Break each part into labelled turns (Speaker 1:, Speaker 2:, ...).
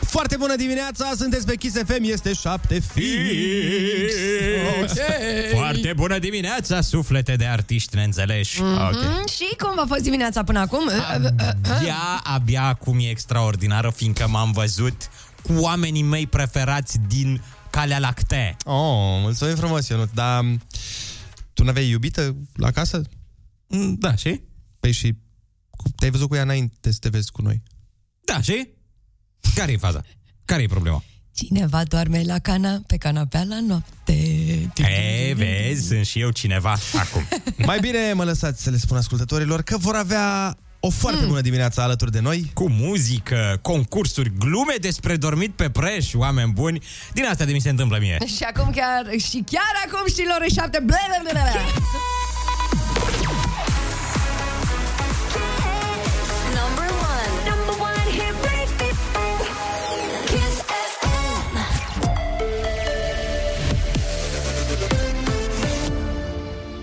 Speaker 1: Foarte bună dimineața, sunteți pe Kiss FM, este 7 fix.
Speaker 2: Okay.
Speaker 3: Foarte bună dimineața, suflete de artiști neînțeleși.
Speaker 1: Mhm.
Speaker 3: Mm-hmm.
Speaker 2: Mm, și cum v-a fost dimineața până acum? Ah,
Speaker 3: Ea abia acum e extraordinară, fiindcă m-am văzut cu oamenii mei preferați din Calea Lactee.
Speaker 1: Oh, mulțumim frumos, Ionut, dar tu n-aveai iubită la casă?
Speaker 3: Da, și?
Speaker 1: Păi și cu- te-ai văzut cu ea înainte să te vezi cu noi.
Speaker 3: Da, și? Care e faza? Care e problema?
Speaker 2: Cineva doarme la cana, pe canapea la noapte.
Speaker 3: E, vezi, sunt și eu cineva acum.
Speaker 1: Mai bine mă lăsați să le spun ascultătorilor că vor avea o
Speaker 3: Mm.
Speaker 1: foarte bună dimineață alături de noi.
Speaker 3: Cu muzică, concursuri, glume despre dormit pe preș, oameni buni. Din asta de mi se întâmplă mie.
Speaker 2: Și acum chiar, și chiar acum și lor șapte. Bla, bla, bla, bla.
Speaker 4: Number one. Number one hit radio. Kiss FM.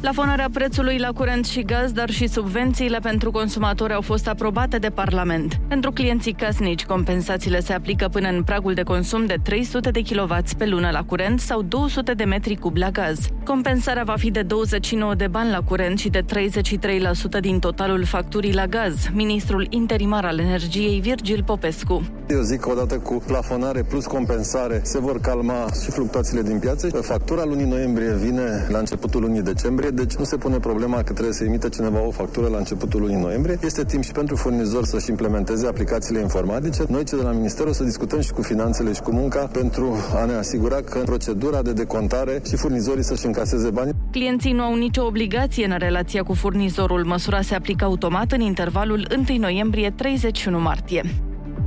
Speaker 5: Plafonarea prețului la curent și gaz, dar și subvențiile pentru consumatori au fost aprobate de Parlament. Pentru clienții casnici, compensațiile se aplică până în pragul de consum de 300 de kW pe lună la curent sau 200 de metri cub la gaz. Compensarea va fi de 29 de bani la curent și de 33% din totalul facturii la gaz, ministrul interimar al energiei Virgil Popescu.
Speaker 6: Eu zic că odată cu plafonare plus compensare se vor calma și fluctuațiile din piață. Factura lunii noiembrie vine la începutul lunii decembrie, deci nu se pune problema că trebuie să emită cineva o factură la începutul lunii noiembrie. Este timp și pentru furnizor să-și implementeze aplicațiile informatice. Noi cei de la minister o să discutăm și cu finanțele și cu munca pentru a ne asigura că procedura de decontare și furnizorii să-și încaseze banii.
Speaker 5: Clienții nu au nicio obligație în relația cu furnizorul. Măsura se aplică automat în intervalul 1 noiembrie-31 martie.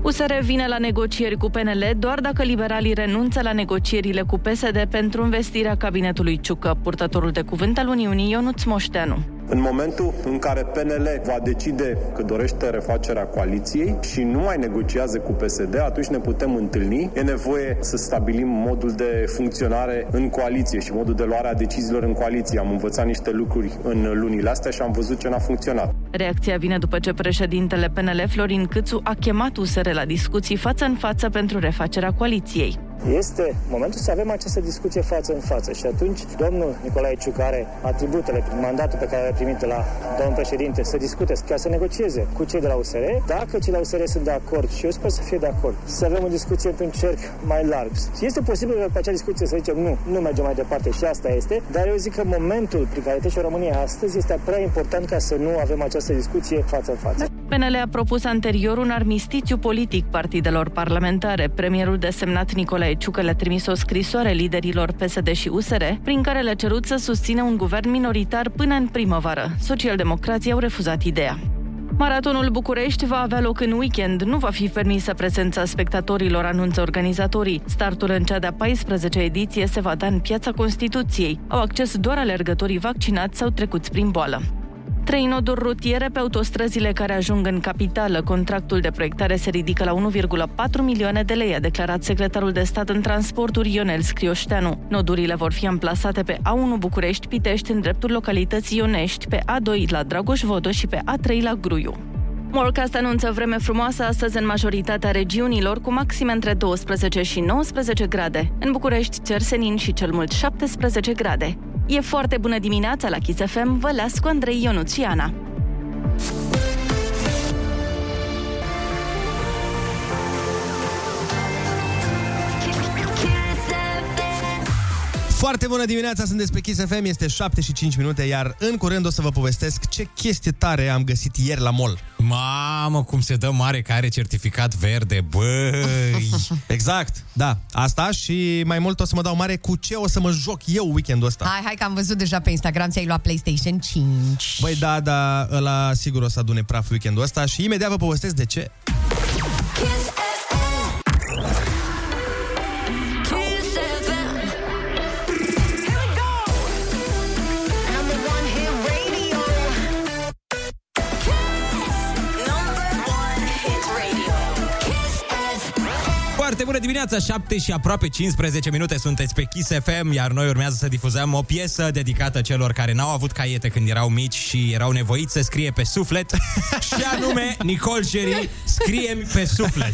Speaker 5: USR vine la negocieri cu PNL doar dacă liberalii renunță la negocierile cu PSD pentru investirea cabinetului Ciucă, purtătorul de cuvânt al Uniunii Ionuț Moșteanu.
Speaker 7: În momentul în care PNL va decide că dorește refacerea coaliției și nu mai negociază cu PSD, atunci ne putem întâlni. E nevoie să stabilim modul de funcționare în coaliție și modul de luare a deciziilor în coaliție. Am învățat niște lucruri în lunile astea și am văzut ce n-a funcționat.
Speaker 5: Reacția vine după ce președintele PNL Florin Câțu a chemat USR la discuții față în față pentru refacerea coaliției.
Speaker 8: Este momentul să avem această discuție față în față și atunci domnul Nicolae Ciuc are atributele prin mandatul pe care l-a primit de la domnul președinte să discute, chiar să negocieze cu cei de la USR. Dacă cei de la USR sunt de acord și eu sper să fie de acord, să avem o discuție într-un cerc mai larg. Și Este posibil că pe acea discuție să zicem nu, nu mergem mai departe și asta este, dar eu zic că momentul prin care trece România astăzi este prea important ca să nu avem această discuție față în față.
Speaker 5: PNL a propus anterior un armistițiu politic partidelor parlamentare. Premierul desemnat Nicolae Ciucă le-a trimis o scrisoare liderilor PSD și USR, prin care le-a cerut să susțină un guvern minoritar până în primăvară. Socialdemocrații au refuzat ideea. Maratonul București va avea loc în weekend. Nu va fi permisă prezența spectatorilor, anunță organizatorii. Startul în cea de-a 14 ediție se va da în piața Constituției. Au acces doar alergătorii vaccinați sau trecuți prin boală. Trei noduri rutiere pe autostrăzile care ajung în capitală. Contractul de proiectare se ridică la 1,4 milioane de lei, a declarat secretarul de stat în transporturi Ionel Scrioșteanu. Nodurile vor fi amplasate pe A1 București-Pitești în dreptul localității Ionești, pe A2 la Dragoș-Vodă și pe A3 la Gruiu. Morcast anunță vreme frumoasă astăzi în majoritatea regiunilor, cu maxime între 12 și 19 grade. În București, cer senin și cel mult 17 grade. E foarte bună dimineața la Kiss FM, vă las cu Andrei Ionuțiana.
Speaker 4: Kiss FM.
Speaker 1: Foarte bună dimineața, sunteți pe Kiss FM, este 7 și 5 minute, iar în curând o să vă povestesc ce chestie tare am găsit ieri la mall.
Speaker 3: Mamă, cum se dă mare care are certificat verde, băi!
Speaker 1: Exact, da, asta și mai mult o să mă dau mare cu ce o să mă joc eu weekendul ăsta.
Speaker 2: Hai, hai că am văzut deja pe Instagram ți-ai luat PlayStation 5.
Speaker 1: Băi, da, da, ăla sigur o să adune praf weekendul ăsta și imediat vă povestesc de ce.
Speaker 4: Kiss FM. Kiss FM. Here we go. Number one hit radio. Kiss. Number one hit radio. Kiss FM.
Speaker 3: Foarte bună dimineața, 7 și aproape 15 minute sunteți pe Kiss FM, iar noi urmează să difuzăm o piesă dedicată celor care n-au avut caiete când erau mici și erau nevoiți să scrie pe suflet, și anume Nicol Jerry, scrie pe suflet.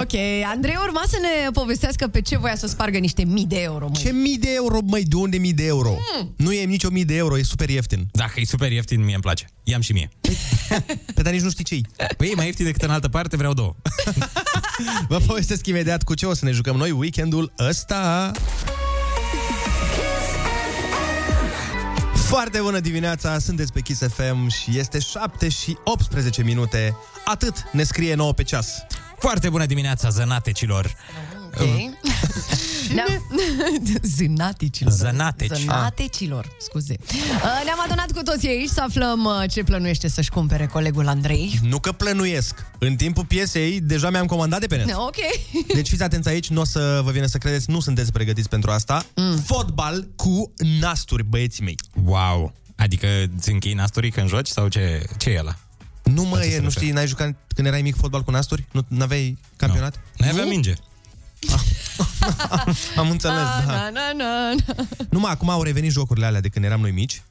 Speaker 2: Ok, Andrei urma să ne povestească pe ce voia să spargă niște mii de euro. Măi.
Speaker 1: Ce mii de euro, mai de unde mii de euro? Mm. Nu e nicio mii de euro, e super ieftin.
Speaker 3: Dacă e super ieftin, mie îmi place. I-am și mie.
Speaker 1: Pe dar nici nu știi ce
Speaker 3: Păi e mai ieftin decât în altă parte, vreau două.
Speaker 1: Vă povestesc imediat cu ce o să ne jucăm noi weekendul ăsta. Foarte bună dimineața, sunteți pe Kiss FM și este 7 și 18 minute. Atât ne scrie nouă pe ceas.
Speaker 3: Foarte bună dimineața, zănatecilor!
Speaker 2: Ok. Ne-am... Zânaticilor.
Speaker 3: Zănateci.
Speaker 2: Zânatecilor, scuze. Uh, Ne-am adunat cu toții aici să aflăm uh, ce plănuiește să-și cumpere colegul Andrei.
Speaker 1: Nu că plănuiesc. În timpul piesei deja mi-am comandat de pe net.
Speaker 2: Ok.
Speaker 1: Deci fiți atenți aici, nu o să vă vine să credeți, nu sunteți pregătiți pentru asta. Mm. Fotbal cu nasturi, băieții mei.
Speaker 3: Wow! Adică îți închei nasturii când joci sau ce, ce e ăla?
Speaker 1: Nu mă,
Speaker 3: ce
Speaker 1: e,
Speaker 3: se
Speaker 1: nu
Speaker 3: referă?
Speaker 1: știi, n-ai jucat când erai mic fotbal cu nasturi? Nu aveai campionat?
Speaker 3: Ne avem minge.
Speaker 1: Am înțeles,
Speaker 2: Na,
Speaker 1: da.
Speaker 2: na, na, na.
Speaker 1: Numai acum au revenit jocurile alea de când eram noi mici.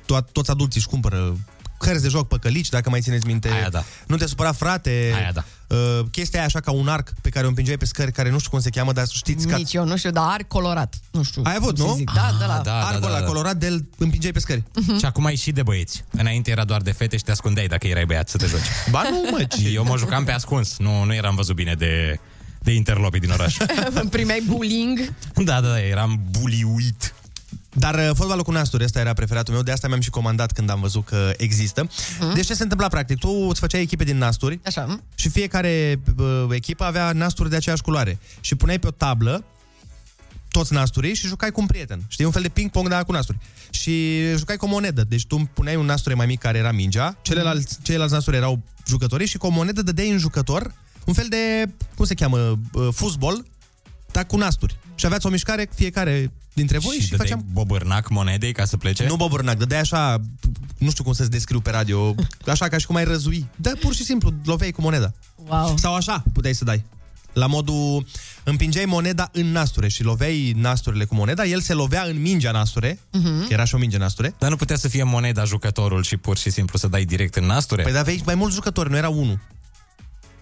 Speaker 1: To- toți adulții își cumpără cărți de joc păcălici, dacă mai țineți minte.
Speaker 3: Aia da.
Speaker 1: Nu te supăra, frate.
Speaker 3: Aia da.
Speaker 1: Uh, chestia aia așa ca un arc pe care o împingeai pe scări, care nu știu cum se cheamă, dar știți că
Speaker 2: Nici eu nu știu, dar ar colorat. Nu știu.
Speaker 1: Ai avut,
Speaker 2: cum să
Speaker 1: nu?
Speaker 2: Zic. Da, de la...
Speaker 3: da.
Speaker 1: arcul ăla colorat de îl împingeai pe scări.
Speaker 3: Și acum e și de băieți. Înainte era doar de fete și te ascundeai dacă erai băiat să te joci.
Speaker 1: Ba nu, mă, ce...
Speaker 3: Eu mă jucam pe ascuns, nu, nu eram văzut bine de, de interlopii din oraș.
Speaker 2: Primeai bullying.
Speaker 3: da, da, da, eram buliuit.
Speaker 1: Dar uh, fotbalul cu nasturi, ăsta era preferatul meu, de asta mi-am și comandat când am văzut că există. Deci ce se întâmpla practic? Tu îți făceai echipe din nasturi
Speaker 2: Așa. m?
Speaker 1: și fiecare uh, echipă avea nasturi de aceeași culoare. Și puneai pe o tablă toți nasturii și jucai cu un prieten. Știi, un fel de ping-pong, dar cu nasturi. Și jucai cu o monedă. Deci tu îmi puneai un nasture mai mic care era mingea,
Speaker 3: Mhm.
Speaker 1: celelalți, ceilalți nasturi erau jucătorii și cu o monedă dădeai în jucător un fel de, cum se cheamă, uh, fuzbol, dar cu nasturi. Și aveați o mișcare fiecare dintre voi și, și
Speaker 3: dădeai
Speaker 1: făceam
Speaker 3: bobârnac monedei ca să plece?
Speaker 1: nu bobârnac, dădeai așa, nu știu cum să-ți descriu pe radio, așa ca și cum ai răzui. Da, pur și simplu, loveai cu moneda.
Speaker 2: Wow.
Speaker 1: Sau așa puteai să dai. La modul, împingeai moneda în nasture și loveai nasturile cu moneda, el se lovea în mingea nasture,
Speaker 3: Mhm.
Speaker 1: uh-huh. că era și o minge în nasture.
Speaker 3: Dar nu putea să fie moneda jucătorul și pur și simplu să dai direct în nasture?
Speaker 1: Păi dar aveai mai mulți jucători, nu era unul.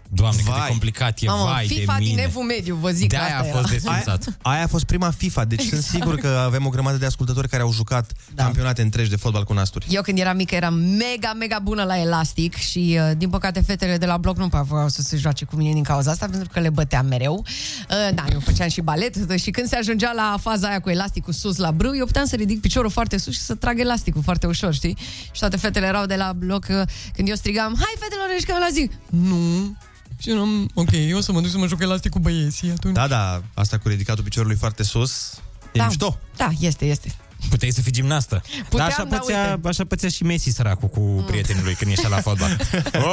Speaker 3: Doamne, cât de
Speaker 1: Vai.
Speaker 3: complicat e,
Speaker 2: Mamă,
Speaker 3: vai
Speaker 2: FIFA
Speaker 3: de
Speaker 2: din
Speaker 3: mine.
Speaker 2: evul mediu, vă zic.
Speaker 3: De-aia
Speaker 2: asta
Speaker 3: a fost
Speaker 2: era.
Speaker 1: Aia,
Speaker 3: desfințat.
Speaker 1: aia a fost prima FIFA, deci exact. sunt sigur că avem o grămadă de ascultători care au jucat da. campionate întregi de fotbal cu nasturi.
Speaker 2: Eu când eram mică eram mega, mega bună la elastic și uh, din păcate fetele de la bloc nu prea voiau să se joace cu mine din cauza asta pentru că le băteam mereu. Uh, Da, eu făceam și balet și când se ajungea la faza aia cu elasticul sus la brâu, eu puteam să ridic piciorul foarte sus și să trag elasticul foarte ușor, știi? Și toate fetele erau de la bloc uh, când eu strigam, hai fetelor, ești la zic, nu, și eu am, ok, eu o să mă duc să mă joc elastic cu băieții atunci.
Speaker 1: Da, da, asta cu ridicatul piciorului foarte sus, e
Speaker 2: da,
Speaker 1: mișto.
Speaker 2: da este, este.
Speaker 3: Puteai să fii gimnastă.
Speaker 2: Puteam,
Speaker 3: așa,
Speaker 2: da,
Speaker 3: pățea,
Speaker 2: uite. Ah.
Speaker 3: așa pățea și Messi săracul cu prietenul lui când ieșea la fotbal.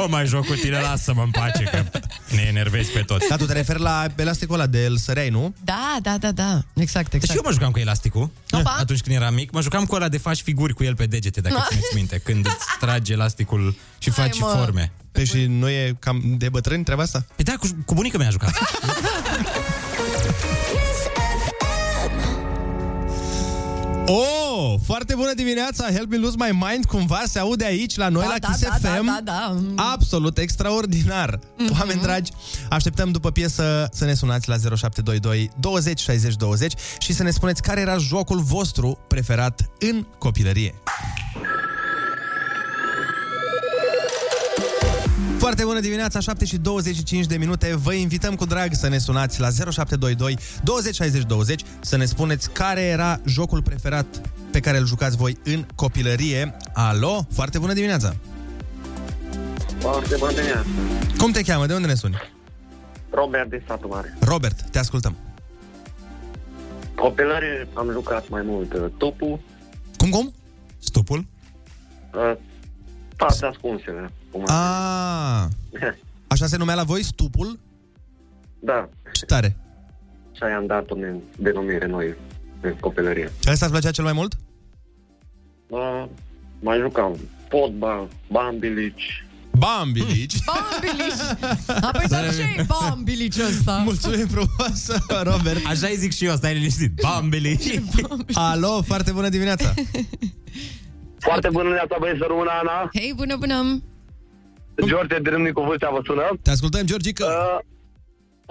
Speaker 3: o, mai joc cu tine, lasă-mă în pace, că ne enervezi pe toți.
Speaker 1: Da, tu te referi la elasticul ăla de el săreai, nu?
Speaker 2: Da, da, da, da, exact, exact.
Speaker 3: Și Deci eu mă jucam cu elasticul
Speaker 2: Opa.
Speaker 3: atunci când eram mic. Mă jucam cu ăla de faci figuri cu el pe degete, dacă țineți minte. Când îți tragi elasticul și
Speaker 2: Hai,
Speaker 3: faci
Speaker 2: mă.
Speaker 3: forme.
Speaker 1: Păi și nu e cam de bătrâni treaba asta?
Speaker 3: Păi da, cu, cu bunica mea a jucat.
Speaker 4: Kiss FM.
Speaker 1: Oh, foarte bună dimineața! Help me lose my mind cumva se aude aici la noi
Speaker 2: Da,
Speaker 1: la
Speaker 2: da,
Speaker 1: Kiss
Speaker 2: da, da,
Speaker 1: FM.
Speaker 2: da, da. Mhm.
Speaker 1: Absolut extraordinar. Mm-hmm. Oameni dragi, așteptăm după piesă să ne sunați la 0722 20 60 20 și să ne spuneți care era jocul vostru preferat în copilărie. Foarte bună dimineața, 7 și 25 de minute. Vă invităm cu drag să ne sunați la 0722 20 60 20 să ne spuneți care era jocul preferat pe care îl jucați voi în copilărie. Alo, foarte bună dimineața!
Speaker 9: Foarte bună dimineața.
Speaker 1: Cum te cheamă? De unde ne suni?
Speaker 9: Robert de Satu Mare.
Speaker 1: Robert, te ascultăm.
Speaker 9: Copilărie am jucat mai mult uh, topul,
Speaker 1: Cum, cum?
Speaker 3: Stupul?
Speaker 9: uh, toate ascunsele. Cum ar
Speaker 1: A,
Speaker 9: fi.
Speaker 1: Ah, așa se numea la voi stupul?
Speaker 9: da,
Speaker 1: Ce tare!
Speaker 9: și aia am dat-o în denumire noi în copilărie.
Speaker 1: Ăsta îți plăcea cel mai mult?
Speaker 9: Uh, mai jucam fotbal, bambilici,
Speaker 1: Bambilici.
Speaker 2: Bambilici! Apoi dar ce e bambilici ăsta?
Speaker 1: Mulțumim frumos, Robert.
Speaker 3: Așa îi zic și eu, stai liniștit. Bambili.
Speaker 1: Alo, foarte bună dimineața.
Speaker 9: Foarte bună dimineața, băieți, română Ana.
Speaker 2: Hei, bună, bună!
Speaker 9: George Drâmnicu Vâlcea vă sună.
Speaker 1: Te ascultăm, Georgica.
Speaker 9: Uh,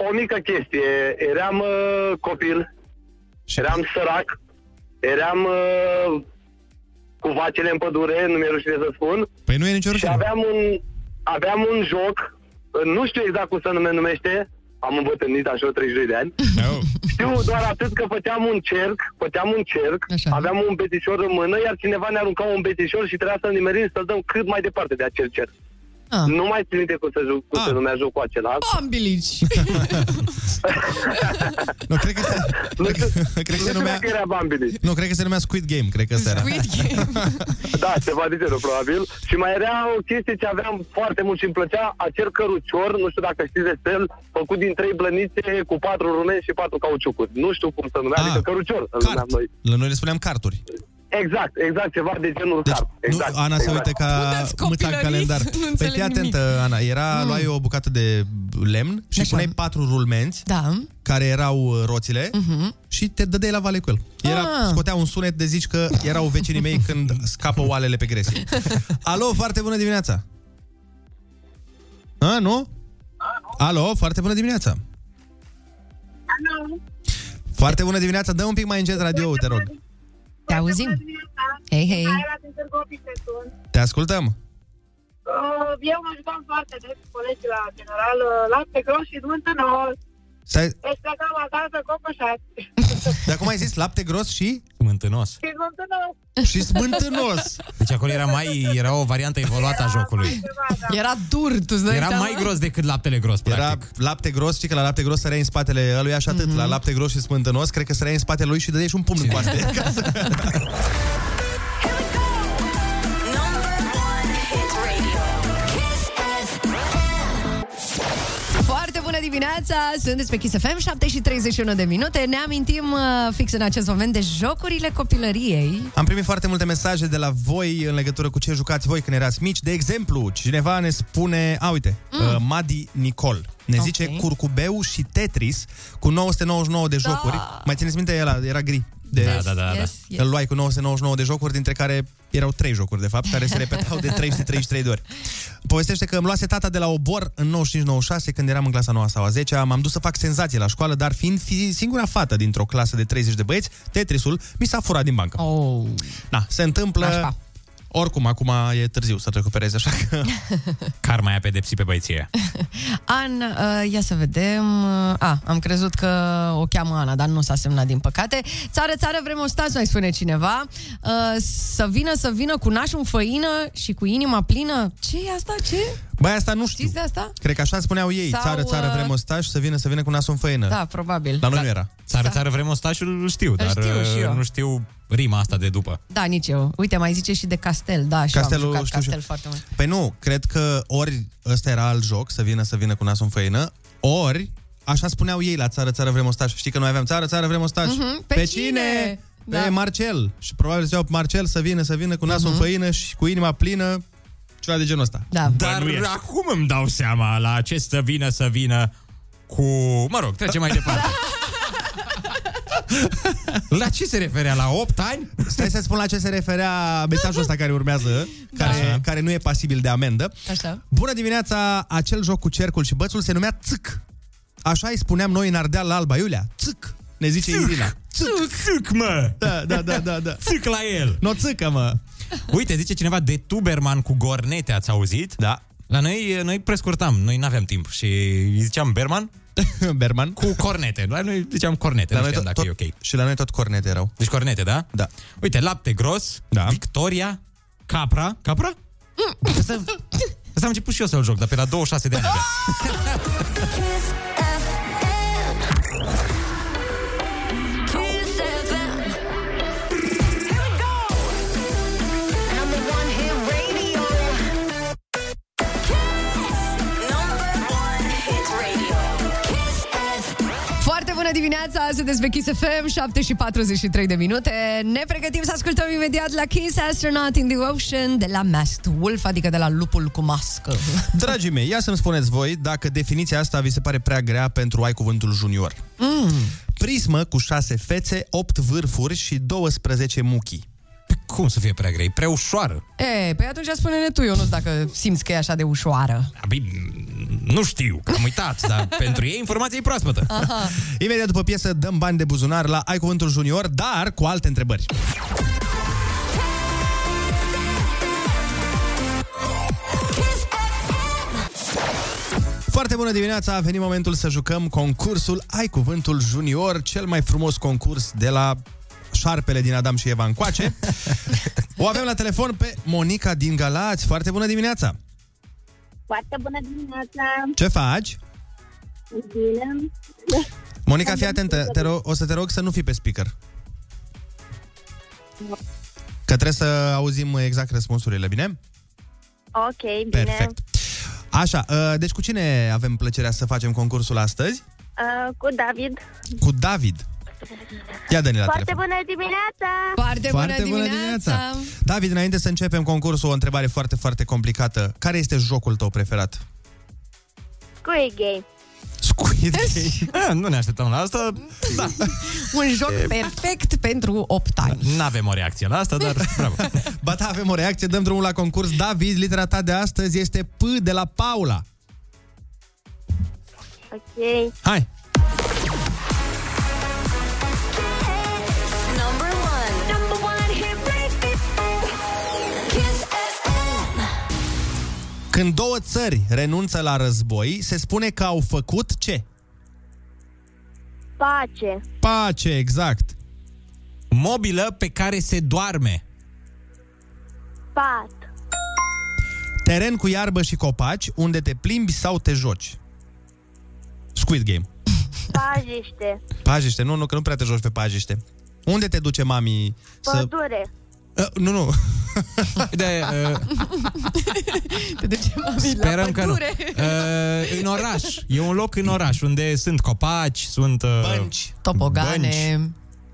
Speaker 9: o mică chestie. Eram uh, copil, eram sărac, eram uh, cu vacile în pădure, nu mi-e rușine să spun.
Speaker 1: Păi nu e nicio
Speaker 9: Și
Speaker 1: rușine.
Speaker 9: aveam un, aveam un joc, uh, nu știu exact cum se nume, numește, am îmbătrânit așa 32 de ani.
Speaker 1: No.
Speaker 9: Știu doar atât că făceam un cerc, făceam un cerc,
Speaker 2: Așa.
Speaker 9: Așa. aveam un betișor în mână, iar cineva ne arunca un betișor și trebuia să-l nimerim să-l dăm cât mai departe de acel cerc.
Speaker 2: Ah.
Speaker 9: Nu mai țin minte cum se, ju- cum
Speaker 1: Ah.
Speaker 9: se numea jocul acela.
Speaker 10: Ah,
Speaker 2: Bambilici!
Speaker 1: Nu, cred că se,
Speaker 9: Nu
Speaker 1: cred că-
Speaker 9: știu,
Speaker 1: cred că
Speaker 9: nu
Speaker 1: se
Speaker 9: știu
Speaker 1: numea...
Speaker 9: dacă era Bambili.
Speaker 1: Nu, cred că se numea Squid Game, cred că ăsta era.
Speaker 2: Squid Game!
Speaker 9: Da, ceva de genul, probabil. Și mai era o chestie ce aveam foarte mult și îmi plăcea, acel cărucior, nu știu dacă știți de cel, făcut din trei blănițe cu patru rumeni și patru cauciucuri. Nu știu cum se numea,
Speaker 1: Ah.
Speaker 9: adică cărucior, îl
Speaker 1: Cart.
Speaker 9: numeam noi.
Speaker 1: La noi le spuneam carturi.
Speaker 9: Exact, exact, ceva de genul
Speaker 1: Deci,
Speaker 9: cart. Exact,
Speaker 1: nu, Ana se
Speaker 9: exact.
Speaker 1: uite
Speaker 2: Nu
Speaker 1: ca
Speaker 2: dați
Speaker 1: mâța în
Speaker 2: copilării,
Speaker 1: calendar.
Speaker 2: nu
Speaker 1: păi
Speaker 2: înțeleg
Speaker 1: fii atentă, Ana. Era, luai o bucată de lemn și
Speaker 2: Așa.
Speaker 1: puneai patru rulmenți
Speaker 2: Da, Mhm.
Speaker 1: care erau uh, roțile uh-huh. și te dădeai la vale cu el. Era,
Speaker 2: Ah.
Speaker 1: scotea un sunet de zici că erau vecinii mei când scapă oalele pe gresie. Alo, foarte bună dimineața! A, nu? Alo, foarte bună dimineața! Alo! Foarte bună dimineața! Dă un pic mai încet radio te rog.
Speaker 2: te auzim? Hei, hei!
Speaker 1: Te ascultăm!
Speaker 10: Eu mă jucam foarte des cu colegii la general, lapte gros și mântă nouă.
Speaker 1: Stai,
Speaker 10: Deci plecam acasă cocoșați.
Speaker 1: dar cum ai zis? Lapte gros și?
Speaker 3: Mântânos.
Speaker 10: Și mântă nouă.
Speaker 1: Și smântânos!
Speaker 3: Deci acolo era mai era o variantă evoluată a jocului.
Speaker 2: Era dur, tu îți dai
Speaker 3: Era
Speaker 2: seama?
Speaker 3: mai gros decât laptele gros,
Speaker 1: Era
Speaker 3: practic.
Speaker 1: lapte gros, și că la lapte gros săreai în spatele lui așa atât, mm-hmm. la lapte gros și smântânos, cred că săreai în spatele lui și dădeai și un pumn în coaste.
Speaker 4: Number one hit radio. Kiss FM.
Speaker 2: Foarte bună dimineața! Sunteți pe Kiss FM, 7 și 31 de minute. Ne amintim uh, fix în acest moment de jocurile copilăriei.
Speaker 1: Am primit foarte multe mesaje de la voi în legătură cu ce jucați voi când erați mici. De exemplu, cineva ne spune, a uite, mm. Madi Nicol. Ne
Speaker 2: Ok.
Speaker 1: zice curcubeu și Tetris cu 999 de jocuri. Mai țineți minte, ela era gri. De
Speaker 3: Da, da, da, da.
Speaker 2: Da. Yes, yes.
Speaker 1: Îl luai cu 999 de jocuri, dintre care erau 3 jocuri, de fapt, care se repetau de 333 de ori. Povestește că îmi luase tata de la obor în 95-96, când eram în clasa 9 sau a 10 m-am dus să fac senzație la școală, dar fiind fi singura fată dintr-o clasă de 30 de băieți, Tetrisul mi s-a furat din bancă.
Speaker 2: Oh.
Speaker 1: Na, se întâmplă...
Speaker 2: Nașpa.
Speaker 1: Oricum, acum e târziu să te recuperezi, așa că...
Speaker 3: Karma i-a pedepsit pe băieție.
Speaker 2: An, uh, ia să vedem. Uh, A, am crezut că o cheamă Ana, dar nu s-a semnat, din păcate. Țară, țară, vrem o stați, mai spune cineva. Uh, Să vină, să vină cu nașul în făină și cu inima plină. Ce e asta? Ce?
Speaker 1: Băi, asta nu știu.
Speaker 2: Știți de asta?
Speaker 1: Cred că așa spuneau ei,
Speaker 2: Sau,
Speaker 1: țară, țară,
Speaker 2: uh,
Speaker 1: vrem ostaș, să vină, să vină cu nasul în făină.
Speaker 2: Da, probabil.
Speaker 1: La noi
Speaker 2: da.
Speaker 1: nu era.
Speaker 3: Țară, țară, vrem ostașul, îl știu, dar
Speaker 1: ă,
Speaker 2: știu și eu.
Speaker 3: nu știu rima asta de după.
Speaker 2: Da, nici eu. Uite, mai zice și de castel. Da, și
Speaker 1: Castelul,
Speaker 2: am jucat
Speaker 1: știu și
Speaker 2: castel
Speaker 1: eu.
Speaker 2: foarte mult.
Speaker 1: Păi nu, cred că ori ăsta era alt joc, să vină, să vină cu nasul în făină, ori așa spuneau ei la țară, țară, vrem ostaș. Știi că noi aveam țară, țară, vrem ostaș.
Speaker 2: Mhm, pe cine?
Speaker 1: Pe
Speaker 2: Da.
Speaker 1: Marcel. Și probabil ziceau Marcel să vină, să vină cu nasul în făină și cu inima plină, ceva de genul ăsta.
Speaker 2: Mhm. Da.
Speaker 3: Dar acum îmi dau seama la ce să vină, să vină cu... Mă rog, trecem mai departe. La ce se referea? La 8 ani?
Speaker 1: Stai să spun la ce se referea mesajul ăsta care urmează,
Speaker 2: Da.
Speaker 1: care,
Speaker 3: Așa.
Speaker 1: care nu e pasibil de amendă.
Speaker 2: Așa.
Speaker 1: Bună dimineața! Acel joc cu cercul și bățul se numea țâc. Așa îi spuneam noi în Ardeal la Alba Iulia. Țâc, ne zice Irina.
Speaker 3: Țâc, țâc, mă!
Speaker 1: Da, da, da, da, da.
Speaker 3: Țâc la el!
Speaker 1: No țâcă, mă!
Speaker 3: Uite, zice cineva de Tuberman cu gornete, ați auzit?
Speaker 1: Da.
Speaker 3: La noi, noi prescurtam, noi n-aveam timp și îi ziceam Berman
Speaker 1: Berman. Da,
Speaker 3: cu cornete. La noi ziceam cornete, la nu știam dacă
Speaker 1: tot,
Speaker 3: e ok.
Speaker 1: Și la noi tot cornete erau.
Speaker 3: Deci cornete, da?
Speaker 1: Da.
Speaker 3: Uite, lapte gros,
Speaker 1: Da.
Speaker 3: Victoria, Capra. Capra? Asta, asta am început și eu să-l joc, dar pe la 26 de ani. avea.
Speaker 4: Kiss FM. Kiss FM. Here we go. Number one hit radio. Kiss. Number one hit radio. Kiss FM.
Speaker 2: Foarte bună dimineața, sunteți pe Kiss FM, 7 și 43 de minute. Ne pregătim să ascultăm imediat la Kiss Astronaut in the Ocean de la Masked Wolf, adică de la lupul cu mască.
Speaker 1: Dragii mei, ia să-mi spuneți voi dacă definiția asta vi se pare prea grea pentru ai cuvântul junior.
Speaker 2: Mm.
Speaker 1: Prismă cu 6 fețe, 8 vârfuri și 12 muchii.
Speaker 3: Cum să fie prea grei? Prea ușoară.
Speaker 2: E, păi atunci spune-ne tu, Ionuț, dacă simți că e așa de ușoară.
Speaker 3: Abi, nu știu, că am uitat, dar pentru ei informația e proaspătă.
Speaker 2: Aha.
Speaker 1: Imediat după piesă dăm bani de buzunar la Ai Cuvântul Junior, dar cu alte întrebări. Foarte bună dimineața, a venit momentul să jucăm concursul Ai Cuvântul Junior, cel mai frumos concurs de la șarpele din Adam și Eva încoace. o avem la telefon pe Monica din Galați. Foarte bună dimineața!
Speaker 10: Foarte bună dimineața!
Speaker 1: Ce faci?
Speaker 10: Bine!
Speaker 1: Monica, fii atentă, te rog, o să te rog să nu fii pe speaker. Că trebuie să auzim exact răspunsurile, bine?
Speaker 10: Ok, bine!
Speaker 1: Perfect. Așa, ă, deci cu cine avem plăcerea să facem concursul astăzi?
Speaker 10: Uh, cu David.
Speaker 1: Cu David. Ia dă la
Speaker 10: Foarte
Speaker 1: telefon.
Speaker 10: bună dimineața!
Speaker 2: Foarte, bună, dimineața.
Speaker 1: David, înainte să începem concursul, o întrebare foarte, foarte complicată. Care este jocul tău preferat?
Speaker 10: Squid Game.
Speaker 1: Squid Game.
Speaker 3: Deci- A, nu ne așteptam la asta, da.
Speaker 2: Un joc perfect pentru 8 ani.
Speaker 3: Nu avem o reacție la asta, dar bravo.
Speaker 1: Ba da, avem o reacție, dăm drumul la concurs. David, litera ta de astăzi este P de la Paula.
Speaker 10: Ok.
Speaker 1: Hai!
Speaker 4: Number one. Number one hit radio. Kiss FM.
Speaker 1: Când două țări renunță la război, se spune că au făcut ce?
Speaker 10: Pace.
Speaker 1: Pace, exact.
Speaker 3: Mobilă pe care se doarme.
Speaker 10: Pat.
Speaker 1: Teren cu iarbă și copaci, unde te plimbi sau te joci. Squid Game.
Speaker 10: Pajiște.
Speaker 1: Pajiște, nu, nu, că nu prea te joci pe pajiște. Unde te duce mami să...
Speaker 10: Pădure.
Speaker 1: Uh, nu, nu.
Speaker 3: De, uh,
Speaker 2: Te ducem, mami, la
Speaker 3: sperăm că nu.
Speaker 2: pădure.
Speaker 3: Uh, în oraș. E un loc în oraș unde sunt copaci, sunt... Uh,
Speaker 1: Bănci.
Speaker 2: Topogane,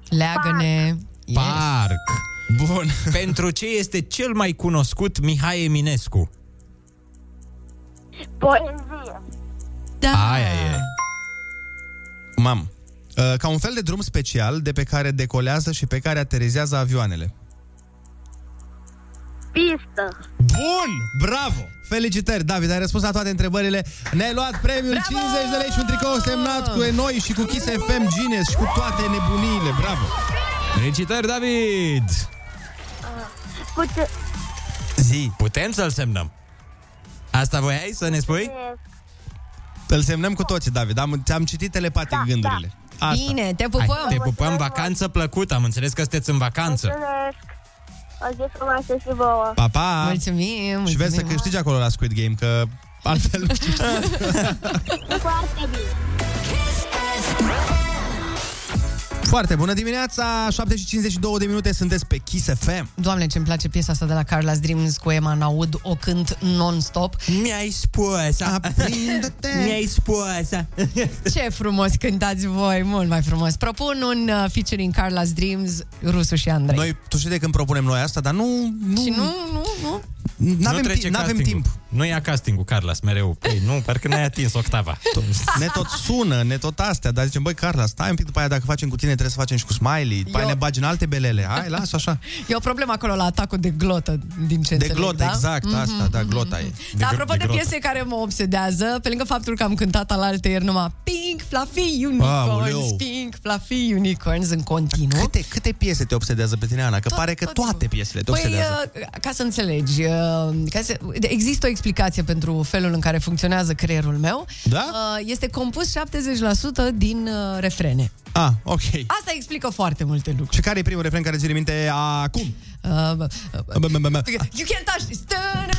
Speaker 2: leagăne. Yes.
Speaker 3: Parc. Bun. Pentru ce este cel mai cunoscut Mihai Eminescu?
Speaker 10: Poezie.
Speaker 2: Da.
Speaker 3: Aia e.
Speaker 1: Mam. Uh, ca un fel de drum special de pe care decolează și pe care aterizează avioanele.
Speaker 10: Pistă.
Speaker 1: Bun! Bravo! Felicitări, David, ai răspuns la toate întrebările. Ne-ai luat premiul
Speaker 2: Bravo!
Speaker 1: 50 de lei și un tricou semnat cu noi și cu Kiss FM Gines și cu toate nebuniile. Bravo!
Speaker 3: Felicitări, da. David!
Speaker 10: Pute...
Speaker 1: Zi!
Speaker 3: Putem să-l semnăm. Asta voiai să ne spui?
Speaker 1: Îl semnăm cu toții, David. Am, ți-am citit telepatic da, gândurile. Da. Asta.
Speaker 2: Bine, te
Speaker 3: Hai,
Speaker 2: pupăm.
Speaker 3: te pupăm, vacanță plăcută. Am înțeles că sunteți în vacanță.
Speaker 10: Mulțumesc. O zi frumoasă și vouă.
Speaker 1: Pa, pa!
Speaker 2: Mulțumim,
Speaker 1: Și vezi să
Speaker 2: mulțumim.
Speaker 1: câștigi acolo la Squid Game, că altfel nu știu.
Speaker 10: Foarte bine.
Speaker 4: Kiss FM.
Speaker 1: Foarte bună dimineața! 7:52 de minute sunteți pe Kiss FM.
Speaker 2: Doamne, ce-mi place piesa asta de la Carla's Dreams cu Emma Naud, o cânt non-stop.
Speaker 3: Mi-ai spus. Mi-ai spus.
Speaker 2: Ce frumos cântați voi, mult mai frumos. Propun un uh, featuring Carla's Dreams, Rusu și Andrei.
Speaker 1: Noi, tu știi de când propunem noi asta, dar nu... nu
Speaker 2: Și nu, nu, nu.
Speaker 1: N-avem,
Speaker 3: nu
Speaker 1: timp,
Speaker 3: trece
Speaker 1: n-avem
Speaker 3: castingul.
Speaker 1: timp.
Speaker 3: Nu ia castingul, Carlos, mereu. Păi nu, parcă n-ai atins octava.
Speaker 1: Ne tot sună, ne tot astea, dar zicem, băi, Carla, stai un pic după aia, dacă facem cu tine, trebuie să facem și cu Smiley, după aia
Speaker 2: Eu-
Speaker 1: ne bagi în alte belele. Hai, lasă așa.
Speaker 2: E o problemă acolo la atacul de glotă, din ce
Speaker 1: De
Speaker 2: înțeleg,
Speaker 1: glot,
Speaker 2: da?
Speaker 1: exact, asta, da, glota e.
Speaker 2: Da,
Speaker 3: gro-
Speaker 2: apropo
Speaker 3: de
Speaker 2: de,
Speaker 3: grotă.
Speaker 2: piese care mă obsedează, pe lângă faptul că am cântat alaltă ieri numai Pink Fluffy Unicorns,
Speaker 1: Aoleu.
Speaker 2: Pink Fluffy Unicorns în continuu.
Speaker 1: Câte, câte piese te obsedează pe tine, Ana? Că pare că toate piesele te
Speaker 2: păi,
Speaker 1: obsedează.
Speaker 2: uh, ca să înțelegi, uh, ca să, există o explicație pentru felul în care funcționează creierul meu.
Speaker 1: Da?
Speaker 2: Uh, Este compus 70% din uh, refrene.
Speaker 1: Ah, ok.
Speaker 2: Asta explică foarte multe lucruri.
Speaker 1: Și care e primul refren care ți vine în minte acum?
Speaker 2: Uh, bă, uh,
Speaker 1: Bă, bă, Ah, bă, bă.
Speaker 2: You can touch this.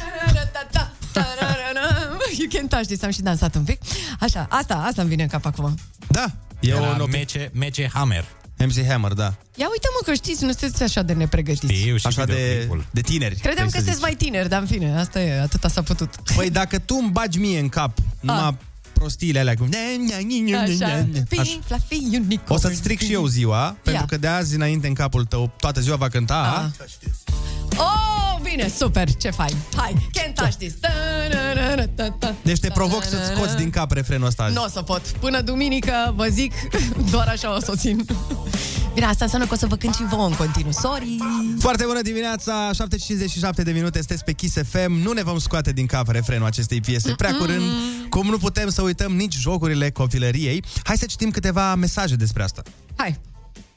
Speaker 2: Ta-ra-ra-ra-ta-ta, ta-ra-ra-ra. You can touch this. Am și dansat un pic. Așa, asta, asta îmi vine în cap acum.
Speaker 1: Da, e
Speaker 3: Eu
Speaker 1: un
Speaker 3: la
Speaker 1: op-
Speaker 3: mece, mece Hammer.
Speaker 1: MC Hammer, da.
Speaker 2: Ia uite mă că știți, nu sunteți așa de nepregătiți.
Speaker 3: Eu și
Speaker 1: Așa de,
Speaker 3: videoclipul.
Speaker 1: de tineri.
Speaker 2: Credeam că
Speaker 1: vrei să
Speaker 2: sunteți
Speaker 1: zici.
Speaker 2: mai tineri, dar în fine, asta e, atâta s-a putut.
Speaker 1: Păi dacă tu îmi bagi mie în cap numai prostiile alea. Cum...
Speaker 2: Ah. Așa. Pin, fluffy, unicorn.
Speaker 1: O să-ți stric și eu ziua, pentru că de azi înainte în capul tău toată ziua va cânta...
Speaker 2: Ah. Oh, bine, super, ce fain. Hai, can't touch this. Ta-na-na-na-ta-ta.
Speaker 1: Deci te
Speaker 2: da,
Speaker 1: provoc să-ți scoți din cap refrenul ăsta azi.
Speaker 2: Nu o să pot. Până duminică, vă zic, doar așa o să o țin. Bine, asta înseamnă că o să vă cânt și vouă în continuu. Sorry!
Speaker 1: Foarte bună dimineața, 7.57 de minute, sunteți pe Kiss FM, nu ne vom scoate din cap refrenul acestei piese prea curând,
Speaker 2: Mm.
Speaker 1: cum nu putem să uităm nici jocurile copilăriei. Hai să citim câteva mesaje despre asta.
Speaker 2: Hai,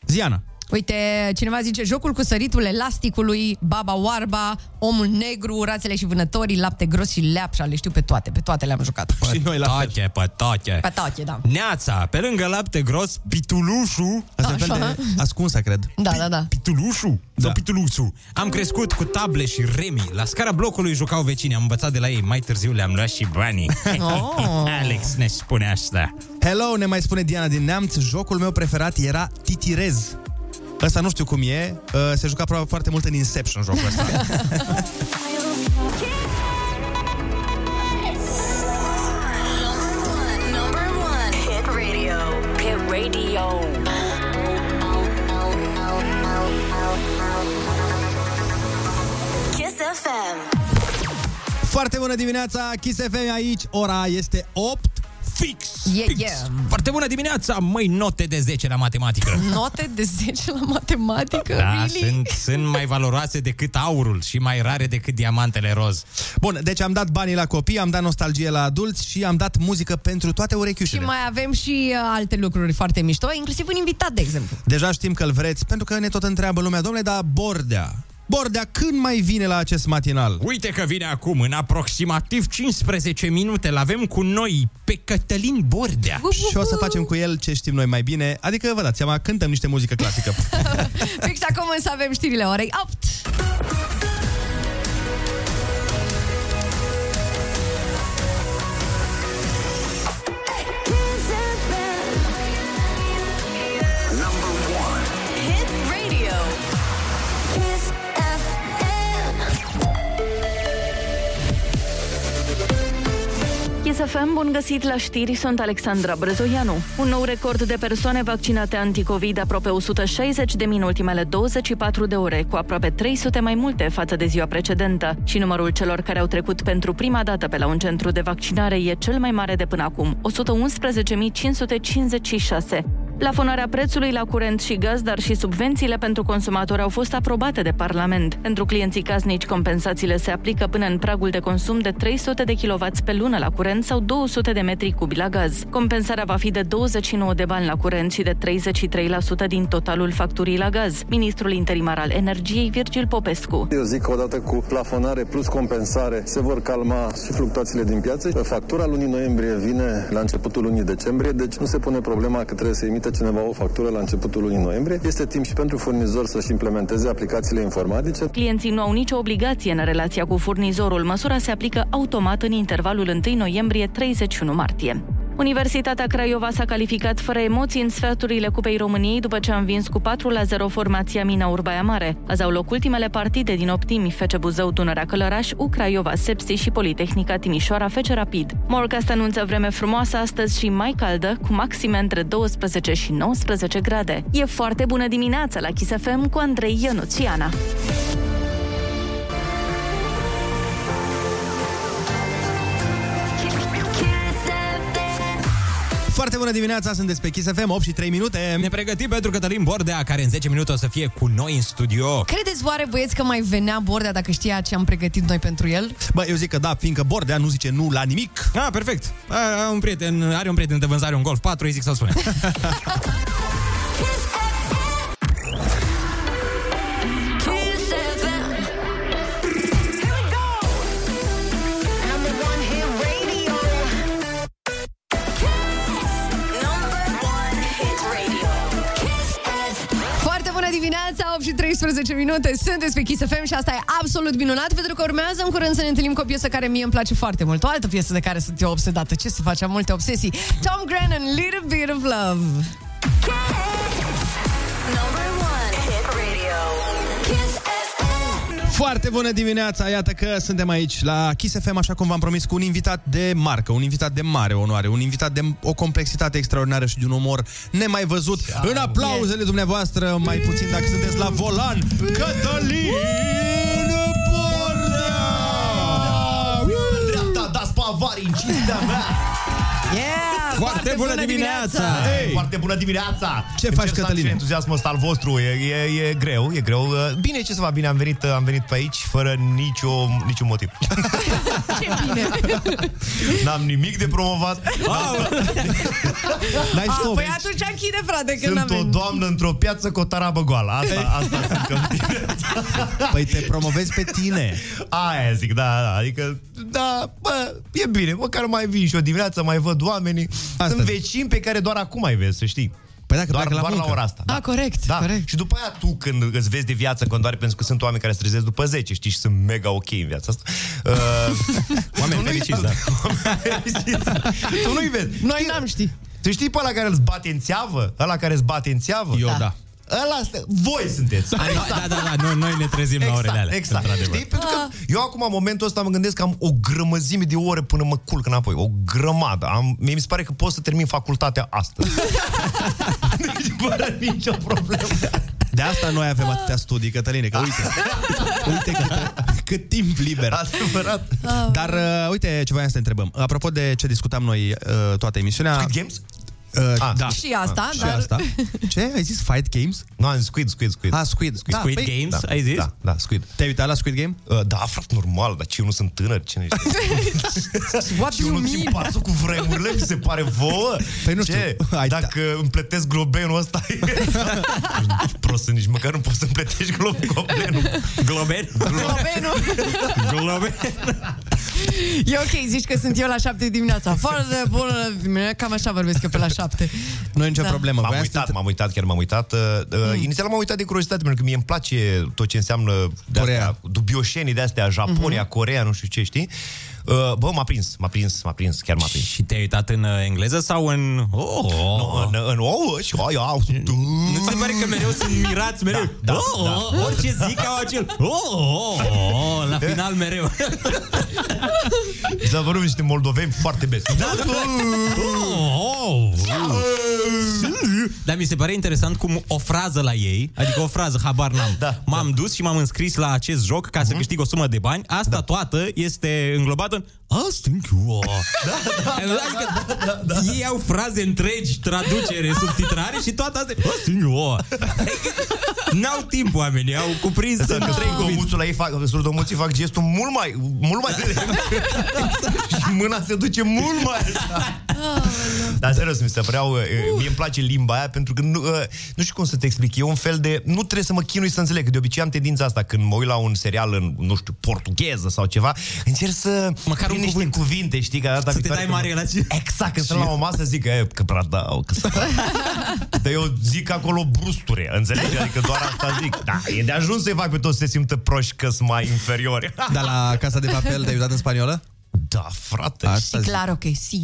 Speaker 1: Ziana,
Speaker 2: Uite, cineva zice Jocul cu săritul elasticului, Baba Oarba, Omul Negru, Rațele și Vânătorii, Lapte Gros și Leapșa, le știu pe toate, pe toate le-am jucat.
Speaker 1: și noi la fel.
Speaker 3: Pătache, pătache.
Speaker 2: Pe toate, da.
Speaker 3: Neața, pe lângă lapte gros, pitulușu.
Speaker 1: Asta e
Speaker 2: Așa.
Speaker 1: un fel de ascunsă, cred.
Speaker 2: Da, da, da.
Speaker 3: Pitulușu? Da.
Speaker 1: Da.
Speaker 3: Sau pituluțu? Am crescut cu table și remi. La scara blocului jucau vecini, am învățat de la ei. Mai târziu le-am luat și banii.
Speaker 2: Oh.
Speaker 3: Alex ne spune asta.
Speaker 1: Hello, ne mai spune Diana din Neamț, jocul meu preferat era Titirez. Ăsta nu știu cum e, uh, se juca probabil foarte mult în Inception jocul ăsta.
Speaker 4: Number one hit radio. Hit radio. Kiss FM.
Speaker 1: foarte bună dimineața, Kiss FM aici, ora este 8.
Speaker 3: Fix!
Speaker 2: Yeah,
Speaker 3: fix.
Speaker 2: yeah.
Speaker 3: Foarte bună dimineața! Măi, note de 10 la matematică.
Speaker 2: Note de 10 la matematică,
Speaker 3: Da,
Speaker 2: really?
Speaker 3: sunt, sunt mai valoroase decât aurul și mai rare decât diamantele roz.
Speaker 1: Bun, deci am dat banii la copii, am dat nostalgie la adulți și am dat muzică pentru toate
Speaker 2: Și
Speaker 1: urechiușile.
Speaker 2: mai avem și uh, alte lucruri foarte mișto, inclusiv un invitat, de exemplu.
Speaker 1: Deja știm că îl vreți, pentru că ne tot întreabă lumea, domnule, dar Bordea, Bordea când mai vine la acest matinal?
Speaker 3: Uite că vine acum, în aproximativ 15 minute, l-avem cu noi pe Cătălin Bordea.
Speaker 1: Și o să facem cu el ce știm noi mai bine, adică vă dați seama, cântăm niște muzică clasică.
Speaker 2: Fix acum însă avem știrile orei 8.
Speaker 4: Kiss FM. Number one hit radio. Kiss FM.
Speaker 5: ISFM, bun găsit la știri, sunt Alexandra Brezoianu. Un nou record de persoane vaccinate anticovid, aproape 160 de mii în ultimele 24 de ore, cu aproape 300 mai multe față de ziua precedentă. Și numărul celor care au trecut pentru prima dată pe la un centru de vaccinare e cel mai mare de până acum, 111.556. Plafonarea prețului la curent și gaz, dar și subvențiile pentru consumatori au fost aprobate de Parlament. Pentru clienții casnici, compensațiile se aplică până în pragul de consum de 300 de kW pe lună la curent sau 200 de metri cubi la gaz. Compensarea va fi de 29 de bani la curent și de 33% din totalul facturii la gaz. Ministrul interimar al energiei, Virgil Popescu.
Speaker 6: Eu zic că odată cu plafonare plus compensare se vor calma și fluctuațiile din piață. Factura lunii noiembrie vine la începutul lunii decembrie, deci nu se pune problema că trebuie să emite cineva o factură la începutul lunii noiembrie. Este timp și pentru furnizor să-și implementeze aplicațiile informatice.
Speaker 5: Clienții nu au nicio obligație în relația cu furnizorul. Măsura se aplică automat în intervalul 1 noiembrie-31 martie. Universitatea Craiova s-a calificat fără emoții în sferturile Cupei României după ce a învins cu 4 la 0 formația Mina Urbaia Mare. Azi au loc ultimele partide din Optimi, FC Buzău, Dunărea Călăraș, U Craiova, Sepsi și Politehnica Timișoara, FC Rapid. Morcast anunță vreme frumoasă astăzi și mai caldă, cu maxime între 12 și 19 grade. E foarte bună dimineața la Kiss FM cu Andrei Ionuțiana.
Speaker 4: Kiss FM.
Speaker 1: Foarte bună dimineața, sunteți pe Kiss FM, 8 și 3 minute.
Speaker 3: Ne pregătim pentru Cătălin Bordea, care în 10 minute o să fie cu noi în studio.
Speaker 2: Credeți oare, băieți, că mai venea Bordea dacă știa ce am pregătit noi pentru el?
Speaker 1: Bă, eu zic că da, fiindcă Bordea nu zice nu la nimic.
Speaker 3: Ah, perfect. A, un prieten, are un prieten de vânzare, un Golf 4, îi zic să-l spune.
Speaker 4: Kiss FM. Kiss FM. Here we go. Number one hit radio. Kiss. Number one hit radio. Kiss FM.
Speaker 2: Foarte bună dimineața, 8 și 13 minute, sunteți pe Kiss FM și asta e absolut minunat, pentru că urmează în curând să ne întâlnim cu o piesă care mie îmi place foarte mult, o altă piesă de care sunt eu obsedată, ce să faci, am multe obsesii. Tom Grennan, Little Bit of Love.
Speaker 4: Kiss. Number one hit radio. Kiss FM.
Speaker 1: Foarte bună dimineața! Iată că suntem aici la Kiss FM, așa cum v-am promis, cu un invitat de marcă, un invitat de mare onoare, un invitat de o complexitate extraordinară și de un umor nemai văzut. În aplauzele dumneavoastră, mai puțin dacă sunteți la volan, Cătălin Bordea!
Speaker 11: Da, dați pavarii în cinstea mea!
Speaker 2: Yeah!
Speaker 3: Foarte bună dimineața!
Speaker 11: Ei, foarte bună
Speaker 1: Ce
Speaker 11: dimineața! Încerc
Speaker 1: faci,
Speaker 11: să
Speaker 1: Cătălin?
Speaker 11: ating entuziasmul ăsta al vostru, e, e, e, greu, e greu. Uh, Bine, ce să fac, bine, am venit, uh, am venit pe aici fără nicio, niciun motiv. N-am nimic de promovat.
Speaker 1: N-ai
Speaker 2: Ah,
Speaker 1: stop.
Speaker 2: păi atunci închide, frate, că
Speaker 11: Sunt
Speaker 2: n-avem.
Speaker 11: o doamnă într-o piață cu o tarabă goală. Asta, asta sunt că
Speaker 1: Păi te promovezi pe tine.
Speaker 11: Aia zic, da, da, adică, da, bă, e bine, măcar mai vin și o dimineață, mai văd oamenii.
Speaker 1: Asta
Speaker 11: Sunt
Speaker 1: zic.
Speaker 11: vecini pe care doar acum ai vezi, să știi.
Speaker 1: Păi dacă
Speaker 11: doar,
Speaker 1: pleacă la
Speaker 11: doar la
Speaker 1: muncă.
Speaker 11: ora asta.
Speaker 2: Ah, corect,
Speaker 11: da.
Speaker 2: corect.
Speaker 11: Și după aia tu când îți vezi de viață, când doar pentru că sunt oameni care se trezesc după 10, știi, și sunt mega ok în viața asta. Uh,
Speaker 3: Oameni
Speaker 11: tu nu-i-
Speaker 3: fericiți, da.
Speaker 11: Oameni fericiți. tu nu-i vezi.
Speaker 2: Noi n-am ști.
Speaker 11: Tu știi pe ăla care îl bate în țeavă? Ăla care îți bate în țeavă?
Speaker 1: Eu da.
Speaker 11: Ăla, asta- voi sunteți.
Speaker 3: Da, da, da, da, noi, noi ne trezim la orele alea.
Speaker 11: Exact.
Speaker 3: într-adevăr.
Speaker 11: Știi? Pentru că eu acum, în momentul ăsta, mă gândesc că am o grămăzime de ore până mă culc înapoi. O grămadă. Am, mie mi se pare că pot să termin facultatea astăzi. deci, fără nicio problemă.
Speaker 1: De asta noi avem atâtea studii, Cătăline, că uite, uite cât, cât timp liber.
Speaker 11: Adevărat.
Speaker 1: Dar uh, uite ce voiam să te întrebăm. Apropo de ce discutam noi uh, toată emisiunea...
Speaker 11: Squid Games?
Speaker 1: Uh,
Speaker 11: Ah.
Speaker 1: da.
Speaker 2: Și asta,
Speaker 1: Și
Speaker 2: dar...
Speaker 1: asta. Ce? Ai zis Fight Games?
Speaker 11: Nu, am zis Squid, Squid, Squid.
Speaker 1: Ah, Squid. Squid,
Speaker 3: Squid Games, ai zis?
Speaker 11: Da, da, Squid.
Speaker 1: Te-ai uitat la Squid Game?
Speaker 11: Uh, Da, frate, normal, dar ce eu nu sunt tânăr, cine știe?
Speaker 2: What
Speaker 11: Eu
Speaker 2: you
Speaker 11: nu țin
Speaker 2: mean?
Speaker 11: pasul cu vremurile, mi se pare vouă.
Speaker 1: Păi nu
Speaker 11: Ce?
Speaker 1: știu. da. Ai-
Speaker 11: Dacă îmi plătesc globenul ăsta, e- Nici prost, nici măcar nu poți să-mi plătești glo- globenul.
Speaker 3: Globen?
Speaker 2: Slovenul.
Speaker 3: Globen?
Speaker 2: E ok, zici că sunt eu la șapte dimineața. Foarte bună dimineața, cam așa vorbesc eu pe la șapte.
Speaker 1: Nu e nicio
Speaker 2: Da.
Speaker 1: problemă.
Speaker 11: M-am
Speaker 1: Voiam să te
Speaker 11: uitat, m-am uitat, chiar m-am uitat. Uh, uh,
Speaker 3: Hmm.
Speaker 11: Inițial m-am uitat de curiozitate, pentru că mie îmi place tot ce înseamnă de-astea,
Speaker 1: Corea.
Speaker 11: dubioșenii de-astea,
Speaker 3: Mhm.
Speaker 11: Japonia, Corea, nu știu ce, știi? Uh, bă, m-a prins, m-a prins, m-a prins, chiar m-a prins.
Speaker 3: Și te-ai uitat în uh, engleză sau în... Oh,
Speaker 11: Nu, în, în ouă și aia, au,
Speaker 3: Nu ți se pare că mereu sunt mirați mereu?
Speaker 11: Da, da,
Speaker 3: oh,
Speaker 11: da.
Speaker 3: Orice zic au acel... Oh, oh, oh,
Speaker 11: Eh?
Speaker 3: la final mereu.
Speaker 11: Să vorbim niște moldoveni foarte best.
Speaker 3: Da, da, da. Oh, oh. Dar mi se pare interesant cum o frază la ei, adică o frază, habar n-am.
Speaker 11: Da,
Speaker 3: m-am dus și m-am înscris la acest joc ca să câștig o sumă de bani. Asta toată este înglobată în... Ah, thank you. Da, da, adică Ei au fraze întregi, traducere, subtitrare și toate astea. Ah, thank you. N-au timp oamenii, au cuprins în
Speaker 11: Că
Speaker 3: trei cuvinte.
Speaker 11: surdomuțul la ei fac, surdomuții fac gestul mult mai, mult mai Și mâna se duce mult mai Dar serios, mi se păreau, uh, mie îmi place limba aia pentru că nu, uh, nu știu cum să te explic, e un fel de, nu trebuie să mă chinui să înțeleg, că de obicei am tendința asta când mă uit la un serial în, nu știu, portugheză sau ceva, încerc să
Speaker 3: Măcar
Speaker 11: prind
Speaker 3: un
Speaker 11: niște
Speaker 3: cuvânt.
Speaker 11: cuvinte, știi, că data
Speaker 3: Să te
Speaker 11: viitoare
Speaker 3: dai
Speaker 11: când-
Speaker 3: mare la cine.
Speaker 11: Exact, când sunt la o masă zic e, că pradau, că Dar eu zic acolo brusture, înțelegi? Adică doar asta zic. Da, e de ajuns să-i fac pe toți să se simtă proști că sunt mai inferiori.
Speaker 1: Dar Da, la Casa de Papel te-ai uitat în spaniolă?
Speaker 11: Da, frate.
Speaker 1: Asta zic.
Speaker 2: Clar, ok, si.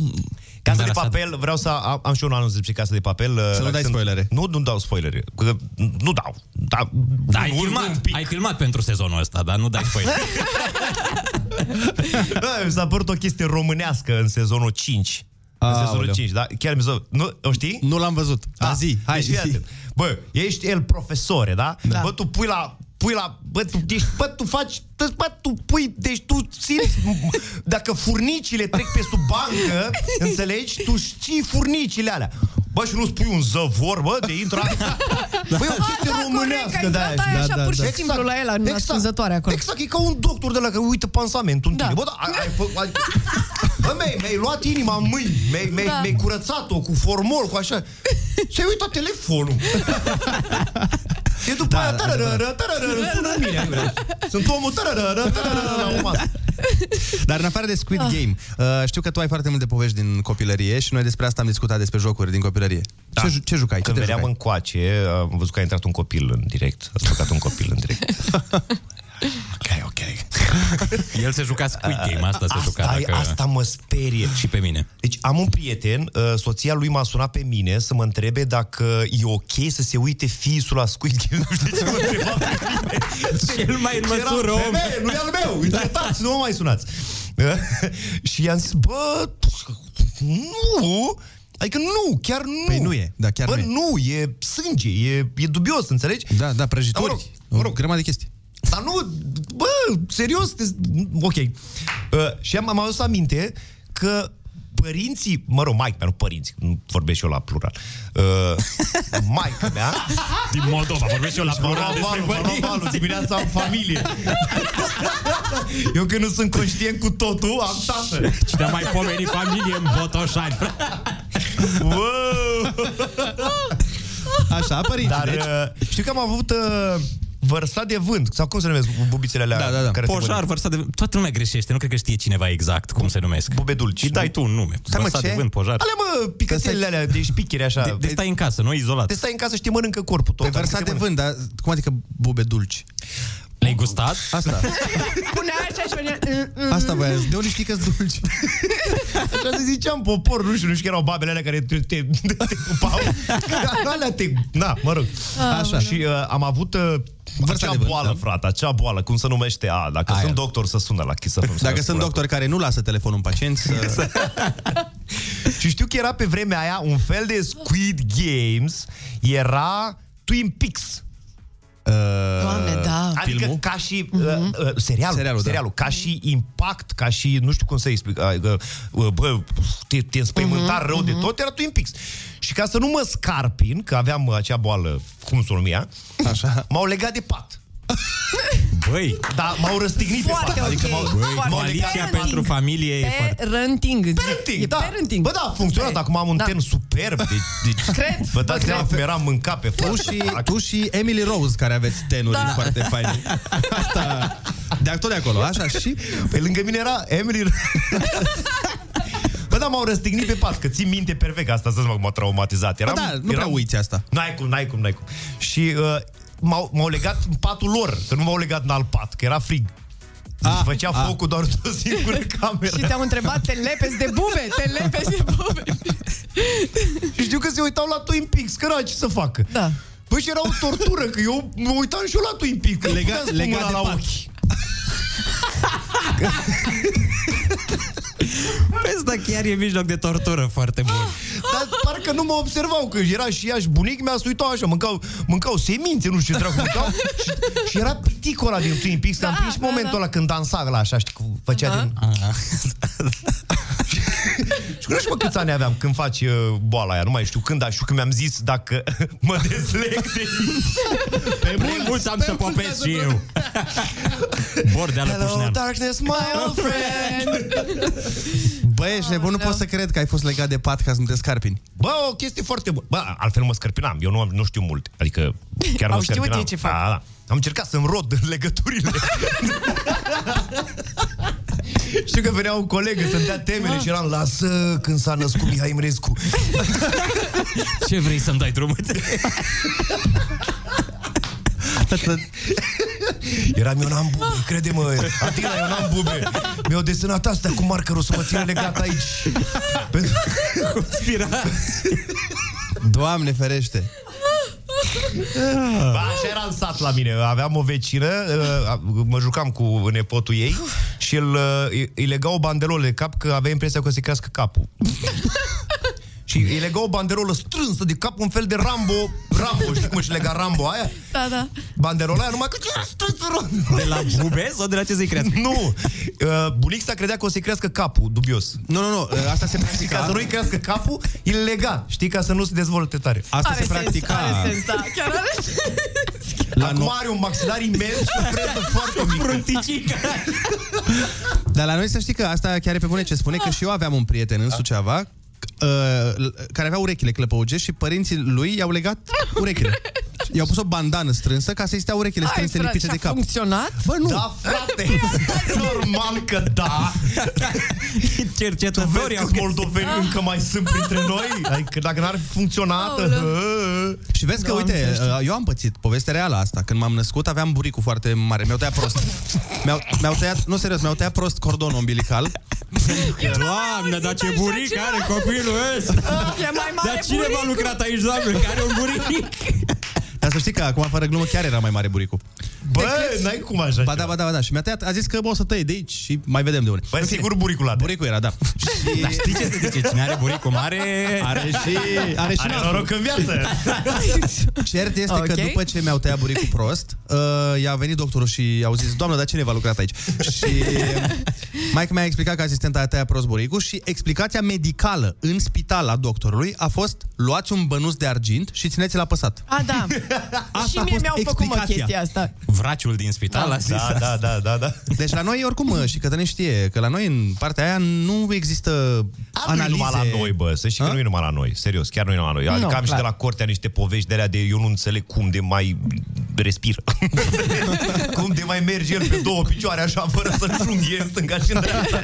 Speaker 11: Casa de
Speaker 3: Dar asta-
Speaker 11: papel, vreau să am, am și eu un anunț despre Casa de papel.
Speaker 1: Să nu dai
Speaker 11: Sunt-
Speaker 1: spoilere.
Speaker 11: Nu, nu dau spoilere. Că nu dau. Da,
Speaker 3: Da, ai
Speaker 11: un-
Speaker 3: filmat,
Speaker 11: un pic.
Speaker 3: ai filmat pentru sezonul ăsta, dar nu dai spoiler.
Speaker 11: Da, mi s-a părut o chestie românească în sezonul 5. În
Speaker 1: Aoleu.
Speaker 11: sezonul 5, da? Chiar mi s-a... Nu, o știi?
Speaker 1: Nu l-am văzut. Dar zi, hai,
Speaker 11: deci fii
Speaker 1: zi.
Speaker 11: atent. Bă, ești el profesore, da? da? Bă, tu pui la pui la, bă, tu, deci, bă, tu faci, tă- bă, tu pui, deci tu simți, m- dacă furnicile trec pe sub bancă, înțelegi, tu știi furnicile alea. Bă, și nu spui un zăvor, bă, de intră... Bă, e Păi, o chestie
Speaker 2: da, corect,
Speaker 11: românească
Speaker 2: ai
Speaker 11: de
Speaker 2: dat aia așa pur și
Speaker 11: Exact.
Speaker 2: simplu la el, în ascunzătoare acolo.
Speaker 11: Exact, e ca un doctor de la care uită pansamentul în
Speaker 2: Da.
Speaker 11: tine. Bă, da, ai, ai, fă- ai, bă, mi-ai, mi-ai luat inima în mâini, mi-ai, mi-ai,
Speaker 2: Da.
Speaker 11: mi-ai curățat-o cu formol, cu așa. Și-ai uitat telefonul. E după da, aia, tararara, tararara, sună în mine. vrea. Sunt omul, tararara, tararara, la o masă.
Speaker 1: Dar în afară de Squid
Speaker 2: Ah.
Speaker 1: Game, uh, știu că tu ai foarte multe povești din copilărie și noi despre asta am discutat despre jocuri din copilărie. Da. Ce, ju- ce jucai? Ce
Speaker 11: Când
Speaker 1: te
Speaker 11: veneam
Speaker 1: jucai?
Speaker 11: în coace, am văzut că a intrat un copil în direct. A stricat un copil în direct.
Speaker 3: El se juca Squid Game, asta se juca.
Speaker 11: Asta,
Speaker 3: dacă...
Speaker 11: asta mă sperie.
Speaker 3: Și pe mine.
Speaker 11: Deci am un prieten, uh, soția lui m-a sunat pe mine să mă întrebe dacă e ok să se uite fiisul la Squid Game. Nu știu de ce mă întreba pe mine.
Speaker 3: Cel mai în măsură om.
Speaker 11: Femeie, nu e al meu, încetați, nu mă mai sunați. și i-am zis, bă, nu, Adică nu, chiar nu.
Speaker 1: Păi nu e, da, chiar
Speaker 11: Bă,
Speaker 1: nu e.
Speaker 11: nu, e sânge, e, e dubios, înțelegi?
Speaker 1: Da, da, prăjituri.
Speaker 11: Mă rog,
Speaker 1: mă rog. O grămadă de chestii.
Speaker 11: Dar nu, bă, serios, te, ok. Uh, și am, am adus aminte că părinții, mă rog, maica mea, nu părinții, nu vorbesc și eu la plural. Uh, maica mea...
Speaker 3: Din Moldova, vorbesc și eu la plural despre
Speaker 11: valul, mă rog,
Speaker 3: părinți.
Speaker 11: valul, dimineața am familie. eu când nu sunt conștient cu totul, am tată.
Speaker 3: Cine a mai pomenit familie în Botoșani?
Speaker 1: Așa, părinții,
Speaker 11: Dar
Speaker 1: deci.
Speaker 11: uh, știu că am avut... Uh, vărsat de vânt, sau cum se numesc bubițele alea
Speaker 1: Da, da, da.
Speaker 11: care te
Speaker 3: Poșar, vărsat de vânt. Toată lumea greșește, nu cred că știe cineva exact cum se numesc.
Speaker 11: Bube dulci.
Speaker 3: Îi dai tu un nume.
Speaker 11: Stai, mă,
Speaker 3: Vărsat de
Speaker 11: ce?
Speaker 3: vânt, pojar.
Speaker 11: Ale mă, picățelele alea de șpichiri așa.
Speaker 3: De, de stai în casă, nu izolat.
Speaker 11: Te da. stai în casă și te mănâncă corpul tot.
Speaker 1: Pe versat de vânt, dar cum adică bube dulci?
Speaker 3: Le-ai gustat?
Speaker 1: Asta,
Speaker 2: Pune așa și pune...
Speaker 1: asta voia. De unde știi că dulci?
Speaker 11: Așa se ziceam, popor, nu știu, nu știu că erau babele alea care te, te, te cupau. Că alea te... Na, mă rog.
Speaker 1: Așa.
Speaker 11: Și uh, am avut uh, acea
Speaker 1: de vânt,
Speaker 11: boală,
Speaker 1: da.
Speaker 11: frate, acea boală, cum se numește, a, dacă
Speaker 1: Aia.
Speaker 11: sunt doctor, să sună la Kiss FM, să
Speaker 1: Dacă
Speaker 11: ne
Speaker 1: sunt
Speaker 11: spună.
Speaker 1: doctori care nu lasă telefonul în pacient, să...
Speaker 11: Și știu că era pe vremea aia un fel de Squid Games, era Twin Peaks. Uh,
Speaker 2: Doamne, da. Mhm.
Speaker 11: Adică
Speaker 1: Filmul?
Speaker 11: ca și uh, uh, serialul,
Speaker 1: Serialul,
Speaker 11: serialul,
Speaker 1: da.
Speaker 11: serialul ca și impact, ca și nu știu cum să explic, adică, uh, bă, te, te
Speaker 2: Mhm,
Speaker 11: înspăimânta uh-huh, rău uh-huh. de tot, era Twin Peaks. Și ca să nu mă scarpin, că aveam acea boală, cum se numea,
Speaker 1: Așa.
Speaker 11: m-au legat de pat.
Speaker 3: Băi,
Speaker 11: Dar m-au răstignit
Speaker 2: Foarte
Speaker 11: de pat. Adică
Speaker 2: ok.
Speaker 11: m-au,
Speaker 2: Băi,
Speaker 11: m-au
Speaker 2: foarte
Speaker 11: legat
Speaker 3: coaliția
Speaker 2: parenting.
Speaker 3: pentru familie e foarte...
Speaker 2: Parenting. zic.
Speaker 11: Parenting,
Speaker 2: e
Speaker 11: da.
Speaker 2: parenting.
Speaker 11: Bă, da, a funcționat. Acum am un
Speaker 2: Da.
Speaker 11: ten superb. Deci, deci
Speaker 2: Cred,
Speaker 11: Vă
Speaker 2: bă,
Speaker 11: dați seama
Speaker 2: cred.
Speaker 11: cum eram mâncat pe
Speaker 1: Tu
Speaker 11: față.
Speaker 1: și, tu și Emily Rose, care aveți tenuri
Speaker 2: Da.
Speaker 1: da. foarte faine. Asta... De acolo, de acolo. Așa și...
Speaker 11: Pe lângă mine era Emily... Bă, da, m-au răstignit pe pat, că țin minte perfect că asta, să mă, m-a traumatizat.
Speaker 1: Bă,
Speaker 11: Eram,
Speaker 1: da, nu prea uiți asta.
Speaker 11: N-ai cum, n-ai cum, n-ai cum. Și uh, m-au, m-au legat în patul lor, că nu m-au legat în alt pat, că era frig. Deci
Speaker 1: Ah,
Speaker 11: făcea
Speaker 1: ah.
Speaker 11: focul doar într-o singură cameră.
Speaker 2: Și te-au întrebat, te lepezi de bube, te lepezi de bube.
Speaker 11: Și știu că se uitau la Twin Peaks, că era ce să facă.
Speaker 2: Da.
Speaker 11: Păi și era o tortură, că eu mă uitam și eu la Twin Peaks. că nu
Speaker 1: Lega-
Speaker 11: puteam să pun
Speaker 1: legat
Speaker 11: mâna
Speaker 1: de pat.
Speaker 3: Vezi, dar chiar e mijloc de tortură foarte bun.
Speaker 11: Dar parcă nu mă observau, că era și ea și bunic mi-a suitat așa, mâncau, mâncau semințe, nu știu ce dracu mâncau. Și, și era piticul ăla din Twin Peaks, da, am prins da, momentul da. ăla când dansa la așa, știi, cu- făcea da. din... Și nu știu mă, câți ani aveam când faci uh, boala aia, nu mai știu când, dar știu că mi-am zis dacă mă dezleg de
Speaker 3: Pe mulți am să popesc și eu. Bordeală
Speaker 11: Hello,
Speaker 3: Pușnean.
Speaker 1: da.
Speaker 11: darkness, my old friend.
Speaker 1: Băi, ești nebun, nu pot să cred că ai fost legat de pat ca să nu te scarpini.
Speaker 11: Bă, o chestie foarte bună. Bă, altfel mă scărpinam. Eu nu, am- nu știu mult. Adică chiar
Speaker 2: Au
Speaker 11: mă
Speaker 2: știut
Speaker 11: scărpinam.
Speaker 2: ei ce fac.
Speaker 11: Da, da. Am încercat să-mi rod legăturile. știu că venea un coleg să-mi dea temele și eram Lasă când s-a născut Mihai Mrescu
Speaker 3: Ce vrei să-mi dai drumul?
Speaker 11: Eram eu n-am bube, crede-mă Adina, eu n-am bube Mi-au desenat astea cu markerul să mă țină legat aici Pentru
Speaker 1: Doamne ferește!
Speaker 2: Ah.
Speaker 11: Ba, așa era în sat la mine. Aveam o vecină, uh, a- mă jucam cu nepotul ei și îl, uh, îi- îi lega o banderolă de cap că avea impresia că o să crească capul. Și îi lega o banderolă strânsă de cap, un fel de Rambo, Rambo, știi cum își lega Rambo aia?
Speaker 2: Da, da.
Speaker 11: Banderola aia, numai că era strânsă rond.
Speaker 3: De la bube sau de la ce să-i crească?
Speaker 11: Nu! Uh, Bulic s-a credea că o să-i crească capul, dubios.
Speaker 1: Nu, nu, nu, asta se
Speaker 11: Și ca
Speaker 1: practica.
Speaker 11: să nu-i crească capul, îl lega, știi, ca să nu se dezvolte tare.
Speaker 1: Asta
Speaker 2: Are
Speaker 1: se practica.
Speaker 2: sens, are sens, da. Chiar are sens.
Speaker 1: La
Speaker 11: Acum
Speaker 1: no-
Speaker 11: are un maxilar imens și o freză foarte mică.
Speaker 3: Frunticică.
Speaker 1: Ah. Dar la noi să știi că asta chiar e pe bune ce spune, că și eu aveam un prieten în Suceava, uh, care avea urechile clăpăuge și părinții lui i-au legat urechile. I-au pus o bandană strânsă ca să-i stea urechile
Speaker 2: Ai,
Speaker 1: strânse
Speaker 2: frate,
Speaker 1: lipite
Speaker 2: și a
Speaker 1: de cap.
Speaker 2: funcționat?
Speaker 1: Bă, nu.
Speaker 11: Da, frate!
Speaker 1: Păi
Speaker 11: Normal că da! Vezi
Speaker 3: Cercetătorii au
Speaker 11: câți moldoveni încă mai sunt
Speaker 1: Ah!
Speaker 11: printre noi? Adică dacă n-ar fi funcționat...
Speaker 2: Aoleu.
Speaker 11: hă,
Speaker 1: Și vezi că,
Speaker 2: Doamne
Speaker 1: uite, uh, eu am pățit povestea reală asta. Când m-am născut, aveam buricul foarte mare. Mi-au tăiat prost. Mi-au, mi-au tăiat, nu serios, mi-au tăiat prost cordonul umbilical.
Speaker 3: Doamne, dar ce buric are copilul ăsta!
Speaker 2: E mai mare
Speaker 3: Dar cine v-a lucrat aici, doamne, care un buric?
Speaker 1: Dar să știi că acum, fără glumă, chiar era mai mare buricul.
Speaker 11: Bă, n-ai cum
Speaker 1: Ba
Speaker 11: așa
Speaker 1: da,
Speaker 11: ceva.
Speaker 1: ba da, ba da. Și mi-a tăiat, a zis că bă, o să tăi de aici și mai vedem de unde.
Speaker 11: Bă, sigur buricul are.
Speaker 1: Buricul era, da. Și
Speaker 3: Dar știi ce se zice? Cine are buricul mare...
Speaker 1: are și, are și
Speaker 11: Are
Speaker 1: nasul.
Speaker 11: noroc în viață!
Speaker 1: Cert este okay. că
Speaker 2: Ok.
Speaker 1: după ce mi-au tăiat buricul prost, uh, i-a venit doctorul și au zis, doamnă, dar cine v-a lucrat aici? Și maica mi-a explicat că asistenta a tăiat prost buricul și explicația medicală în spital a doctorului a fost, luați un bănuț de argint și țineți-l apăsat.
Speaker 2: A, da.
Speaker 1: Asta
Speaker 2: și
Speaker 1: a
Speaker 2: mie
Speaker 1: fost
Speaker 2: mi-au făcut mă
Speaker 1: explicația.
Speaker 2: chestia asta.
Speaker 3: Vraciul din spital a zis
Speaker 11: Da,
Speaker 3: asta.
Speaker 11: da, da, da, da.
Speaker 1: Deci la noi, oricum, uh, și Cătălin știe că la noi, în partea aia, nu există
Speaker 11: Asta nu e
Speaker 1: analize.
Speaker 11: numai la noi, bă. Să știi că
Speaker 1: A?
Speaker 11: nu e numai la noi. Serios, chiar nu e numai la noi. Adică
Speaker 2: Nu,
Speaker 11: am și
Speaker 2: clar.
Speaker 11: de la cortea niște povești de alea de eu nu înțeleg cum de mai respiră. cum de mai merge el pe două picioare așa fără să înjunghe în stânga și în dreapta.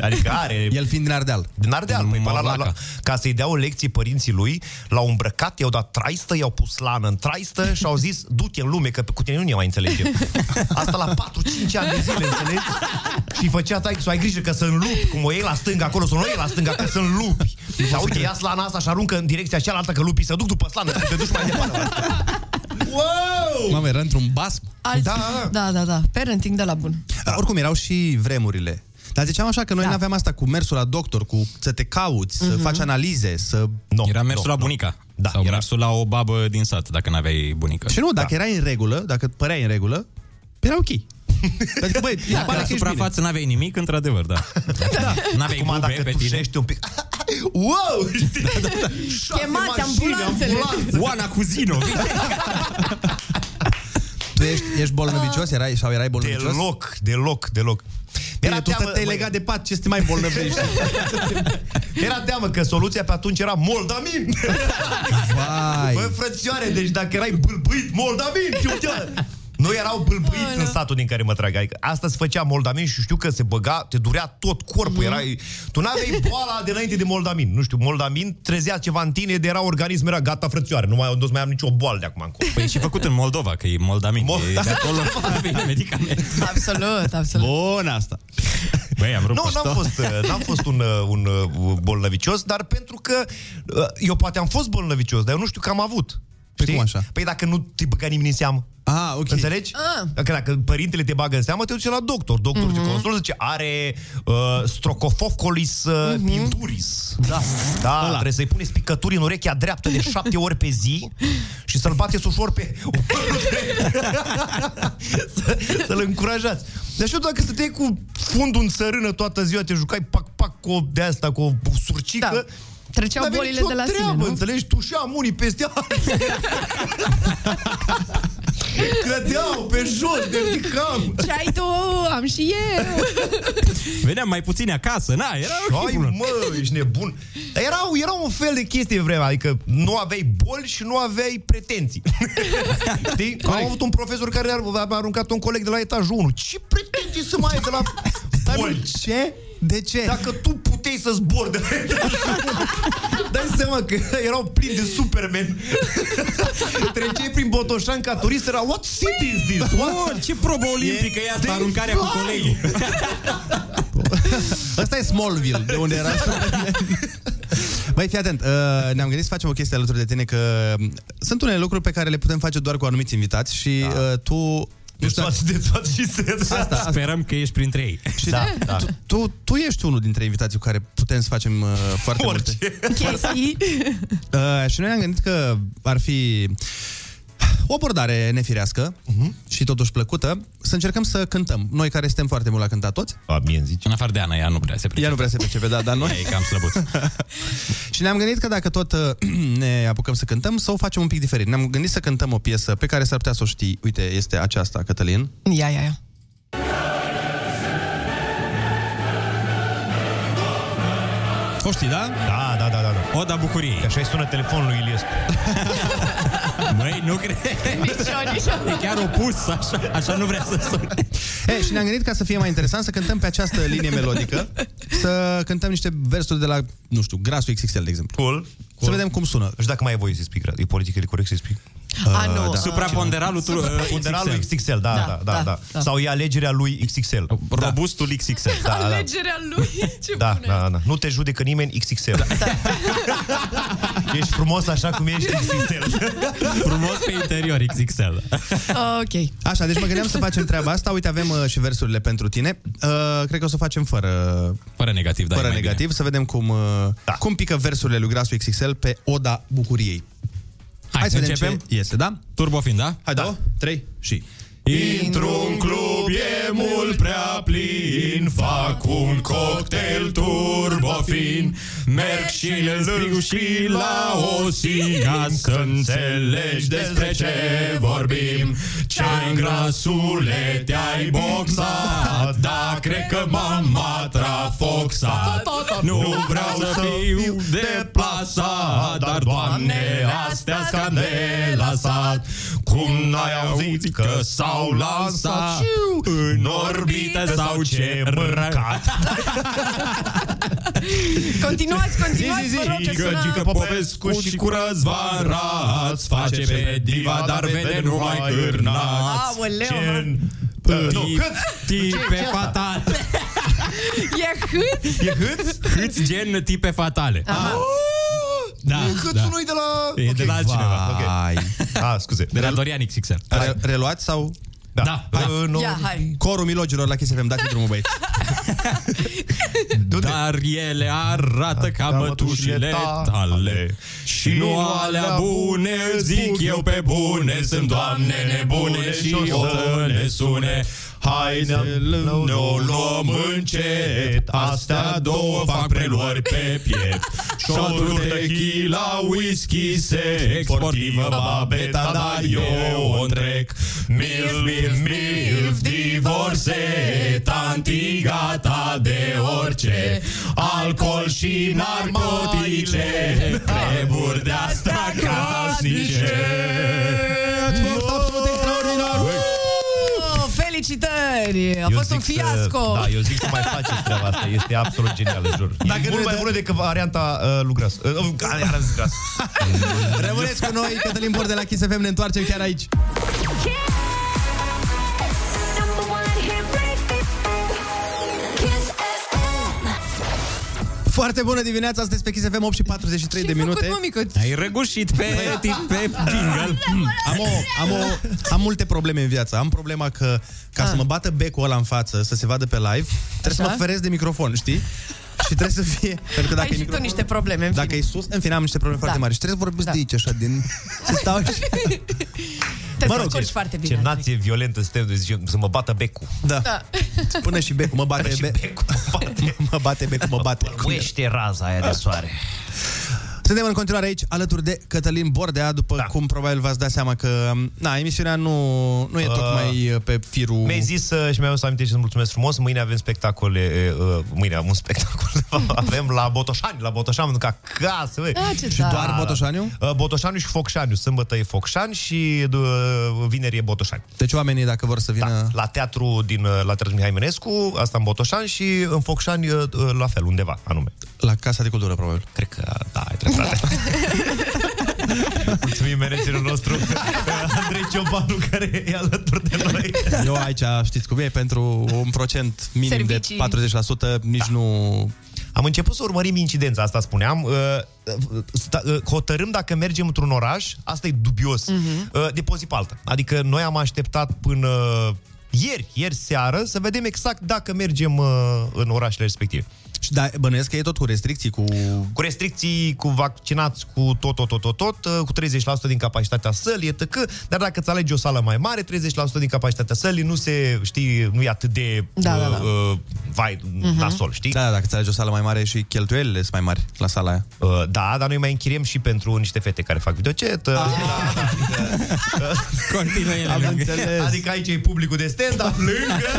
Speaker 11: adică are...
Speaker 1: El fiind din Ardeal.
Speaker 11: Din Ardeal, păi, pe la, la, la,
Speaker 3: Morlaca.
Speaker 11: ca să-i dea o lecție părinții lui, l-au îmbrăcat, i-au dat traistă, i-au pus lană în traistă și au zis, du-te în lume, că pe cu tine nu ne mai înțelegem. Asta la 4-5 ani de zile, înțelegi? Și făcea taică să ai grijă că sunt lupi, cum o iei la stânga, acolo să nu o iei la stânga, că sunt lupi. Și uite, ia slana asta și aruncă în direcția cealaltă, că lupii se duc după slană și te duci mai departe. Wow!
Speaker 1: Mamă, era într-un basm.
Speaker 2: Alt...
Speaker 11: Da.
Speaker 2: da, da, da. Parenting de la bun.
Speaker 1: Dar oricum erau și vremurile. Dar ziceam așa că noi
Speaker 2: Da.
Speaker 1: da. n-aveam asta cu mersul la doctor, cu să te cauți,
Speaker 11: Mhm.
Speaker 1: mm-hmm. să faci analize, să...
Speaker 11: No,
Speaker 3: Era
Speaker 11: no,
Speaker 3: mersul la
Speaker 11: no.
Speaker 3: bunica.
Speaker 11: Da,
Speaker 3: Sau
Speaker 11: era-
Speaker 3: mersul la o babă din sat, dacă n-aveai bunică.
Speaker 1: Și nu, dacă da. erai în regulă, dacă păreai în regulă, era ok. Adică, băi, da,
Speaker 3: Dacă
Speaker 1: pare
Speaker 3: la
Speaker 1: că ești bine.
Speaker 3: suprafață n-aveai nimic, într-adevăr, da. da. N-aveai
Speaker 11: Acum
Speaker 3: bube
Speaker 11: dacă
Speaker 3: pe tine.
Speaker 11: tușești un pic... Wow! Știi?
Speaker 1: Da,
Speaker 11: Șase
Speaker 2: Chemați
Speaker 11: mașini,
Speaker 2: ambulanțele.
Speaker 11: ambulanțe.
Speaker 3: Oana Cuzino, vine.
Speaker 1: Tu ești, ești bolnăvicios erai, sau erai bolnăvicios?
Speaker 11: Deloc, deloc, deloc.
Speaker 1: Era tu te-ai
Speaker 11: măi,
Speaker 1: legat de pat, ce să te mai bolnăvești?
Speaker 11: era teamă că soluția pe atunci era moldamin.
Speaker 1: Vai!
Speaker 11: Bă, frățioare, deci dacă erai bâlbâit, moldamin, și uite, nu erau bâlbâiți în satul din care mă trag. Adică asta se făcea moldamin și știu că se băga, te durea tot corpul. Erai... Tu n-aveai boala de înainte de moldamin. Nu știu, moldamin trezea ceva în tine, de era organism, era gata frățioare. Nu mai, nu mai am nicio boală de acum încolo.
Speaker 3: Păi e și făcut în Moldova, că e moldamin.
Speaker 11: Mol-
Speaker 3: Mol- e de acolo vine medicament.
Speaker 2: Absolut, absolut.
Speaker 1: Bun asta!
Speaker 3: Băi, am rupt
Speaker 11: Nu, n-am fost, uh, n-am fost un, uh, un uh, bolnăvicios, dar pentru că uh, eu poate am fost bolnăvicios, dar eu nu știu că am avut.
Speaker 1: Păi cum așa?
Speaker 11: Păi dacă nu te băga nimeni în seamă.
Speaker 1: Ah, ok.
Speaker 11: Înțelegi?
Speaker 2: Ah. Mhm.
Speaker 11: Dacă, dacă părintele te bagă în seamă, te duce la doctor. Doctorul mm-hmm. te consultă, zice, are uh, strocofocolis uh,
Speaker 2: Mhm.
Speaker 11: mm-hmm. pinturis. Da. Da, Ăla. trebuie să-i puneți picături în urechea dreaptă de șapte ori pe zi și să-l bateți ușor pe... să, să-l încurajați. Dar știu dacă stăteai cu fundul în sărână toată ziua, te jucai pac-pac cu o de asta, cu o surcică,
Speaker 2: Da. Treceau
Speaker 11: n-aveai
Speaker 2: bolile
Speaker 11: nicio
Speaker 2: de la sine,
Speaker 11: treabă,
Speaker 2: nu?
Speaker 11: înțelegi? Tușeam unii peste alții. Credeau pe jos, de ridicam.
Speaker 2: Ce ai tu? Am și eu.
Speaker 3: Veneam mai puțin acasă, na, era
Speaker 11: Ai, mă, ești nebun. Dar Erau, erau un fel de chestie pe vremea, adică nu aveai boli și nu aveai pretenții. Știi? Am avut un profesor care ar- a aruncat un coleg de la etajul 1. Ce pretenții să mai ai de la boli?
Speaker 1: Ce? De ce?
Speaker 11: Dacă tu puteai să zbori de la etajul 1, Dai seama că erau plini de Superman. Treceai prin Botoșan ca turist, era What city is this? What?
Speaker 3: Bun, ce probă olimpică e asta, aruncarea cu colegii.
Speaker 1: da. Asta e Smallville, de unde era Băi, fii atent, uh, ne-am gândit să facem o chestie alături de tine, că um, sunt unele lucruri pe care le putem face doar cu anumiți invitați și
Speaker 11: Da.
Speaker 1: uh, tu... Nu
Speaker 11: Deci
Speaker 1: știu,
Speaker 11: toate, de toate și se
Speaker 1: asta, asta,
Speaker 3: Sperăm că ești printre ei.
Speaker 11: Da, da.
Speaker 1: tu, tu ești unul dintre invitații cu care putem să facem uh, foarte multe.
Speaker 11: Orice.
Speaker 2: Chestii.
Speaker 1: Uh, și noi ne-am gândit că ar fi o abordare nefirească uh-huh. și totuși plăcută, să încercăm să cântăm. Noi care suntem foarte mult la cântat toți,
Speaker 11: A, mie îmi zice.
Speaker 3: În afară de Ana, ea nu prea se
Speaker 1: ea
Speaker 3: pricepe.
Speaker 1: nu vrea să percepe, da, dar noi...
Speaker 3: Ea e cam slăbuț.
Speaker 1: Și ne-am gândit că dacă tot uh, ne apucăm să cântăm, să o facem un pic diferit. Ne-am gândit să cântăm o piesă pe care s-ar putea să o știi. Uite, este aceasta, Cătălin.
Speaker 2: Ia, ia, ia.
Speaker 12: o știi, da?
Speaker 11: Da, da, da, da. da.
Speaker 12: Oda bucuriei.
Speaker 11: Așa îi sună telefonul lui Iliescu.
Speaker 12: Măi, nu cred.
Speaker 11: Nici eu, nici eu.
Speaker 12: E chiar opus, așa, așa nu vrea să sun.
Speaker 1: E, și ne-am gândit ca să fie mai interesant să cântăm pe această linie melodică, să cântăm niște versuri de la, nu știu, Grasul XXL, de exemplu.
Speaker 11: Cool.
Speaker 1: Să vedem cum sună.
Speaker 11: Și dacă mai e voie să explic, e politic corect să explic?
Speaker 2: A, nu.
Speaker 11: da.
Speaker 12: Supraponderalul uh, tu,
Speaker 11: Supra- Ponderalul
Speaker 12: XXL.
Speaker 11: XXL, da, da, da, da, da, da. Sau e alegerea lui XXL.
Speaker 12: Uh, Robustul XXL.
Speaker 11: Da, da, da.
Speaker 2: Alegerea lui. Ce Da.
Speaker 11: Da,
Speaker 2: bună
Speaker 11: da, da. Nu te judecă nimeni XXL. Ești frumos așa cum ești XXL.
Speaker 12: Frumos pe interior XXL.
Speaker 2: Ah, Ok.
Speaker 1: Așa, deci mă gândeam să facem treaba asta. Uite, avem uh, și versurile pentru tine. Uh, cred că o să facem fără,
Speaker 12: Fără negativ, da.
Speaker 1: fără
Speaker 12: e mai
Speaker 1: negativ, să vedem cum, uh,
Speaker 11: Da.
Speaker 1: cum pică versurile lui Grasul XXL pe Oda Bucuriei.
Speaker 12: Bine. Hai,
Speaker 1: Hai să vedem
Speaker 12: începem.
Speaker 1: ce iese, da?
Speaker 12: Turbofin, da?
Speaker 1: Hai, da. două, trei și...
Speaker 12: Într-un club e mult prea plin Fac un cocktail turbofin Merg și le strâng și la o siga Să înțelegi despre ce vorbim Ce-ai în grasule te-ai boxat Da, cred că m-am atrafoxat Nu vreau să fiu deplasat Dar, doamne, astea s-a delasat Cum n-ai auzit că s-au lansat În orbită sau ce mâncat
Speaker 2: Continuați, continuați, vă rog, că
Speaker 12: Gică, gică
Speaker 2: sună...
Speaker 12: Popescu și cu Răzvan Raț Face pe diva, dar vede numai cârnați
Speaker 2: Aoleu, mă.
Speaker 11: Gen... Uh, nu,
Speaker 12: Tip- Tipe fatale
Speaker 2: e hâț?
Speaker 11: e hâț?
Speaker 12: Câți gen tipe fatale?
Speaker 2: Ah.
Speaker 12: Da,
Speaker 11: Ah. Hâțul
Speaker 12: da.
Speaker 11: nu-i de la...
Speaker 12: E de la altcineva.
Speaker 11: Okay. Ah, scuze.
Speaker 12: De la Dorian XXL
Speaker 1: Re- reluați sau...
Speaker 11: Da.
Speaker 12: Da, da.
Speaker 11: Uh, nu.
Speaker 2: Ia, hai.
Speaker 1: Corul milogilor la Kiss FM, dați drumul, băieți.
Speaker 11: Du-te.
Speaker 12: Dar ele arată ca mătușile tale Și nu alea bune, îți zic eu pe bune Sunt doamne nebune și o să ne sune Hai să ne o luăm încet Astea două fac preluări pe piept Șotul tequila, whisky, sex Sportivă, babeta, dar eu o întrec Milf, milf, milf, divorțe Tanti gata de orice Alcool și narcotice Treburi de-astea casnice
Speaker 1: absolut extraordinar!
Speaker 2: Oh, Felicitări! A
Speaker 11: Eu
Speaker 2: fost un
Speaker 11: zic să-
Speaker 2: fiasco!
Speaker 11: Da, eu zic să mai faceți treaba asta. Este absolut genial, jur. Dacă e mult mai bună decât varianta uh, lui Gras. Uh, uh, Aranz Gras.
Speaker 1: Rămâneți cu noi, Cătălin Bor de la Kiss FM, ne întoarcem chiar aici.
Speaker 10: Number one hit radio. Kiss FM.
Speaker 1: Foarte bună dimineața, sunteți pe Kiss FM 8 și 43 de
Speaker 2: Ce-ai
Speaker 1: minute.
Speaker 2: făcut, mă, micuț?
Speaker 12: Ai răgușit pe, pe jingle
Speaker 1: Am, o, am, o, am multe probleme în viață. Am problema că ca să mă bată becul ăla în față, să se vadă pe live, trebuie să
Speaker 2: Ah. Așa.
Speaker 1: mă feresc de microfon, știi? Și trebuie să fie... Pentru că dacă
Speaker 2: Ai
Speaker 1: e
Speaker 2: și tu
Speaker 1: microfonul-
Speaker 2: niște probleme, în
Speaker 1: dacă
Speaker 2: fine.
Speaker 1: e sus, în fine, am niște probleme foarte mari. Și trebuie să vorbesc
Speaker 2: Da.
Speaker 1: de aici, așa, din... Să stau și...
Speaker 2: Te
Speaker 1: mă rog,
Speaker 2: descurci foarte
Speaker 11: deci, Ce
Speaker 2: bine.
Speaker 11: nație violentă suntem, de zice, să mă bată becul.
Speaker 1: Da.
Speaker 2: Da.
Speaker 1: Până și becul, mă bate...
Speaker 11: Și
Speaker 1: Be-
Speaker 11: becul mă bate.
Speaker 1: mă bate becul, mă bate.
Speaker 11: Uește raza aia de soare.
Speaker 1: Suntem în continuare aici, alături de Cătălin Bordea, după da. cum probabil v-ați dat seama că um, na, emisiunea nu, nu e
Speaker 11: Uh,
Speaker 1: tocmai uh, pe firul...
Speaker 11: Mi-ai zis uh, și mi-ai adus aminte și să mulțumesc frumos. Mâine avem spectacole, uh, uh, mâine am un spectacol. avem la Botoșani, la Botoșani, pentru că acasă, băi.
Speaker 2: Ah, ce
Speaker 11: Și
Speaker 2: tare.
Speaker 1: Doar Botoșaniu?
Speaker 11: Uh, Botoșaniu și Focșaniu. Sâmbătă e Focșani și uh, vineri e Botoșani.
Speaker 1: Deci oamenii, dacă vor să vină...
Speaker 11: Da, la teatru din uh, la teatru Mihai Menescu, asta în Botoșani și în Focșani uh, uh, la fel, undeva anume.
Speaker 1: La Casa de Cultură, probabil.
Speaker 11: Cred că da, ai dreptate. Mulțumim managerul nostru Andrei Ciobanu care e alături de noi.
Speaker 1: Eu aici, știți cum e, pentru un procent minim
Speaker 2: Servicii.
Speaker 1: de 40%, nici da. nu...
Speaker 11: Am început să urmărim incidența, asta spuneam. Uh, uh, sta- uh, Hotărâm dacă mergem într-un oraș, asta e dubios,
Speaker 2: Mhm.
Speaker 11: uh, de pe o zi pe alta. Adică noi am așteptat până ieri, ieri seară, să vedem exact dacă mergem uh, în orașele respective.
Speaker 1: Și da, bănuiesc că e tot cu restricții, cu...
Speaker 11: cu restricții, cu vaccinați, cu tot, tot, tot, tot, tot uh, cu 30% din capacitatea sălii, etc. Dar dacă îți alegi o sală mai mare, 30% din capacitatea sălii nu se, știi, nu e atât de
Speaker 2: Da, da, da.
Speaker 11: Uh, vai, uh-huh. nasol, știi?
Speaker 1: Da, da, dacă ți alegi o sală mai mare și cheltuielile sunt mai mari la sala aia.
Speaker 11: Uh, da, dar noi mai închiriem și pentru niște fete care fac uh, videocetă.
Speaker 1: Ah,
Speaker 12: Continuă ele
Speaker 1: Am
Speaker 12: lângă.
Speaker 1: înțeles.
Speaker 11: Adică aici e publicul de stand-up lângă,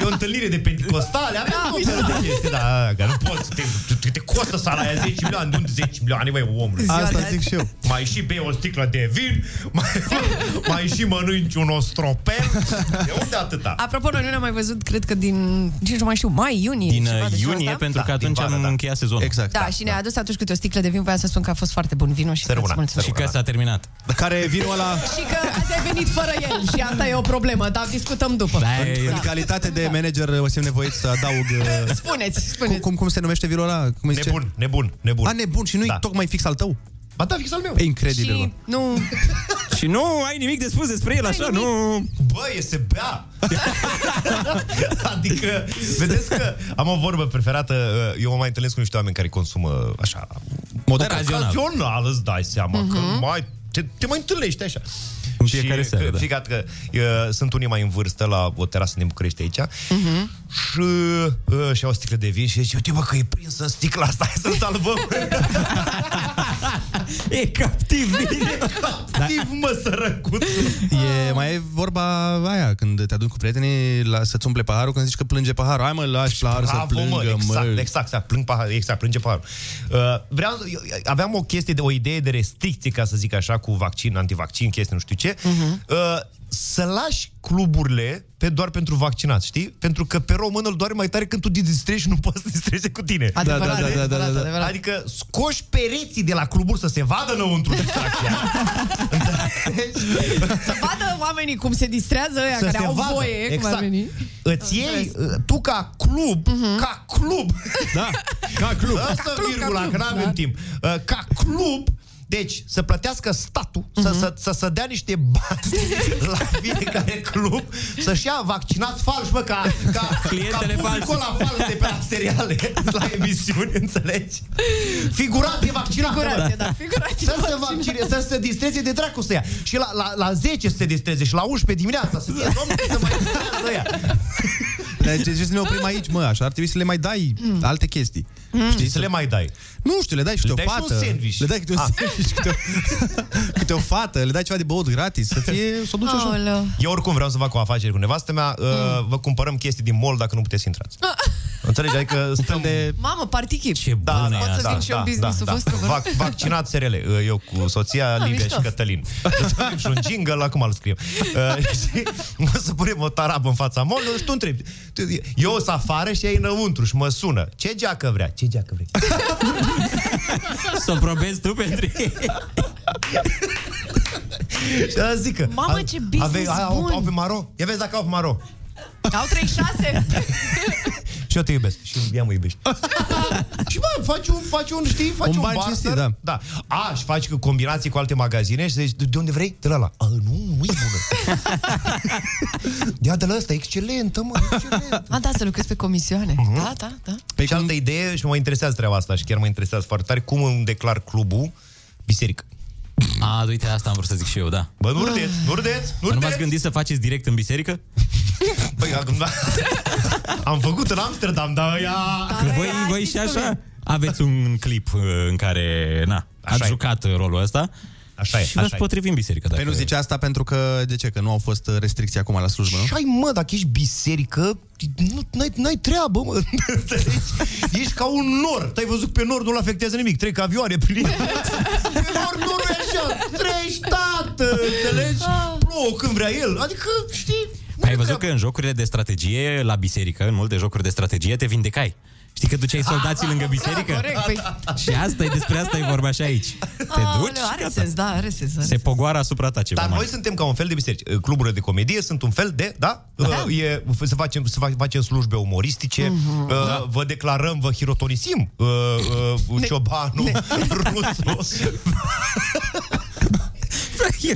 Speaker 11: e o întâlnire de pentecostale, avem tot felul de chestii, da, da, da, că nu poți, te, te, te costă sala aia 10 milioane, de unde 10 milioane, mai omule?
Speaker 1: Ziua Asta de zic azi. și eu.
Speaker 11: Mai și bei o sticlă de vin, mai, mai și mănânci un ostropel, de unde atâta?
Speaker 2: Apropo, noi nu ne-am mai văzut, cred că din, nici nu mai știu, mai, iunie.
Speaker 3: Din
Speaker 2: ceva de
Speaker 3: uh,
Speaker 2: genul
Speaker 3: iunie,
Speaker 2: ăsta.
Speaker 3: pentru
Speaker 11: Da,
Speaker 3: că atunci am încheiat sezonul.
Speaker 1: Exact.
Speaker 2: Da, da, și ne-a adus atunci câte o sticlă de vin, voiam să spun că a fost foarte bun vinul și că îți mulțumesc.
Speaker 3: Și că s-a terminat.
Speaker 1: Care vinul ăla
Speaker 2: Și că ați ai venit fără el și asta e o problemă, dar discutăm după. Da.
Speaker 1: În, în calitate de manager o să nevoit să adaug
Speaker 2: Da.
Speaker 1: uh,
Speaker 2: Spuneți,
Speaker 1: cum,
Speaker 2: spuneți.
Speaker 1: cum, cum se numește vinul ăla? Cum îi zice?
Speaker 11: Nebun, nebun, nebun.
Speaker 1: A, nebun și nu-i
Speaker 11: Da.
Speaker 1: tocmai fix al tău?
Speaker 11: Ba da, fix al meu.
Speaker 1: E incredibil,
Speaker 2: Și
Speaker 1: și...
Speaker 2: nu,
Speaker 3: Și nu ai nimic de spus despre el, așa, nu...
Speaker 11: Bă, e se bea! adică, vedeți că am o vorbă preferată, uh, eu mă mai întâlnesc cu niște oameni care consumă așa...
Speaker 3: Moderat.
Speaker 11: Ocazional, Mhm. îți dai seama că mai... Te, te mai întâlnești așa.
Speaker 3: În fiecare seară,
Speaker 11: că,
Speaker 3: da.
Speaker 11: ficat că uh, sunt unii mai în vârstă la o terasă din București aici uh-huh. și uh, și au o sticlă de vin și zice, uite bă că e prinsă în sticla asta, hai să salvăm.
Speaker 3: E captiv!
Speaker 11: Activ, mă, sărăcuțul.
Speaker 1: E, mai e vorba aia, când te aduci cu prietenii la, să-ți umple paharul, când zici că plânge paharul, hai mă, lași la ar să plângă,
Speaker 11: mă, exact,
Speaker 1: mă.
Speaker 11: exact, exact, plâng pahar, exact, plânge paharul. Uh, vreau, eu, aveam o chestie, de, o idee de restricție, ca să zic așa, cu vaccin, antivaccin, chestii, nu știu ce.
Speaker 1: Mhm.
Speaker 11: Uh-huh. Uh, să lași cluburile pe, doar pentru vaccinați, știi? Pentru că pe român îl doare mai tare când tu te distrezi și nu poți să te distreze cu tine.
Speaker 2: adevărat,
Speaker 1: da, da, da, da,
Speaker 2: adevărat,
Speaker 1: da, da.
Speaker 2: adevărat.
Speaker 11: Adică scoși pereții de la cluburi să se vadă înăuntru distracția.
Speaker 2: Să vadă oamenii cum se distrează ăia
Speaker 11: să
Speaker 2: care
Speaker 11: se
Speaker 2: au
Speaker 11: vadă. Exact.
Speaker 2: voie, cum ar veni. Mhm.
Speaker 11: Îți iei, uh, tu ca club, ca club,
Speaker 3: Da, ca club.
Speaker 11: Lasă
Speaker 2: club, ca
Speaker 11: virgula,
Speaker 2: club,
Speaker 11: că n-avem
Speaker 2: da.
Speaker 11: timp. Uh, Ca club, deci, să plătească statul, uh-huh.
Speaker 2: Mhm.
Speaker 11: să, să, să, să dea niște bani la fiecare club, să-și ia vaccinați falși, bă, ca, ca,
Speaker 3: Clientele
Speaker 11: ca publicul
Speaker 3: falsi.
Speaker 11: ăla fals de pe la seriale, la emisiuni, înțelegi? Figurație vaccinată,
Speaker 2: Figurație,
Speaker 11: bă.
Speaker 2: da, figurație.
Speaker 11: Să se vaccine, să se distreze de dracu să ia. Și la, la, la 10 să se distreze și la 11 dimineața să fie domnul să mai distrează ea.
Speaker 1: Deci de ce să ne oprim aici, mă, așa, ar trebui să le mai dai alte chestii. Știi,
Speaker 11: Să le mai dai.
Speaker 1: Nu știu, le dai și
Speaker 11: Le
Speaker 1: câte o
Speaker 11: dai și un
Speaker 1: fată.
Speaker 11: sandwich.
Speaker 1: Le dai câte un
Speaker 11: Ah.
Speaker 1: sandwich, câte o, câte o fată, le dai ceva de băut gratis, să fie, să o duci așa.
Speaker 2: Aoleu. Hmm.
Speaker 11: Eu oricum vreau să fac o afacere cu nevastă mea, mm. vă cumpărăm chestii din mall dacă nu puteți să intrați. Înțelegi? Adică stăm de...
Speaker 2: Mamă, party
Speaker 3: Ce
Speaker 11: Da,
Speaker 3: bună
Speaker 11: da,
Speaker 3: e
Speaker 2: Pot să
Speaker 3: asta.
Speaker 2: vin și eu în business-ul vostru, vă rog?
Speaker 11: Vac, vaccinat SRL, uh, eu cu soția
Speaker 2: Ah,
Speaker 11: Livia
Speaker 2: mișto.
Speaker 11: și Cătălin. Să și un jingle, acum îl scriem. Uh, și o să punem o tarabă în fața molului și tu întrebi. Tu- Eu o să afară și ea e înăuntru și mă sună. Ce geacă vrea? Ce geacă vrei?
Speaker 3: Să o probezi tu pentru ei.
Speaker 11: Și ea zică.
Speaker 2: Mamă,
Speaker 11: "A-
Speaker 2: ce business
Speaker 11: avei- a- au,
Speaker 2: bun!"
Speaker 11: au, pe maro? Ia vezi dacă au pe maro.
Speaker 2: Au 36.
Speaker 11: Și eu te iubesc. Și ea mă iubește. și bă, faci un, faci un știi, faci
Speaker 1: Un
Speaker 11: un,
Speaker 1: ban
Speaker 11: barter,
Speaker 1: cinstit, da.
Speaker 11: da. A, și faci combinații cu alte magazine și zici, de unde vrei? De la la. A, nu, nu e bună. Ia de la ăsta, excelentă, mă, excelentă. Mhm.
Speaker 2: A, da, să lucrez pe comisioane. Da, da, da.
Speaker 1: Păi
Speaker 11: Pe și altă idee, și mă interesează treaba asta și chiar mă interesează foarte tare, cum îmi declar clubul biserică.
Speaker 3: A, uite, asta am vrut să zic și eu, da.
Speaker 11: Bă, nu
Speaker 2: Ah.
Speaker 11: râdeți, nu râdeți, nu
Speaker 3: Nu v-ați
Speaker 11: râdeți.
Speaker 3: gândit să faceți direct în biserică?
Speaker 11: Băi, acum, da. Am făcut în Amsterdam, dar ea...
Speaker 3: Că voi, voi și așa aveți un clip uh, în care, na,
Speaker 11: Așa
Speaker 3: ați
Speaker 11: e.
Speaker 3: jucat uh, rolul ăsta.
Speaker 11: Așa e,
Speaker 3: și vă
Speaker 11: așa e.
Speaker 3: potrivi în biserică. da. Dacă...
Speaker 1: Păi nu zice asta pentru că, de ce, că nu au fost restricții acum la slujbă, nu?
Speaker 11: Și ai, mă, dacă ești biserică, nu, n-ai, n-ai treabă, mă. Înțelegi? ești ca un nor. Te-ai văzut pe nor, nu-l afectează nimic. Trec avioane prin el. Pe nor, norul e așa. Treci, tată, înțelegi?
Speaker 3: Ah.
Speaker 11: Plouă când vrea el. Adică, știi...
Speaker 3: Păi Ai văzut că în jocurile de strategie, la biserică, în multe jocuri de strategie, te vindecai. Știi că duceai soldații lângă biserică?
Speaker 2: Ah, Corect,
Speaker 11: Da,
Speaker 2: păi...
Speaker 3: Și asta e despre asta e vorba și aici. Te duci,
Speaker 2: Aoleu, are sens, da, are sens. Are
Speaker 3: se
Speaker 2: sens.
Speaker 3: pogoară asupra ta ceva
Speaker 11: Dar
Speaker 3: mai.
Speaker 11: noi suntem ca un fel de biserici. Cluburile de comedie sunt un fel de, da? da. E, să, facem, să fac- facem slujbe umoristice, uh, da. vă declarăm, vă hirotonisim uh, uh, ciobanul, rusul.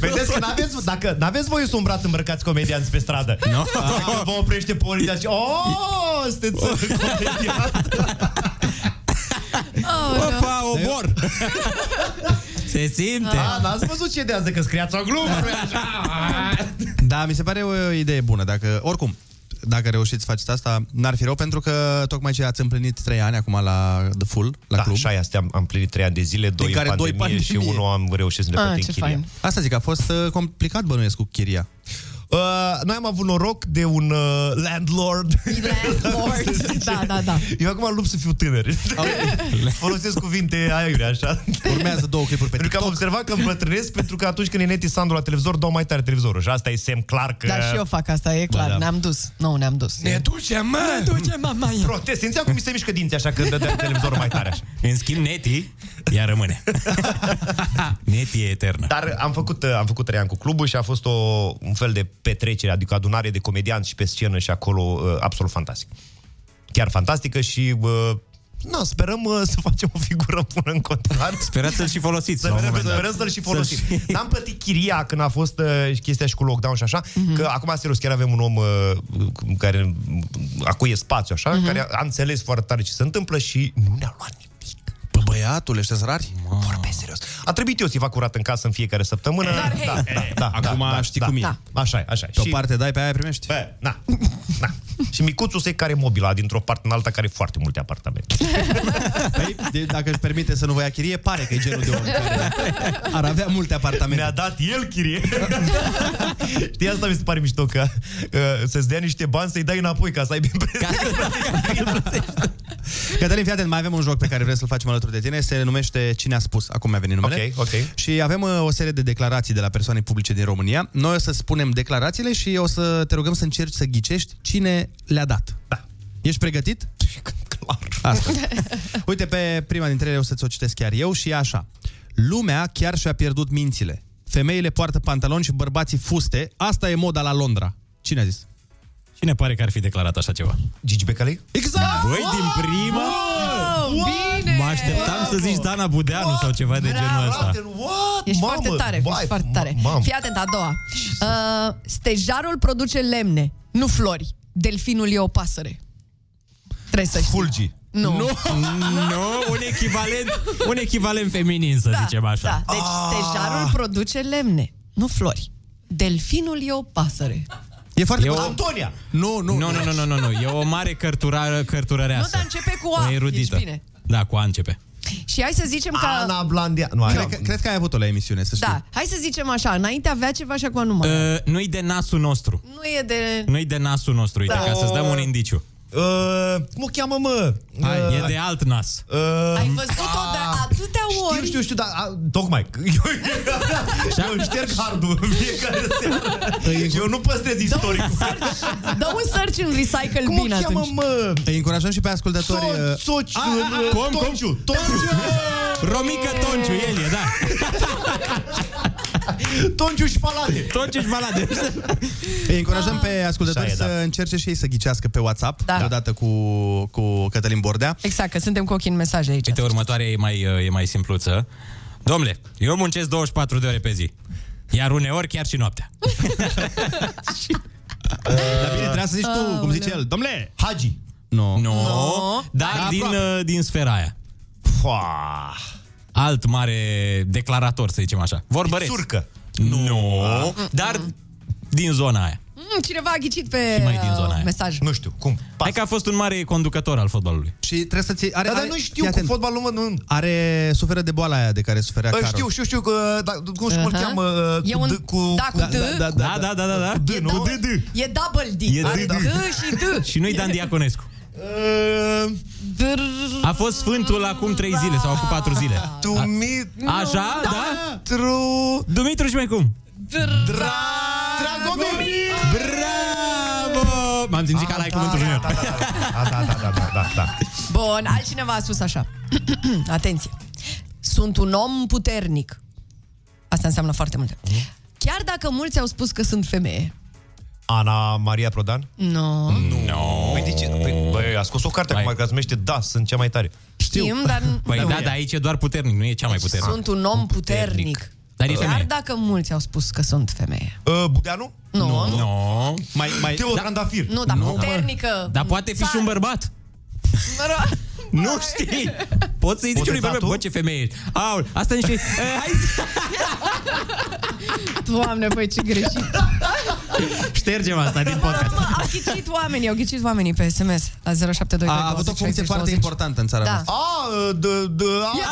Speaker 11: Vedeți că n-aveți, dacă n-aveți voie să umbrați îmbrăcați comedianți pe stradă. Nu. No. Ah. Vă oprește poliția și... Oh, sunteți comediant.
Speaker 3: Opa, obor! Se simte.
Speaker 11: A, Ah, n-ați văzut ce idează că scriați o glumă. nu-i așa?
Speaker 1: Da, mi se pare o idee bună. Dacă, oricum, dacă reușiți să faceți asta, n-ar fi rău, pentru că tocmai ce ați împlinit 3 ani acum la The Full, la
Speaker 11: Da,
Speaker 1: club.
Speaker 11: așa este, am, am plinit trei ani de zile, doi
Speaker 1: care
Speaker 11: în
Speaker 1: doi
Speaker 11: pandemie, și
Speaker 1: pandemie.
Speaker 11: unul am reușit să ne
Speaker 2: Ah,
Speaker 11: plătim
Speaker 2: ce
Speaker 11: chiria.
Speaker 2: fain.
Speaker 1: Asta zic, a fost uh, complicat bănuiesc cu chiria.
Speaker 11: Uh, noi am avut noroc de un uh, landlord. Landlord,
Speaker 2: da, da, da.
Speaker 11: Eu acum lupt să fiu tânăr. Folosesc cuvinte aiurea, așa.
Speaker 1: Urmează două clipuri pe
Speaker 11: Pentru că am observat că îmbătrânesc pentru că atunci când e neti Sandu la televizor, dau mai tare televizorul. Și asta e semn clar că...
Speaker 2: Dar și eu fac asta, e clar.
Speaker 11: Da, da.
Speaker 2: Ne-am dus. Nu, ne-am dus.
Speaker 11: Ne ducem, mă!
Speaker 2: Ne ducem, mă, mai.
Speaker 11: Protest. Simțeam cum mi se mișcă dinții așa când dădea televizorul mai tare așa.
Speaker 3: În schimb, Neti, ea rămâne. Neti e eternă.
Speaker 11: Dar am făcut, uh, am făcut trei ani cu clubul și a fost o, un fel de petrecere, adică adunare de comedianți și pe scenă și acolo uh, absolut fantastic. Chiar fantastică și uh, na, sperăm uh, să facem o figură bună în continuare.
Speaker 3: Sperați să-l și folosiți. la un
Speaker 11: Sperăm,
Speaker 3: moment dat.
Speaker 11: sperăm să-l și
Speaker 3: Să-l
Speaker 11: folosim.
Speaker 3: și-
Speaker 11: N-am plătit chiria când a fost uh, chestia și cu lockdown și așa, mm-hmm. că acum, serios, chiar avem un om uh, cu- care acum e spațiu așa, mm-hmm. care a înțeles foarte tare ce se întâmplă și nu ne-a luat nimic.
Speaker 1: Bă, băiatul, ăștia sărari?
Speaker 11: Vorbesc serios. A trebuit eu să-i fac curat în casă în fiecare săptămână.
Speaker 2: Dar, hei. Eh,
Speaker 11: da, da, da,
Speaker 3: Acum
Speaker 11: da, da,
Speaker 3: știi
Speaker 11: da,
Speaker 3: cum e.
Speaker 11: Da. Așa e, așa e.
Speaker 1: Pe o
Speaker 11: Și-
Speaker 1: parte dai, pe aia primești.
Speaker 11: Bă, na, na. Și micuțul se care mobila dintr-o parte în alta care are foarte multe apartamente.
Speaker 1: Păi, de, dacă își permite să nu vă ia chirie, pare că e genul de om care ar avea multe apartamente.
Speaker 11: Mi-a dat el chirie. Știi, asta mi se pare mișto, că uh, să-ți dea niște bani să-i dai înapoi ca să ai bine
Speaker 1: Cătălin, fii atent, mai avem un joc pe care vrem să-l facem alături de tine. Se numește Cine a spus. Acum mi-a venit numele.
Speaker 11: Ok, ok.
Speaker 1: Și avem uh, o serie de declarații de la persoane publice din România. Noi o să spunem declarațiile și o să te rugăm să încerci să ghicești cine le-a dat.
Speaker 11: Da.
Speaker 1: Ești pregătit?
Speaker 11: Clar.
Speaker 1: Asta. Uite, pe prima dintre ele o să-ți o citesc chiar eu și e așa. Lumea chiar și-a pierdut mințile. Femeile poartă pantaloni și bărbații fuste. Asta e moda la Londra. Cine a zis?
Speaker 3: Cine pare că ar fi declarat așa ceva?
Speaker 11: Gigi Becalei?
Speaker 1: Exact!
Speaker 3: Voi din prima?
Speaker 2: Wow, bine!
Speaker 3: Mă așteptam să zici Dana Budeanu sau ceva de genul ăsta.
Speaker 11: What?
Speaker 2: Ești foarte tare, ești foarte tare.
Speaker 11: Mam.
Speaker 2: Fii atent, a doua. Uh, stejarul produce lemne, nu flori. Delfinul e o pasăre. Trebuie să știi.
Speaker 11: Fulgi.
Speaker 2: Nu. nu.
Speaker 3: Nu, un echivalent, un echivalent feminin, să zicem așa.
Speaker 2: Da. Deci
Speaker 11: Ah.
Speaker 2: stejarul produce lemne, nu flori. Delfinul e o pasăre.
Speaker 1: E foarte...
Speaker 3: Eu-
Speaker 1: bun.
Speaker 11: Antonia!
Speaker 1: Nu, nu,
Speaker 3: Nu, nu, nu, nu, nu, nu. E o mare cărturară,
Speaker 2: Nu,
Speaker 3: cărturăreasă.
Speaker 2: dar începe cu A.
Speaker 3: O erudită.
Speaker 2: Ești bine.
Speaker 3: Da, cu A începe.
Speaker 2: Și hai să zicem că...
Speaker 11: Ana Blandea. Nu,
Speaker 1: Cred,
Speaker 11: aia-
Speaker 1: că, cred că ai avut-o la emisiune, să știi.
Speaker 2: Da, hai să zicem așa, înainte avea ceva și acum nu mai. are.
Speaker 3: Uh, nu-i de nasul nostru.
Speaker 2: Nu e de...
Speaker 3: Nu-i de nasul nostru, uite,
Speaker 11: Da.
Speaker 3: ca să-ți dăm un indiciu.
Speaker 11: Uh, cum o cheamă, mă? Uh,
Speaker 3: E de alt nas.
Speaker 11: uh,
Speaker 2: Ai văzut-o de
Speaker 1: Ah.
Speaker 2: atâtea ori.
Speaker 11: Știu, știu, știu, dar a, tocmai. Eu, eu șterg hardul în fiecare
Speaker 3: Păi
Speaker 11: seară. Eu nu
Speaker 3: Da,
Speaker 11: păstrez istoric.
Speaker 2: Dă un search în recycle
Speaker 11: Cum
Speaker 2: bin
Speaker 11: o cheamă,
Speaker 2: atunci.
Speaker 11: mă?
Speaker 1: Îi încurajăm și pe ascultători...
Speaker 11: So-
Speaker 1: uh,
Speaker 11: Sociu.
Speaker 3: cum, cum?
Speaker 11: Tonciu.
Speaker 1: Da.
Speaker 11: Tonciu.
Speaker 3: Romică Tonciu, el e, da.
Speaker 11: Tonciu și palate.
Speaker 3: Tonciu și balade.
Speaker 1: Îi încurajăm pe ascultători
Speaker 11: Așa e,
Speaker 1: să
Speaker 11: da.
Speaker 1: încerce și ei să ghicească pe WhatsApp,
Speaker 2: Da.
Speaker 1: odată cu, cu Cătălin Bordea.
Speaker 2: Exact, că suntem cu ochii în mesaje aici.
Speaker 3: Uite, următoarea e mai, uh, e mai simpluță. Domnule, eu muncesc 24 de ore pe zi. Iar uneori chiar și noaptea.
Speaker 1: Dar bine, trebuia să zici tu, cum zice el. Domnule!
Speaker 11: Hagi.
Speaker 1: Nu.
Speaker 3: Nu,
Speaker 2: Nu.
Speaker 3: "Eh, dar
Speaker 1: Da,
Speaker 3: din,
Speaker 1: aproape.
Speaker 3: uh, din sfera aia.
Speaker 11: Pua.
Speaker 3: Alt mare declarator, să zicem așa. Vorbăresc.
Speaker 11: Surcă.
Speaker 3: Nu, dar din zona aia.
Speaker 2: Mm, Cineva a ghicit pe
Speaker 3: mai din zona
Speaker 2: uh,
Speaker 3: aia.
Speaker 2: mesaj.
Speaker 11: Nu știu, cum? Pas.
Speaker 3: Hai că a fost un mare conducător al fotbalului.
Speaker 1: Și trebuie să ți... Are,
Speaker 11: Dar, dar
Speaker 1: are-
Speaker 11: nu
Speaker 1: fii
Speaker 11: știu, cu
Speaker 1: atent.
Speaker 11: fotbalul mă, nu...
Speaker 1: Are, suferă de boala aia de care suferea
Speaker 11: Bă,
Speaker 1: Caro.
Speaker 11: Păi Știu, știu, știu, că, da, cum uh-huh. îl
Speaker 2: Aha.
Speaker 11: cheamă? uh,
Speaker 2: E
Speaker 11: cu
Speaker 2: un-
Speaker 11: D- cu,
Speaker 2: da, cu
Speaker 11: cu
Speaker 2: D.
Speaker 1: Da,
Speaker 3: Da, da, da, da. da.
Speaker 11: D, nu?
Speaker 2: double- E double D.
Speaker 3: E
Speaker 2: Are
Speaker 3: D,
Speaker 2: D,
Speaker 3: da.
Speaker 2: și D.
Speaker 3: Și nu-i Dan Diaconescu.
Speaker 11: Uh,
Speaker 2: Drrr.
Speaker 3: A fost sfântul acum 3 zile sau acum 4 zile.
Speaker 11: Dumitru...
Speaker 3: Așa, da?
Speaker 11: Tru...
Speaker 3: Dumitru și mai cum?
Speaker 11: Dragomir!
Speaker 3: Bravo! M-am simțit ca la cuvântul junior.
Speaker 11: Da, da, da, da, da, da, da.
Speaker 2: Bun, altcineva a spus așa. Atenție. Sunt un om puternic. Asta înseamnă foarte multe.
Speaker 3: Mm.
Speaker 2: Chiar dacă mulți au spus că sunt femeie.
Speaker 11: Ana Maria Prodan?
Speaker 2: Nu. No.
Speaker 3: Mm. No.
Speaker 11: Păi, de ce? Păi, băi, a scos o carte
Speaker 3: Hai.
Speaker 11: acum care se numește Da, sunt cea mai tare.
Speaker 2: Știm, dar...
Speaker 3: Păi da, dar aici e doar puternic, nu e cea mai puternică.
Speaker 2: Sunt un om puternic.
Speaker 3: Dar e
Speaker 2: Chiar
Speaker 3: femeie.
Speaker 2: dacă mulți au spus că sunt femeie.
Speaker 11: Uh, Budeanu?
Speaker 2: Nu.
Speaker 3: Nu.
Speaker 2: Nu, nu.
Speaker 3: No.
Speaker 1: Mai, mai...
Speaker 11: Teo
Speaker 1: Da.
Speaker 11: Trandafir.
Speaker 2: nu dar
Speaker 3: Nu, mă.
Speaker 2: puternică.
Speaker 3: Dar poate fi și un bărbat.
Speaker 2: bărbat.
Speaker 3: Nu știi. Poți să-i zici
Speaker 11: Poți
Speaker 3: unui
Speaker 11: da
Speaker 3: bărbat,
Speaker 11: tu?
Speaker 3: bă, ce femeie ești. Aul, asta niște... Eh, Hai să...
Speaker 2: Doamne, păi ce greșit.
Speaker 3: Ștergem asta din podcast.
Speaker 2: Au ghicit oamenii, au ghicit oamenii pe SMS la 0722
Speaker 1: A avut o funcție foarte importantă în țara
Speaker 2: Da.
Speaker 1: noastră.
Speaker 11: A, de, de,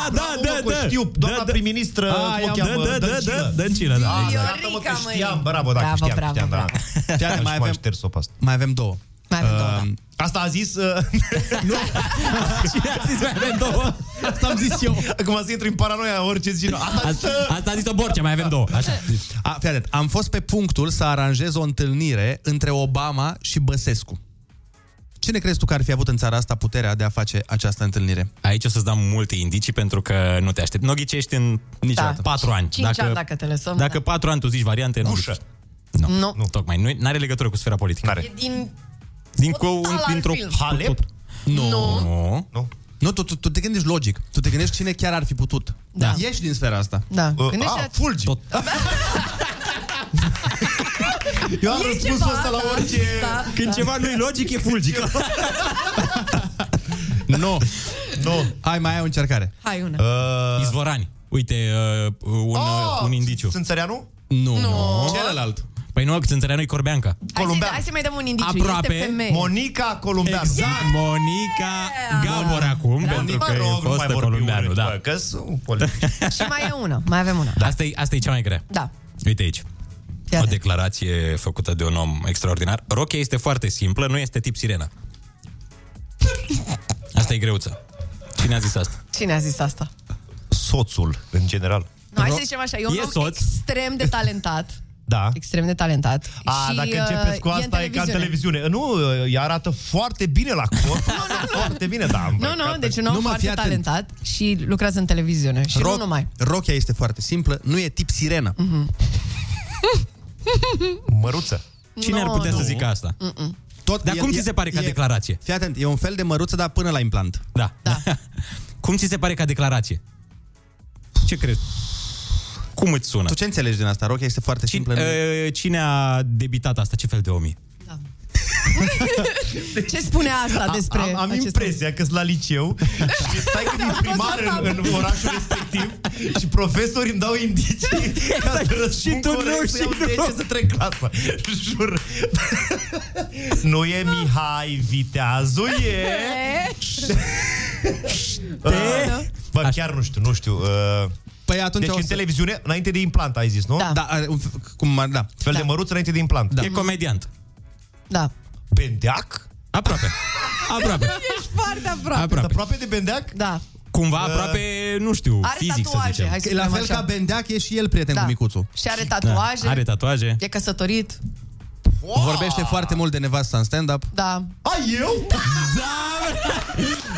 Speaker 11: a,
Speaker 3: da,
Speaker 11: bravo,
Speaker 3: da,
Speaker 11: mă, că
Speaker 3: da.
Speaker 11: știu, doamna
Speaker 3: Da, da.
Speaker 11: prim-ministră,
Speaker 3: A,
Speaker 11: cum o
Speaker 3: i-am-
Speaker 11: cheamă,
Speaker 3: da, da,
Speaker 11: Ah, Dăncilă.
Speaker 3: da, Dăncilă, da.
Speaker 11: A,
Speaker 2: Viorica,
Speaker 11: iartă-mă că
Speaker 2: măi.
Speaker 11: știam, bravo, da,
Speaker 2: Bravo,
Speaker 11: știam,
Speaker 2: bravo,
Speaker 11: știam, da.
Speaker 2: bravo.
Speaker 1: Fii atent,
Speaker 11: Și
Speaker 1: mai
Speaker 11: m-a
Speaker 1: avem,
Speaker 11: șters-o pe asta.
Speaker 1: mai avem două.
Speaker 2: Mai avem două, da.
Speaker 1: Uh,
Speaker 11: Asta a zis... Uh,
Speaker 3: Cine a zis mai avem două? Asta am zis eu.
Speaker 11: acum să intru în paranoia orice zi. nu. Asta a zis...
Speaker 3: Asta,
Speaker 11: uh,
Speaker 3: asta a zis-o Borcea, mai
Speaker 2: Da.
Speaker 3: avem două. Așa.
Speaker 1: A, fii atent, am fost pe punctul să aranjez o întâlnire între Obama și Băsescu. Cine crezi tu că ar fi avut în țara asta puterea de a face această întâlnire?
Speaker 3: Aici o să-ți dau multe indicii pentru că nu te aștept. Nu ghicești în niciodată.
Speaker 2: Da.
Speaker 3: Patru ani.
Speaker 2: Cinci ani dacă te lăsăm,
Speaker 3: Dacă
Speaker 2: da.
Speaker 3: patru ani tu zici variante, nu
Speaker 11: Ușă.
Speaker 3: ghicești. Nu,
Speaker 2: Nu.
Speaker 3: nu, tocmai. Nu are legătură cu sfera politică.
Speaker 11: N-are.
Speaker 2: da. E din...
Speaker 3: Din cu,
Speaker 2: Total
Speaker 3: un,
Speaker 2: alt
Speaker 3: dintr-o...
Speaker 2: film.
Speaker 11: Halep?
Speaker 1: Nu. Nu,
Speaker 3: Nu.
Speaker 11: Nu.
Speaker 1: nu tu, tu, tu te gândești logic. Tu te gândești cine chiar ar fi putut.
Speaker 2: Da.
Speaker 1: Ieși din sfera asta.
Speaker 2: Da,
Speaker 11: Uh,
Speaker 2: gândește
Speaker 11: a, fulgi.
Speaker 3: Tot.
Speaker 11: Eu am
Speaker 2: E
Speaker 11: răspunsul
Speaker 2: ceva,
Speaker 11: ăsta la
Speaker 2: da.
Speaker 11: orice...
Speaker 2: Da.
Speaker 3: Când ceva nu-i logic, e fulgic.
Speaker 1: Nu. No.
Speaker 11: Nu.
Speaker 1: Hai, mai ai o încercare.
Speaker 2: Hai una.
Speaker 11: Uh, Ah,
Speaker 3: Izvorani. Uite, uh, un, uh, un indiciu.
Speaker 11: Țânțăreanu?
Speaker 1: Nu. No. Celălalt.
Speaker 3: Păi nu, Țânțăreanu e Corbeanca.
Speaker 2: Hai să,
Speaker 11: Columbean.
Speaker 2: hai să mai dăm un indiciu.
Speaker 3: Aproape.
Speaker 2: Este femeie.
Speaker 11: Monica Columbeanu.
Speaker 3: Exact. Monica
Speaker 2: Ah.
Speaker 3: Gabor acum, pentru
Speaker 11: Monica,
Speaker 3: că
Speaker 11: rog,
Speaker 3: e
Speaker 11: nu mai
Speaker 3: fostă
Speaker 11: vorbi
Speaker 3: columbeană.
Speaker 11: urât, bă,
Speaker 3: Da.
Speaker 11: Că sunt politici.
Speaker 2: Da. Și mai e una. Mai avem una.
Speaker 3: Asta, e, asta e cea mai grea.
Speaker 2: Da.
Speaker 3: Uite aici. O
Speaker 2: Fii atent.
Speaker 3: declarație făcută de un om extraordinar. Rochia este foarte simplă, nu este tip sirena. Asta e greuță. Cine a zis asta?
Speaker 2: Cine a zis asta?
Speaker 11: Soțul, în general.
Speaker 2: Nu, hai să zicem așa, e un
Speaker 3: E
Speaker 2: om
Speaker 3: soț.
Speaker 2: extrem de talentat.
Speaker 11: Da.
Speaker 2: Extrem de talentat.
Speaker 11: A,
Speaker 2: și,
Speaker 11: și, dacă
Speaker 2: uh,
Speaker 11: începeți cu
Speaker 2: e în
Speaker 11: asta e ca în
Speaker 2: televiziune.
Speaker 11: televiziune. Nu, uh, ea arată foarte bine la corp. foarte bine, da. am
Speaker 2: Nu, nu,
Speaker 11: îmbrăcat.
Speaker 2: deci un om
Speaker 1: Nu, mă,
Speaker 2: foarte
Speaker 1: fii atent.
Speaker 2: talentat și lucrează în televiziune. Și nu numai. Mhm.
Speaker 1: Rochia este foarte simplă, nu e tip sirenă. Mm-hmm.
Speaker 11: Măruță.
Speaker 3: Cine
Speaker 2: Nu,
Speaker 3: ar putea
Speaker 2: nu.
Speaker 3: să zică asta?
Speaker 1: Tot
Speaker 3: Dar
Speaker 1: e-
Speaker 3: cum
Speaker 1: e-
Speaker 3: ți se pare ca
Speaker 1: e-
Speaker 3: declarație?
Speaker 1: Fii atent, e un fel de măruță, dar până la implant.
Speaker 3: Da.
Speaker 2: Da.
Speaker 3: Cum ți se pare ca declarație? Ce crezi? Cum îți sună?
Speaker 1: Tu ce înțelegi din asta? Rochia este foarte simplă. nu
Speaker 3: Cine,
Speaker 1: e-
Speaker 3: e, cine a debitat asta? Ce fel de om e?
Speaker 2: Ce spune asta despre
Speaker 11: am, am
Speaker 2: acest
Speaker 11: impresia că sunt la liceu și stai că
Speaker 3: Da,
Speaker 11: din primar în, în, orașul respectiv și profesorii îmi dau indicii ca să răspund
Speaker 3: Exact. tu nu,
Speaker 11: corect, să
Speaker 3: și
Speaker 11: iau
Speaker 3: nu.
Speaker 11: 10 să trec clasa. Jur. nu e Mihai Viteazu, e... Te... Bă, chiar nu știu, nu știu. Uh,
Speaker 1: Păi atunci
Speaker 11: deci
Speaker 1: o
Speaker 11: în
Speaker 1: să...
Speaker 11: televiziune, înainte de implant, ai zis, nu?
Speaker 2: Da.
Speaker 1: Da, are un f- cum ar, da.
Speaker 11: Fel de măruț înainte de implant.
Speaker 3: E comediant.
Speaker 2: Da.
Speaker 11: Bendeac?
Speaker 3: Aproape. Aproape.
Speaker 2: Ești foarte aproape.
Speaker 3: Aproape.
Speaker 11: Aproape de bendeac?
Speaker 2: Da.
Speaker 3: Cumva aproape, nu știu,
Speaker 2: Are
Speaker 3: fizic
Speaker 2: tatuaje,
Speaker 3: să zicem.
Speaker 2: hai să
Speaker 1: Că Ă. Uh, La
Speaker 2: spunem
Speaker 1: fel
Speaker 2: așa.
Speaker 1: ca Bendeac e și el prieten
Speaker 2: da.
Speaker 1: cu Micuțu.
Speaker 2: Și are
Speaker 3: Da.
Speaker 2: tatuaje,
Speaker 3: Are tatuaje.
Speaker 2: e căsătorit,
Speaker 11: Wow!
Speaker 1: Vorbește foarte mult de nevasta în stand-up.
Speaker 2: da.
Speaker 11: A, eu?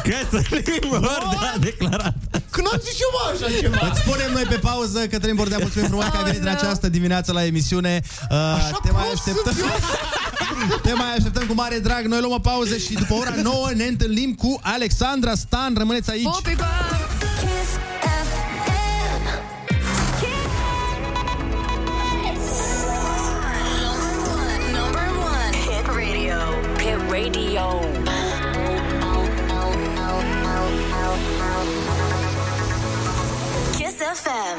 Speaker 3: Cătălin Bordea a declarat.
Speaker 11: Când am zis eu mă așa ceva?
Speaker 1: Îți punem noi pe pauză, Cătălin Bordea, mulțumim frumos că ai venit în
Speaker 2: Aoleu.
Speaker 1: această dimineață la emisiune. Uh, te mai așteptăm. Te mai așteptăm cu mare drag. Noi luăm o pauză și după ora 9 ne întâlnim cu Alexandra Stan. Rămâneți aici.
Speaker 2: Pupi, pa!
Speaker 4: Kiss FM. Kiss. Number one, number one. Hit radio. Hit radio. Kiss FM.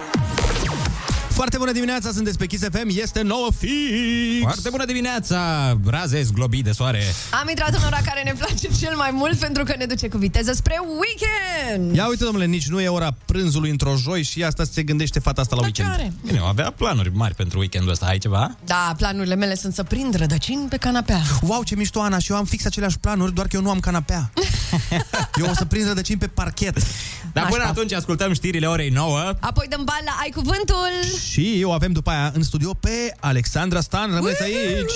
Speaker 1: Foarte bună dimineața, sunteți pe Kiss FM. Este 9 fix.
Speaker 3: Foarte bună dimineața, raze zglobii de soare.
Speaker 2: Am intrat în ora care ne place cel mai mult pentru că ne duce cu viteză spre weekend.
Speaker 1: Ia uite, domnule, nici nu e ora prânzului într-o joi și asta se gândește fata asta la
Speaker 2: Dar ce
Speaker 1: weekend.
Speaker 2: are?
Speaker 3: Bine, avea planuri mari pentru weekendul ăsta. Ai ceva?
Speaker 2: Da, planurile mele sunt să prind rădăcini pe canapea.
Speaker 1: Wow, ce mișto, Ana, și eu am fix aceleași planuri, doar că eu nu am canapea. Da, eu o să prind rădăcini pe parchet.
Speaker 3: Dar până
Speaker 2: Nașpa.
Speaker 3: atunci ascultăm știrile orei 9.
Speaker 2: Apoi dăm bani la Ai Cuvântul.
Speaker 1: Și eu avem după aia în studio pe Alexandra Stan. Rămâneți aici!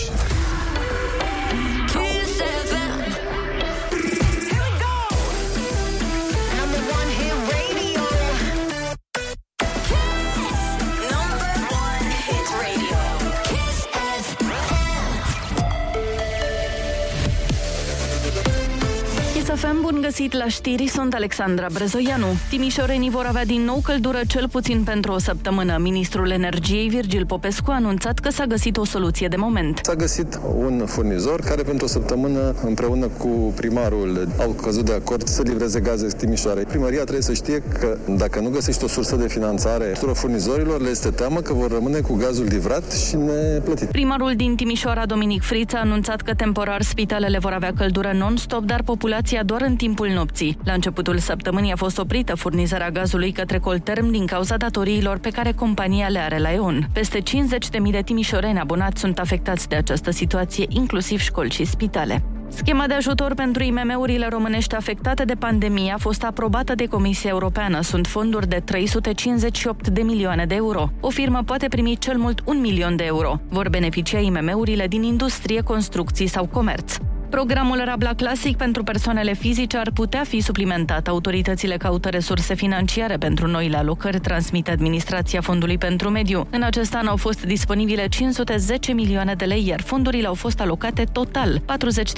Speaker 4: Kiss FM. Here we go. Number one hit radio. Kiss. Number one hit radio. Kiss FM.
Speaker 5: Să fim bun găsit la știri, sunt Alexandra Brezoianu. Timișorenii vor avea din nou căldură cel puțin pentru o săptămână. Ministrul Energiei Virgil Popescu a anunțat că s-a găsit o soluție de moment.
Speaker 6: S-a găsit un furnizor care pentru o săptămână împreună cu primarul au căzut de acord să livreze gaze Timișoarei. Primăria trebuie să știe că dacă nu găsești o sursă de finanțare tuturor furnizorilor, le este teamă că vor rămâne cu gazul livrat și neplătit.
Speaker 5: Primarul din Timișoara, Dominic Friț, a anunțat că temporar spitalele vor avea căldură non-stop, dar populația doar în timpul nopții. La începutul săptămânii a fost oprită furnizarea gazului către Colterm din cauza datoriilor pe care compania le are la EON. Peste 50.000 de timișoreni abonați sunt afectați de această situație, inclusiv școli și spitale. Schema de ajutor pentru IMM-urile românești afectate de pandemie a fost aprobată de Comisia Europeană. Sunt fonduri de 358 de milioane de euro. O firmă poate primi cel mult un milion de euro. Vor beneficia IMM-urile din industrie, construcții sau comerț. Programul Rabla Classic pentru persoanele fizice ar putea fi suplimentat. Autoritățile caută resurse financiare pentru noile alocări, transmite Administrația Fondului pentru Mediu. În acest an au fost disponibile 510 milioane de lei, iar fondurile au fost alocate total.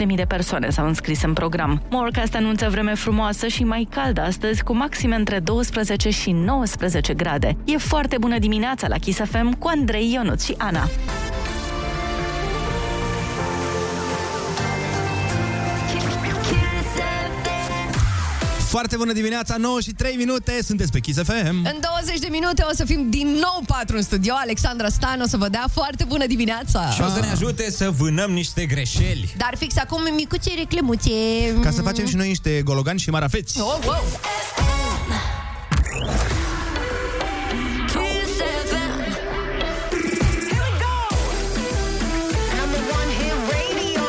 Speaker 5: 40.000 de persoane s-au înscris în program. Morecast anunță vreme frumoasă și mai caldă astăzi, cu maxime între 12 și 19 grade. E foarte bună dimineața la Kiss FM cu Andrei Ionuț și Ana.
Speaker 1: Foarte bună dimineața, 9 și 3 minute, sunteți pe Kiss FM.
Speaker 2: În 20 de minute o să fim din nou patru în studio. Alexandra Stan o să vă dea foarte bună dimineața.
Speaker 3: Și o să ne ajute să vânăm niște greșeli.
Speaker 2: Dar fix acum micuțe reclemuțe.
Speaker 1: Ca să facem și noi niște gologani și marafeți.
Speaker 2: Oh, wow.
Speaker 4: Kiss FM. Here we go. Number one hit radio.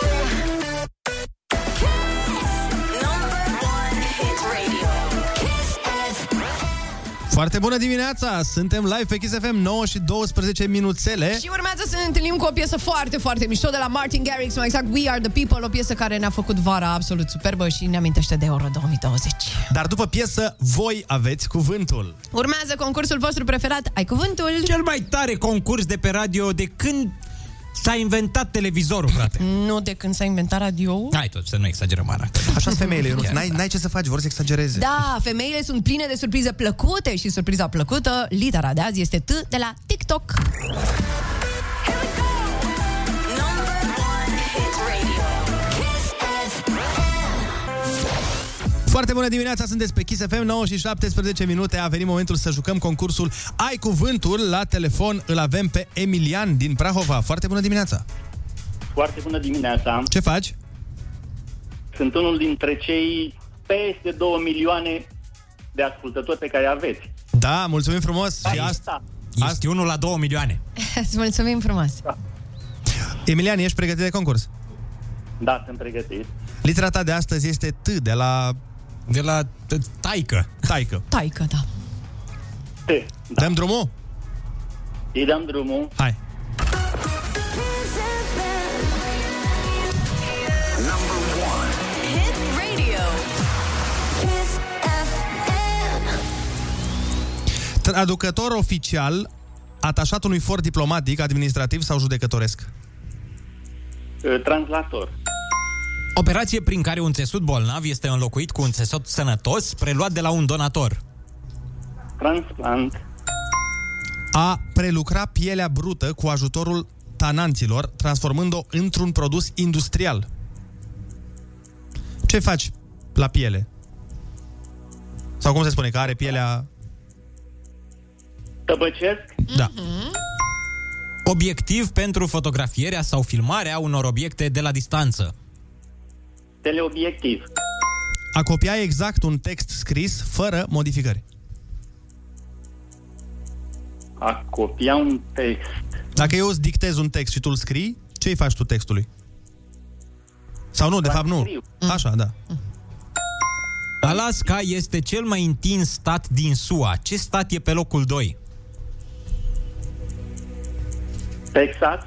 Speaker 4: Kiss. Number one hit radio. Kiss FM.
Speaker 1: Foarte bună dimineața, suntem live pe Kiss FM, 9 și 12 minuțele.
Speaker 2: Și urmează să ne întâlnim cu o piesă foarte, foarte mișto de la Martin Garrix, mai exact We Are The People, o piesă care ne-a făcut vara absolut superbă și ne amintește de Euro 2020.
Speaker 1: Dar după piesă, voi aveți cuvântul.
Speaker 2: Urmează concursul vostru preferat, ai cuvântul?
Speaker 3: Cel mai tare concurs de pe radio de când s-a inventat televizorul, frate.
Speaker 2: Nu de când s-a inventat radio
Speaker 3: Hai tot, să nu exagerăm, Ana.
Speaker 1: Așa sunt femeile, Ionuț.
Speaker 3: Chiar,
Speaker 1: N-ai, n-ai ce să faci, vor să exagereze.
Speaker 2: Da, femeile sunt pline de surprize plăcute și surpriza plăcută, litera de azi este T de la TikTok.
Speaker 4: Here we go. Number one hit radio. Kiss FM.
Speaker 1: Foarte bună dimineața, sunteți pe Kiss FM, 9 și 17 minute. A venit momentul să jucăm concursul Ai Cuvântul. La telefon îl avem pe Emilian din Prahova. Foarte bună dimineața.
Speaker 13: Foarte bună dimineața!
Speaker 1: Ce faci?
Speaker 13: Sunt unul dintre cei peste 2 milioane de ascultători pe care aveți.
Speaker 1: Da, mulțumim frumos. Și asta...
Speaker 13: Asta.
Speaker 3: Ești unul la 2 milioane.
Speaker 2: Îți mulțumim frumos.
Speaker 1: Emilian, ești pregătit de concurs?
Speaker 13: Da, sunt pregătit.
Speaker 1: Litera ta de astăzi este T de la
Speaker 3: De la t- taică.
Speaker 1: taică.
Speaker 2: Taică, da.
Speaker 13: T.
Speaker 1: Da. Dăm drumul?
Speaker 13: Îi dăm drumul.
Speaker 1: Hai.
Speaker 4: Kiss FM. Number one hit radio. Kiss FM.
Speaker 1: Traducător oficial atașat unui for diplomatic, administrativ sau judecătoresc.
Speaker 13: Uh, Translator.
Speaker 3: Operație prin care un țesut bolnav este înlocuit cu un țesut sănătos preluat de la un donator.
Speaker 13: Transplant.
Speaker 1: A prelucra pielea brută cu ajutorul tananților, transformând-o într-un produs industrial. Ce faci la piele? Sau cum se spune, că are pielea...
Speaker 13: Tăbăcesc.
Speaker 1: Da.
Speaker 3: Mm-hmm. Obiectiv pentru fotografierea sau filmarea unor obiecte de la distanță.
Speaker 13: Teleobiectiv.
Speaker 1: A copia exact un text scris fără modificări.
Speaker 13: A copia un text.
Speaker 1: Dacă eu îți dictez un text și tu îl scrii, ce îi faci tu textului? Sau nu, de fapt nu.
Speaker 13: Transcriu.
Speaker 1: Așa, da.
Speaker 3: Mm-hmm. Alaska este cel mai întins stat din SUA. Ce stat e pe locul 2?
Speaker 13: Texas.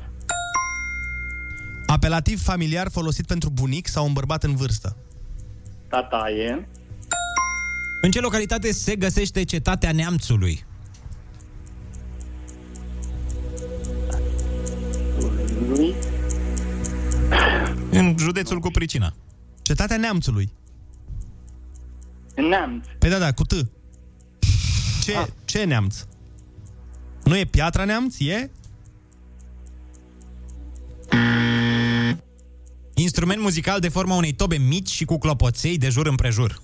Speaker 1: Apelativ familiar folosit pentru bunic sau un bărbat în vârstă.
Speaker 13: Tataie.
Speaker 3: În ce localitate se găsește cetatea Neamțului?
Speaker 13: Lui.
Speaker 3: În județul cu pricina.
Speaker 1: Cetatea neamțului.
Speaker 13: Neamț.
Speaker 1: Păi da, da, cu T. Ce, ce neamț? Nu e piatra neamț? E?
Speaker 3: Instrument muzical de forma unei tobe mici și cu clopoței de jur împrejur.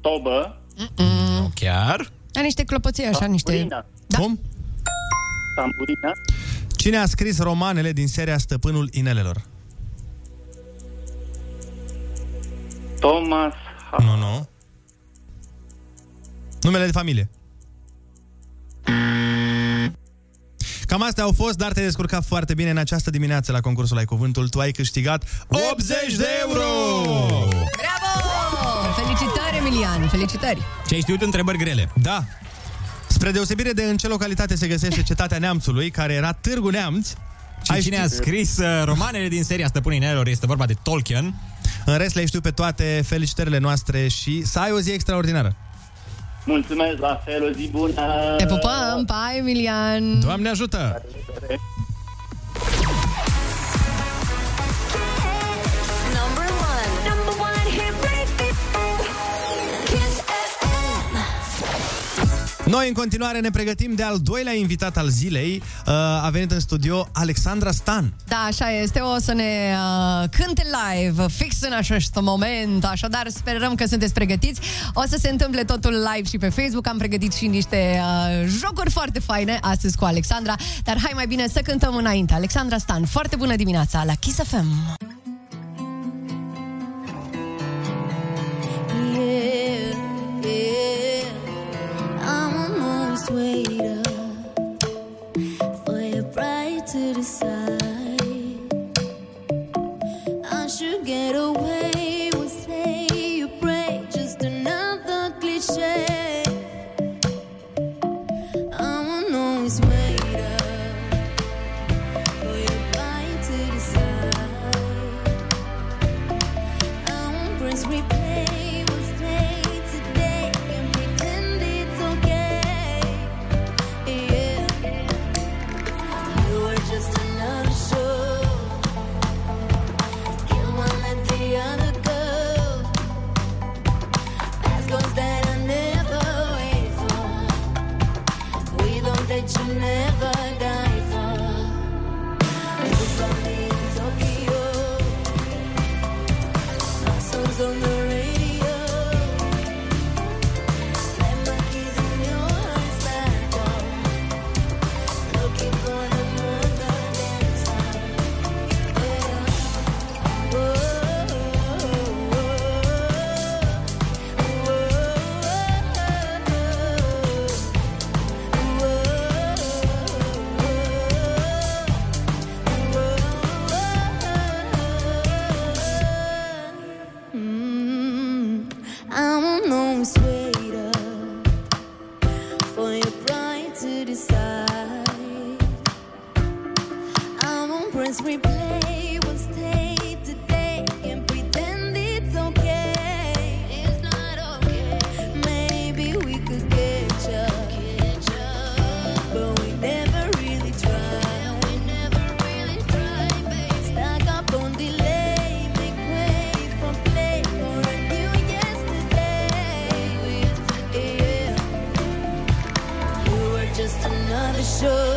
Speaker 13: Tobă.
Speaker 3: Nu chiar?
Speaker 2: Da, niște clopoței așa, niște...
Speaker 1: Da. Cum?
Speaker 13: Tamburina.
Speaker 1: Cine a scris romanele din seria Stăpânul Inelelor?
Speaker 13: Thomas.
Speaker 1: Nu, nu. Numele de familie. Cam astea au fost, dar te-ai descurcat foarte bine în această dimineață la concursul Ai Cuvântul. Tu ai câștigat 80 de euro!
Speaker 2: Bravo! Felicitări, Emilian, felicitări!
Speaker 1: Ce ai știut întrebări grele. Da. Spre deosebire de în ce localitate se găsește cetatea Neamțului, care era Târgu Neamț,
Speaker 3: Și cine a scris uh, romanele din seria Stăpânii Inelelor este vorba de Tolkien.
Speaker 1: În rest le știu pe toate felicitările noastre și să ai o zi extraordinară.
Speaker 13: Mulțumesc, la fel, o zi bună.
Speaker 2: Te pupăm! Pa, Emilian!
Speaker 1: Doamne ajută!
Speaker 4: Number one. Number one hit radio. Kiss FM.
Speaker 1: Noi în continuare ne pregătim de al doilea invitat al zilei. Uh, A venit în studio Alexandra Stan.
Speaker 2: Da, așa este, o să ne uh, cânte live fix în acest moment, așadar sperăm că sunteți pregătiți. O să se întâmple totul live și pe Facebook, am pregătit și niște uh, jocuri foarte faine astăzi cu Alexandra, dar hai mai bine să cântăm înainte. Alexandra Stan, foarte bună dimineața la Kiss FM!
Speaker 4: Yeah, yeah. I'm almost weighed up for your pride to decide. I should get away with say you break just another cliche. I'm almost weighed up for your pride to decide. You never die for. Look for me in Tokyo. My songs on the radio. Let my keys in your hands back on. Looking for another dance time. Yeah. Whoa, Mm, I'm almost weighed up for your pride to decide. I'm on press replay. We'll stay today and pretend it's okay. It's not okay. Maybe we could catch up, but we never really try. We never really try, babe. Stack up on delay, make way for play for a new yesterday. Yeah. You were just another show.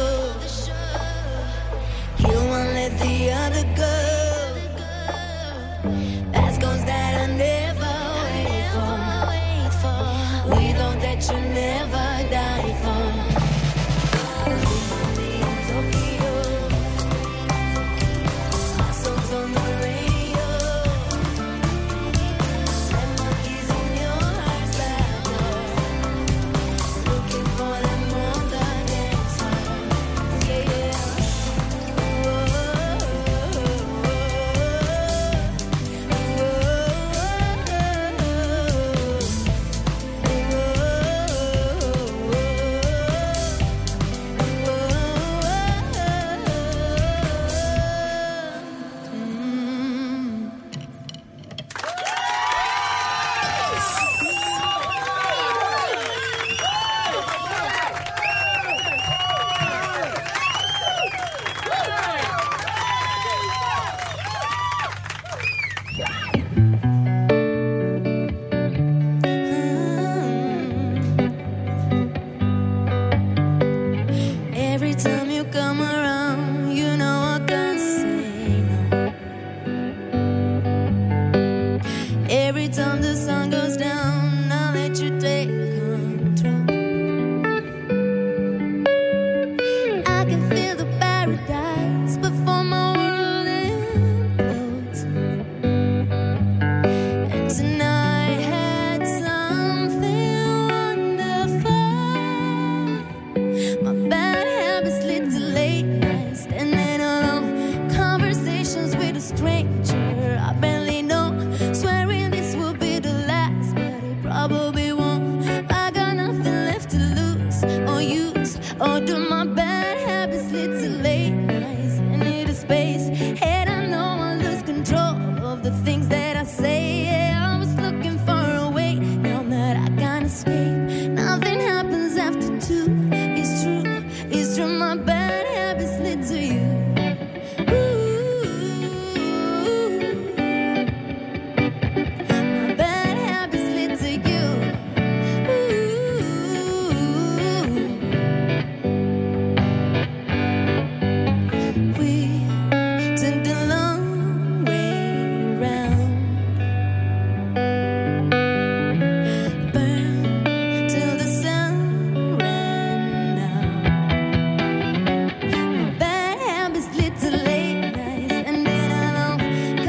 Speaker 4: You won't let the other go. Past goes that I never wait for. We don't that you never die for. Tokyo. My songs on the radio. And my keys in your heart's back door. Looking for that mother dance hall. no use. Order my bad habits lead to late nights. I need a space. Head, I know I lose control of the things that I say. Yeah, I was looking for a way. Now that I can't escape, nothing happens after two. It's true. It's true. My bad habits lead to you. My bad habits lead to you. We took the long way round. Burn till the sun ran out. Bad habits lead to late nights and then I know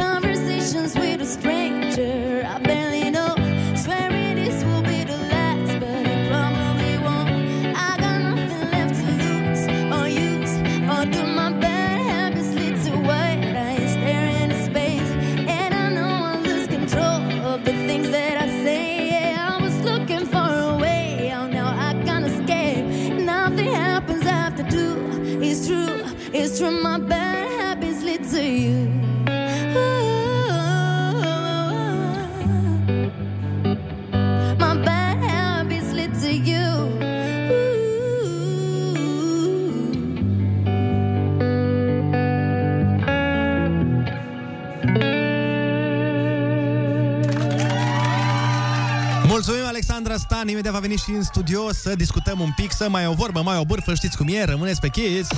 Speaker 4: conversations with a stranger. I barely know. Swear this will be the last, but it probably won't. I got nothing left to lose or use or do my bad habits lead to what I stare into space. And I know I lose control of the things that I say. Yeah, I was looking for a way out, now I can't escape. Nothing happens after two. It's true, it's true. My bad habits lead to you. My bad habits lead to you.
Speaker 1: Mulțumim, Alexandra Stan. Imediat va veni și în studio să discutăm un pic, să mai o vorbă, mai o bârfă, știți cum e, rămâneți pe Kiss.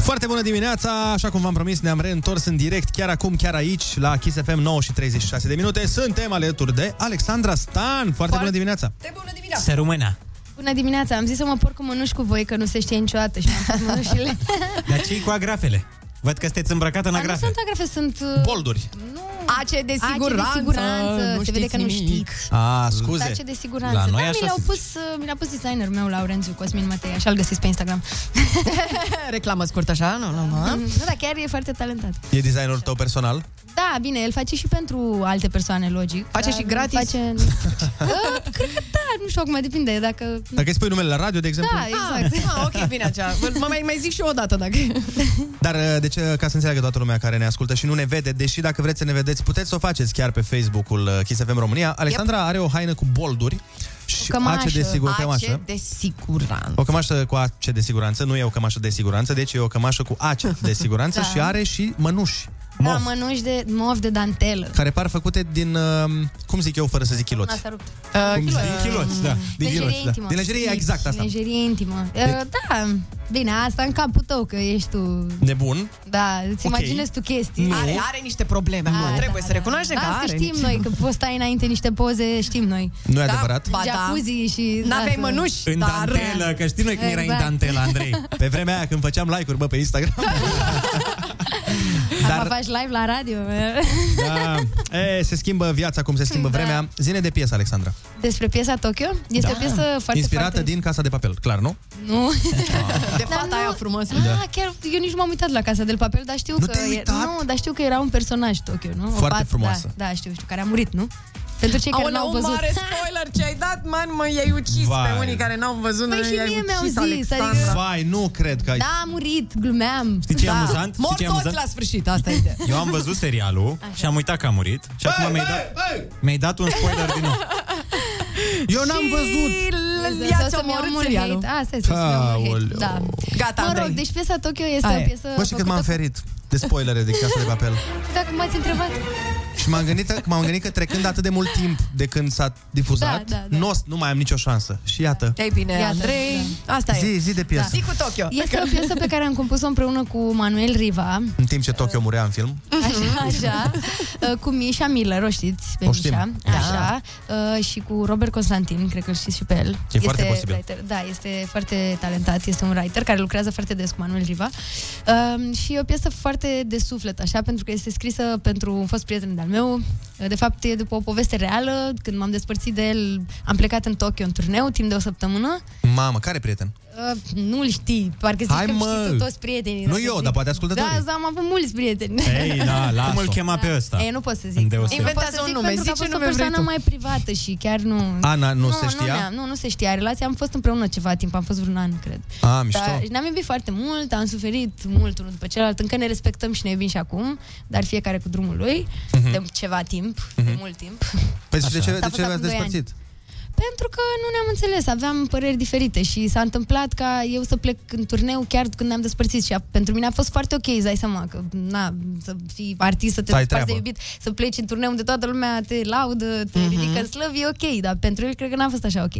Speaker 1: Foarte bună dimineața, așa cum v-am promis, ne-am reîntors în direct chiar acum, chiar aici, la Kiss FM 9 și 36 de minute. Suntem alături de Alexandra Stan. Foarte, Foarte bună dimineața!
Speaker 14: bună dimineața!
Speaker 3: Se rumâna.
Speaker 14: Bună dimineața! Am zis să mă porc cu mănuși cu voi, că nu se știe niciodată și am pus mănușile.
Speaker 3: Dar ce cu agrafele? Văd că sunteți îmbrăcată în
Speaker 14: Dar nu
Speaker 3: agrafe.
Speaker 14: sunt agrafe, sunt... uh,
Speaker 1: Bolduri.
Speaker 14: Ace de
Speaker 2: siguranță,
Speaker 14: de siguranță.
Speaker 2: nu
Speaker 14: se vede
Speaker 2: știți
Speaker 14: că nu
Speaker 2: nimic.
Speaker 14: știți.
Speaker 3: A,
Speaker 14: Scuze. Ace de siguranță.
Speaker 3: La noi
Speaker 14: da, mi
Speaker 3: așa
Speaker 14: l-au
Speaker 3: se
Speaker 14: pus, uh, mi l-a pus designerul meu, Laurențiu Cosmin Matei, așa îl găsiți pe Instagram. Mm,
Speaker 2: Reclamă scurtă așa, nu, nu, nu.
Speaker 14: nu, dar chiar e foarte talentat.
Speaker 1: E designerul tău personal?
Speaker 14: Da, bine, el face și pentru alte persoane, logic.
Speaker 2: Face
Speaker 14: dar
Speaker 2: și gratis?
Speaker 14: Face... Uh, Cred că da, nu știu acum, depinde dacă...
Speaker 1: Dacă îi spui numele la radio, de exemplu?
Speaker 14: Da, exact.
Speaker 2: Ah, ok, bine așa. Mă mai, mai zic și eu o dată dacă...
Speaker 1: Dar uh, de ce, ca să înțeleagă toată lumea care ne ascultă și nu ne vede, deși dacă vreți să ne vedeți, puteți să o faceți chiar pe Facebook-ul uh, Kiss FM România. Alexandra yep. are o haină cu bolduri și ace de sigur cămașă.
Speaker 2: de siguranță.
Speaker 1: O cămașă cu ace de siguranță, nu e o cămașă de siguranță, deci e o cămașă cu ace de siguranță
Speaker 14: Da.
Speaker 1: și are și mănuși
Speaker 14: Da,
Speaker 1: mov,
Speaker 14: mănuși de mov de dantelă.
Speaker 1: care par făcute din, uh, cum zic eu, fără să zic chiloți.
Speaker 14: Asta rupt.
Speaker 3: Cum zic? Din chiloți, da.
Speaker 1: Din
Speaker 14: Lejerie
Speaker 1: chiloți, da.
Speaker 14: intimă.
Speaker 1: Din lejerie,
Speaker 14: Deci,
Speaker 1: exact asta. Deci-
Speaker 14: Lejerie intimă. Uh, Da, bine, asta în capul tău, că ești tu...
Speaker 1: Nebun.
Speaker 14: Da, îți
Speaker 1: Ok.
Speaker 14: imaginezi tu chestii.
Speaker 1: Nu. Are-
Speaker 2: are niște probleme.
Speaker 14: Da,
Speaker 2: Nu, trebuie să recunoaștem că
Speaker 14: Asta
Speaker 2: are
Speaker 14: știm
Speaker 2: niște-
Speaker 14: noi, că postai înainte niște poze, știm noi.
Speaker 1: Nu e adevărat?
Speaker 2: Ba da.
Speaker 14: Jacuzzi și...
Speaker 2: N-aveai
Speaker 14: da,
Speaker 2: mănuși,
Speaker 3: În
Speaker 2: dar...
Speaker 3: dantelă, că știi noi cum era în
Speaker 14: Exact.
Speaker 3: dantelă, Andrei.
Speaker 1: Pe vremea aia când făceam like-uri, bă, pe Instagram.
Speaker 14: Acum faci live la radio.
Speaker 1: Da. E, se schimbă viața cum se schimbă
Speaker 14: Da.
Speaker 1: vremea. Zine de piesă, Alexandra.
Speaker 14: Despre piesa Tokyo? Este o piesă foarte,
Speaker 1: Da. Inspirată
Speaker 14: foarte...
Speaker 1: din Casa de Papel, clar, nu?
Speaker 14: Nu.
Speaker 2: De fata aia frumoasă.
Speaker 1: Da.
Speaker 14: Da. Ah, chiar eu nici m-am uitat la Casa del Papel, dar știu
Speaker 1: Nu
Speaker 14: că
Speaker 1: te-ai
Speaker 14: e,
Speaker 1: uitat?
Speaker 14: nu, dar știu că era un personaj Tokyo, nu? O
Speaker 1: Foarte
Speaker 14: fată,
Speaker 1: frumoasă.
Speaker 14: Da, da, știu, știu, care a murit, nu? Pentru cei care
Speaker 2: Aoleu,
Speaker 14: n-au
Speaker 2: un
Speaker 14: văzut.
Speaker 2: mare spoiler ce ai dat, man, mă, i-ai ucis
Speaker 1: Vai.
Speaker 2: pe unii care n-au văzut.
Speaker 14: Păi
Speaker 2: nu,
Speaker 14: și
Speaker 2: i-ai
Speaker 14: mie mi-au
Speaker 2: ucis
Speaker 14: zis,
Speaker 2: Alexandra.
Speaker 14: adică-
Speaker 1: Vai, nu cred că ai...
Speaker 14: Da, a murit, glumeam. Da.
Speaker 3: Știi ce e amuzant? Știi
Speaker 2: Mor
Speaker 3: ce e
Speaker 2: toți
Speaker 3: amuzant?
Speaker 2: la sfârșit, asta e ideea.
Speaker 3: Eu am văzut serialul și am uitat că a murit și acum mi-ai dat, mi-ai dat un spoiler din nou.
Speaker 1: Eu n-am văzut!
Speaker 2: Și
Speaker 14: Sau
Speaker 2: i-ați
Speaker 14: să-mi iau
Speaker 2: omorât
Speaker 14: mult
Speaker 2: serialul.
Speaker 14: hate. Asta este, să-mi iau mult hate,
Speaker 1: Aoleu.
Speaker 14: Da.
Speaker 2: Gata,
Speaker 14: Mă rog,
Speaker 2: Andrei.
Speaker 14: deci piesa Tokyo este
Speaker 2: Aia e.
Speaker 14: o piesă
Speaker 1: Bă, și cât m-am
Speaker 14: făcută-
Speaker 1: ferit de spoilere de Casa de Papel.
Speaker 14: Dacă m-ați întrebat.
Speaker 1: Și m-am gândit, m-am gândit că trecând atât de mult timp de când s-a difuzat,
Speaker 14: Da, da, da.
Speaker 1: n-o s- nu mai am nicio șansă. Și iată.
Speaker 2: Ei bine,
Speaker 14: Iată,
Speaker 2: Andrei, asta
Speaker 1: Zi,
Speaker 2: e.
Speaker 1: zi de piesă.
Speaker 2: Zi cu Tokyo. Adică-
Speaker 14: da. Este o piesă pe care am compus-o împreună cu Manuel Riva,
Speaker 1: În timp ce Tokyo murea în film.
Speaker 14: așa,
Speaker 1: Mhm.
Speaker 14: așa, uh, cu Mișa Miller, o știți pe
Speaker 1: O știm.
Speaker 14: Mișa, așa, uh, și cu Robert Constantin, cred că îl știți și pe el. E
Speaker 1: foarte posibil.
Speaker 14: Writer, da, este foarte talentat, este un writer care lucrează foarte des cu Manuel Um, Riva uh, și e o piesă foarte de suflet, așa, pentru că este scrisă pentru un fost prieten de-al meu, meu. De fapt, e după o poveste reală. Când m-am despărțit de el, am plecat în Tokyo în turneu timp de o săptămână.
Speaker 1: Mamă, care prieten?
Speaker 14: Uh, nu-l știi, parcă zici
Speaker 1: Hai,
Speaker 14: că
Speaker 1: mă!
Speaker 14: știi tu toți prietenii.
Speaker 1: Nu eu, dar poate ascultătorii.
Speaker 14: Da, da, am avut mulți prieteni.
Speaker 1: da,
Speaker 3: Cum îl chema pe ăsta?
Speaker 14: E, nu pot să zic.
Speaker 3: Îndeosebit.
Speaker 14: nu pot
Speaker 2: Inventează
Speaker 14: să
Speaker 2: un
Speaker 14: zic
Speaker 2: nume,
Speaker 14: pentru că a
Speaker 2: zice
Speaker 14: fost o
Speaker 2: nume vrei
Speaker 14: persoană
Speaker 2: tu.
Speaker 14: mai privată și chiar nu...
Speaker 1: Ana, nu se știa?
Speaker 14: Nu, ne-am- nu, nu se știa. Relația am fost împreună ceva timp, am fost vreun an, cred.
Speaker 1: A, mișto.
Speaker 14: Dar ne-am iubit foarte mult, am suferit mult unul după celălalt, încă ne respectăm și ne iubim și acum, dar fiecare cu drumul lui,
Speaker 1: Mhm.
Speaker 14: de ceva timp, de
Speaker 1: Mhm.
Speaker 14: mult timp.
Speaker 1: Păi și de
Speaker 14: Așa. S-a
Speaker 1: ce, de ce
Speaker 14: fost acum
Speaker 1: v-ați
Speaker 14: doi ani.
Speaker 1: despărțit?
Speaker 14: Pentru că nu ne-am înțeles, aveam păreri diferite și s-a întâmplat ca eu să plec în turneu chiar când ne-am despărțit și a, pentru mine a fost foarte ok, îți dai seama că na, să fii artist, să te
Speaker 2: Să ai
Speaker 14: desparți de
Speaker 2: treabă.
Speaker 14: iubit, să pleci în turneu unde toată lumea te laudă, te ridică în slăv, e ok, dar pentru el cred că n-a fost așa ok.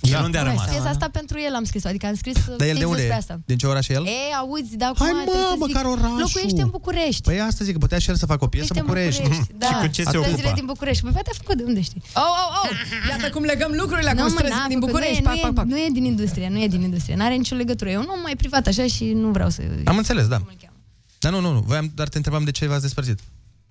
Speaker 3: El unde a
Speaker 14: Am
Speaker 3: rămas?
Speaker 14: scris asta pentru el, am scris adică am scris
Speaker 1: Dar el de
Speaker 14: fix
Speaker 1: unde
Speaker 14: despre
Speaker 1: e?
Speaker 14: asta.
Speaker 1: Din ce oraș e el?
Speaker 14: E, auzi, da, acum Hai, mă,
Speaker 1: măcar
Speaker 14: orașul. Locuiește în București.
Speaker 1: Păi asta zic, putea și el să facă o piesă
Speaker 14: Locuiește în
Speaker 1: București.
Speaker 14: Da. Atâtea zile din București. Păi poate a făcut de unde știi?
Speaker 2: Oh, oh, oh! Iată cum legăm lucrurile acum,
Speaker 14: Nu, mă,
Speaker 2: strâns
Speaker 14: n-a
Speaker 2: din
Speaker 14: făcut.
Speaker 2: București.
Speaker 14: Nu
Speaker 2: Pac,
Speaker 14: e,
Speaker 2: pac,
Speaker 14: nu,
Speaker 2: pac.
Speaker 14: e, nu e din industrie, nu e din industrie. N-are nicio legătură. Eu nu mai privat așa și nu vreau să...
Speaker 1: Am înțeles, da. Dar nu, nu, nu, voiam, dar te întrebam de ce v-ați despărțit.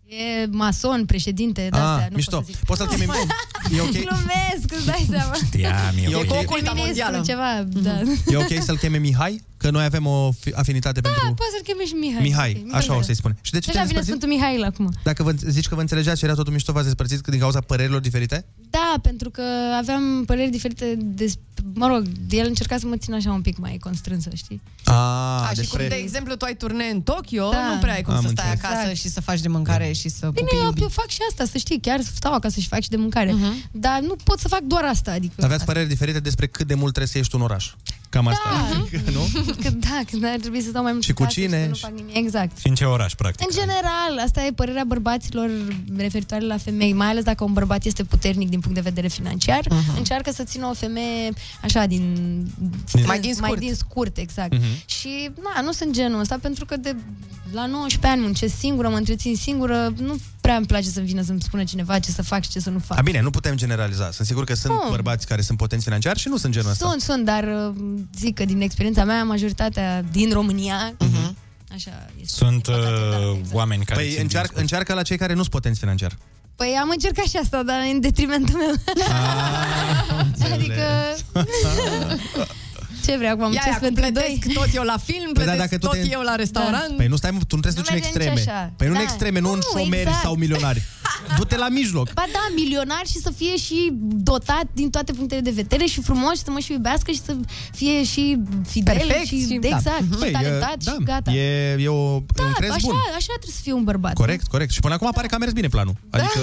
Speaker 14: E mason, președinte, de
Speaker 1: Ah,
Speaker 14: astea. Nu
Speaker 1: mișto.
Speaker 14: pot să zic.
Speaker 1: Poți să-l chemi- E ok?
Speaker 14: Glumesc, îți dai seama.
Speaker 1: Știam, e ok.
Speaker 14: Ministru, ceva,
Speaker 2: Mhm.
Speaker 14: da.
Speaker 1: E ok să-l cheme Mihai? Că noi avem o fi- afinitate
Speaker 14: Da,
Speaker 1: pentru...
Speaker 14: poți să-l chemi și Mihai.
Speaker 1: Mihai,
Speaker 14: Ok,
Speaker 1: așa o să-i spun. Și de ce
Speaker 14: Așa
Speaker 1: te-ai
Speaker 14: vine
Speaker 1: despărțit?
Speaker 14: Sfântul Mihail acum.
Speaker 1: Dacă vă, zici că vă înțelegeați și era totul mișto, v-ați despărțit din cauza părerilor diferite?
Speaker 14: Da, pentru că aveam păreri diferite despre... Mă rog, el încerca să mă țină așa un pic mai constrânsă, știi?
Speaker 1: Ah,
Speaker 2: A, și cum, de exemplu, tu ai turnee în Tokyo, da. nu prea ai cum
Speaker 1: Am
Speaker 2: să stai
Speaker 1: înțeles.
Speaker 2: acasă
Speaker 14: Exact.
Speaker 2: și să faci de
Speaker 1: Da.
Speaker 2: mâncare și să
Speaker 14: Bine,
Speaker 2: pupi
Speaker 14: eu, eu fac și asta, să știi, chiar stau acasă și fac și de mâncare.
Speaker 1: Mhm.
Speaker 14: Uh-huh. Dar nu pot să fac doar asta, adică...
Speaker 1: Aveați păreri diferite despre cât de mult trebuie să ieși tu în oraș. Cam asta.
Speaker 14: Da,
Speaker 1: Adică, nu?
Speaker 14: Că da, că ar trebui să stau mai mult
Speaker 1: Și cu
Speaker 14: acasă
Speaker 1: cine?
Speaker 14: să nu fac nimic. Exact.
Speaker 3: Și în ce oraș, practic?
Speaker 14: În general, asta e părerea bărbaților referitoare la femei, mai ales dacă un bărbat este puternic din punct de vedere financiar, uh-huh. încearcă să țină o femeie așa, din,
Speaker 2: Mai Mhm. din
Speaker 14: mai
Speaker 2: scurt.
Speaker 14: din scurt exact.
Speaker 2: Mhm.
Speaker 14: Uh-huh. Și na, nu sunt genul ăsta, pentru că de la 19 ani muncesc singură, mă întrețin singură, nu prea îmi place să vină să-mi spună cineva ce să fac și ce să nu fac.
Speaker 1: A, bine, nu putem generaliza. Sunt sigur că sunt
Speaker 14: Nu.
Speaker 1: bărbați care sunt potenți financiari și nu sunt genul ăsta.
Speaker 14: Sunt, sunt, dar uh, zic că din experiența mea, majoritatea din România, uh-huh.
Speaker 2: Mhm.
Speaker 14: așa,
Speaker 3: Sunt uh, oameni care
Speaker 1: Păi
Speaker 3: țin
Speaker 1: încearcă, încearcă la cei care nu sunt potenți financiar.
Speaker 14: Păi am încercat și asta, dar în detrimentul meu.
Speaker 2: Da.
Speaker 14: adică... ce vreau acum?
Speaker 2: Ia,
Speaker 14: Ce
Speaker 2: ia, cum
Speaker 14: pentru doi? Da.
Speaker 2: plătesc tot eu la film,
Speaker 1: Păi da,
Speaker 2: plătesc
Speaker 1: dacă tu
Speaker 2: tot
Speaker 1: te-
Speaker 2: eu la restaurant.
Speaker 1: Păi nu stai, mă, tu nu trebuie
Speaker 14: Nu
Speaker 1: să duci în
Speaker 14: merge nici
Speaker 1: extreme.
Speaker 14: așa.
Speaker 1: Păi nu în
Speaker 14: Da.
Speaker 1: extreme, nu, în
Speaker 14: Nu,
Speaker 1: șomeri
Speaker 14: exact.
Speaker 1: sau milionari. Du-te la mijloc.
Speaker 14: Ba da, milionar și să fie și dotat din toate punctele de vedere și frumos și să mă și iubească și să fie și fidel
Speaker 2: Perfect
Speaker 14: și,
Speaker 2: și- da.
Speaker 14: exact,
Speaker 1: Păi,
Speaker 14: și
Speaker 1: e-
Speaker 14: talentat și gata.
Speaker 1: E, e o, da, un crez
Speaker 14: așa,
Speaker 1: bun.
Speaker 14: așa trebuie să fie un bărbat.
Speaker 1: Corect, corect. Și până acum pare că a mers bine planul. Adică...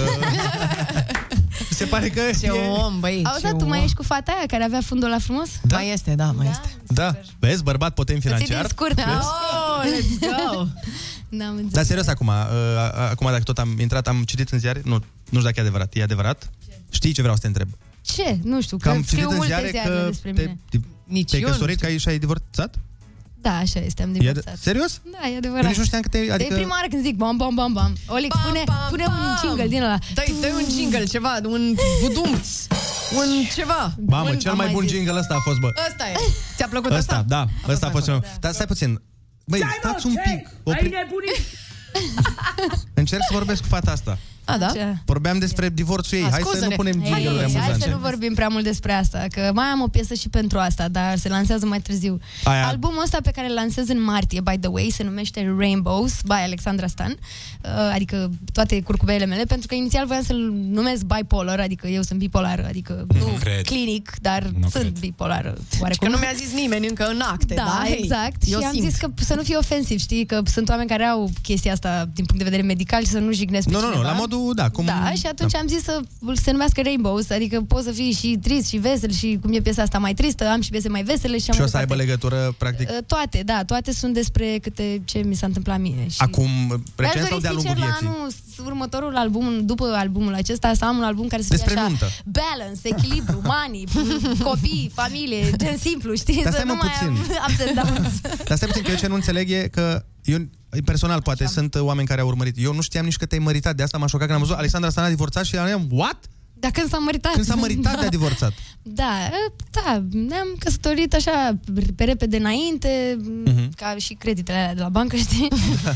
Speaker 1: se pare că
Speaker 2: Ce
Speaker 1: e...
Speaker 2: om, băi,
Speaker 14: Auzi,
Speaker 2: ce
Speaker 14: da, tu
Speaker 2: om.
Speaker 14: mai ești cu fata aia care avea fundul la frumos?
Speaker 1: Da?
Speaker 2: Mai este, da, mai este.
Speaker 1: Da, vezi, bărbat potent
Speaker 14: Ți-e din
Speaker 1: financiar.
Speaker 14: scurt.
Speaker 1: Vezi?
Speaker 2: Oh, let's go!
Speaker 14: N-am înțeles.
Speaker 1: Dar serios acum, uh, a- a- acum dacă tot am intrat, am citit în ziare, nu, nu știu dacă e adevărat, e adevărat? Știi ce vreau să te întreb?
Speaker 14: Ce? Nu știu,
Speaker 1: Că
Speaker 14: că,
Speaker 1: am citit
Speaker 14: scriu
Speaker 1: în
Speaker 14: multe
Speaker 1: ziare
Speaker 14: ziare
Speaker 1: că
Speaker 14: despre
Speaker 1: te,
Speaker 14: mine. Deci
Speaker 1: te,
Speaker 2: Nici
Speaker 1: te-ai
Speaker 2: eu nu
Speaker 1: căsătorit că ai- și ai divorțat?
Speaker 14: Da, așa este, am
Speaker 1: E ade-
Speaker 14: divorțat.
Speaker 1: Serios?
Speaker 14: Da, e
Speaker 1: Eu
Speaker 14: adevărat.
Speaker 1: nici nu știam că te...
Speaker 14: Adică...
Speaker 1: Adică...
Speaker 14: E prima oară când zic bam, bam, bam, bam. Olic, bam, pune, bam, pune bam. un jingle din ăla.
Speaker 2: Dai, dai un jingle, ceva, un budumț, un ceva.
Speaker 1: Mamă,
Speaker 2: un...
Speaker 1: cel mai bun jingle ăsta a fost, bă.
Speaker 2: Ăsta e. Ți-a plăcut
Speaker 1: Ăsta,
Speaker 2: ăsta?
Speaker 1: da, ăsta a fost cel mai Dar stai puțin. Băi, stați un pic. Opri... Încerc să vorbesc cu fata asta.
Speaker 2: A, da?
Speaker 1: Vorbeam despre divorțul ei.
Speaker 2: A,
Speaker 1: Hai să nu
Speaker 2: scuze-ne.
Speaker 1: punem
Speaker 2: Hai,
Speaker 14: Hai,
Speaker 1: jingle
Speaker 14: hai să nu
Speaker 1: amuzante.
Speaker 14: vorbim prea mult despre asta, că mai am o piesă și pentru asta, dar se lansează mai târziu.
Speaker 1: Aia-
Speaker 14: Albumul ăsta pe care îl lansez în martie, by the way, se numește Rainbows by Alexandra Stan, uh, adică toate curcubeile mele, pentru că inițial voiam să-l numesc bipolar, adică eu sunt bipolară, adică nu,
Speaker 3: cred.
Speaker 14: clinic, dar nu sunt cred. bipolară.
Speaker 2: Și
Speaker 14: Oarecum.
Speaker 2: că nu mi-a zis nimeni încă în acte, da,
Speaker 14: da,
Speaker 2: hei,
Speaker 14: exact.
Speaker 2: eu
Speaker 14: și am
Speaker 2: simt.
Speaker 14: zis că să nu fie ofensiv, știi, că sunt oameni care au chestia asta din punct de vedere medical și să nu jignesc pe
Speaker 1: Nu, nu, nu,
Speaker 14: cineva.
Speaker 1: la modul, da, cum...
Speaker 14: Da, și atunci am zis să se numească Rainbows, adică poți să fii și trist și vesel și cum e piesa asta mai tristă, am și piese mai vesele și am
Speaker 1: Și o să aibă legătură, practic,
Speaker 14: Toate, da, toate sunt despre câte ce mi s-a întâmplat mie. Și...
Speaker 1: acum, recent
Speaker 14: Mi-aș
Speaker 1: sau
Speaker 14: dori,
Speaker 1: de-a lungul
Speaker 14: sincer,
Speaker 1: vieții?
Speaker 14: la anul, următorul album, după albumul acesta, să am un album care să
Speaker 1: Despre
Speaker 14: fie așa,
Speaker 1: nuntă.
Speaker 14: balance, echilibru, money, copii, familie, gen simplu, știi?
Speaker 1: Dar
Speaker 14: să
Speaker 1: stai,
Speaker 14: nu
Speaker 1: mă,
Speaker 14: mai
Speaker 1: puțin.
Speaker 14: am ups and downs.
Speaker 1: Dar stai puțin, că eu ce nu înțeleg e că eu, personal, poate sunt uh, oameni care au urmărit. Eu nu știam nici că te-ai măritat, de asta m-a șocat când am văzut Alexandra Stan a divorțat și am what?
Speaker 14: Dar când s-a măritat.
Speaker 1: Când s-a măritat,
Speaker 14: Da.
Speaker 1: te-a divorțat.
Speaker 14: Da, e, da, ne-am căsătorit așa pe repede înainte,
Speaker 1: Mhm.
Speaker 14: ca și creditele alea de la bancă, știi?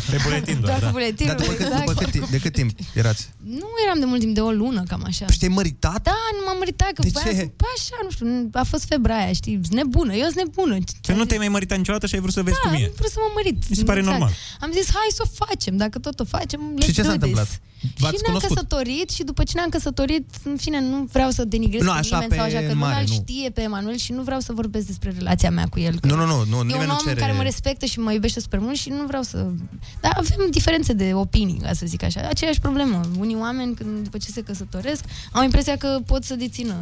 Speaker 1: Pe buletin,
Speaker 14: doar, Doar da. cu buletinul,
Speaker 1: Dar după, cât,
Speaker 14: exact.
Speaker 1: după cât, ti- de cât timp erați?
Speaker 14: nu eram de mult timp, de o lună, cam așa.
Speaker 1: Și te-ai măritat?
Speaker 14: Da, nu m-am măritat, că
Speaker 3: Păi De
Speaker 14: voiam
Speaker 3: ce?
Speaker 14: să- bă, păi așa, nu știu, a fost febra aia, știi, sunt nebună, eu sunt nebună.
Speaker 3: Că nu te-ai mai măritat niciodată și ai vrut să vezi
Speaker 14: da,
Speaker 3: cum e.
Speaker 14: am vrut să mă mărit. Exact.
Speaker 3: Mi se pare normal.
Speaker 14: Am zis, hai să o facem, dacă tot o facem, let's
Speaker 3: Și ce
Speaker 14: do
Speaker 3: s-a
Speaker 14: this.
Speaker 3: întâmplat? V-ați
Speaker 14: și ne-am
Speaker 3: cunoscut?
Speaker 14: căsătorit și după ce ne-am căsătorit, în fine, nu vreau să denigrez
Speaker 1: Nu,
Speaker 14: pe
Speaker 1: așa
Speaker 14: nimeni
Speaker 1: pe
Speaker 14: sau așa, că
Speaker 1: mare,
Speaker 14: lumea îl
Speaker 1: nu.
Speaker 14: știe pe Emanuel și nu vreau să vorbesc despre relația mea cu el. Că
Speaker 1: Nu, nu, nu, nu
Speaker 14: e
Speaker 1: nimeni
Speaker 14: un
Speaker 1: nu
Speaker 14: om
Speaker 1: cere...
Speaker 14: care mă respectă și mă iubește super mult și nu vreau să... Dar avem diferențe de opinii, ca să zic așa. Aceeași problemă. Unii oameni, când, după ce se căsătoresc, au impresia că pot să dețină.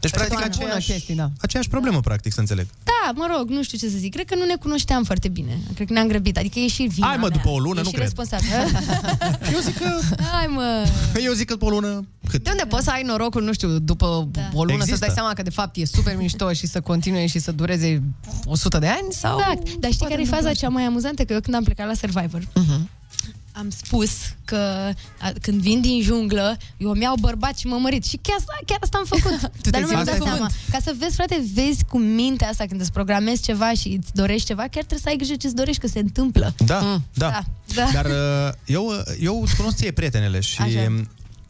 Speaker 1: Deci, practic,
Speaker 14: Persoană.
Speaker 1: aceeași,
Speaker 14: Bună chestie, da.
Speaker 1: aceeași problemă, practic, să înțeleg.
Speaker 14: Da, mă rog, nu știu ce să zic. Cred că nu ne cunoșteam foarte bine. Cred că ne-am grăbit. Adică e și vina
Speaker 1: Hai, mă,
Speaker 14: mea.
Speaker 1: după o lună,
Speaker 14: e
Speaker 1: nu
Speaker 14: și
Speaker 1: cred.
Speaker 14: responsabil.
Speaker 1: Eu zic că...
Speaker 14: Hai, mă.
Speaker 1: Eu zic că pe o lună... Cât?
Speaker 2: De unde poți să ai norocul, nu știu, după
Speaker 14: Da.
Speaker 2: o lună
Speaker 1: Există.
Speaker 2: să-ți dai seama că de fapt e super mișto și să continue și să dureze 100 de ani? Sau...
Speaker 14: Exact. Dar știi care e faza cea mai amuzantă? Că eu când am plecat la Survivor,
Speaker 2: Mhm.
Speaker 14: am spus că a, când vin din junglă, eu îmi iau bărbat și mă mărit. Și chiar, asta- chiar asta am făcut. Dar
Speaker 2: te-ai
Speaker 14: nu mi-am
Speaker 2: ținut
Speaker 14: dat
Speaker 2: de
Speaker 14: seama. Ca să vezi, frate, vezi cu mintea asta când îți programezi ceva și îți dorești ceva, chiar trebuie să ai grijă ce-ți dorești, că se întâmplă.
Speaker 1: Da, da.
Speaker 14: Da, da.
Speaker 1: Dar uh, eu, eu îți cunosc ție prietenele și...
Speaker 14: Așa.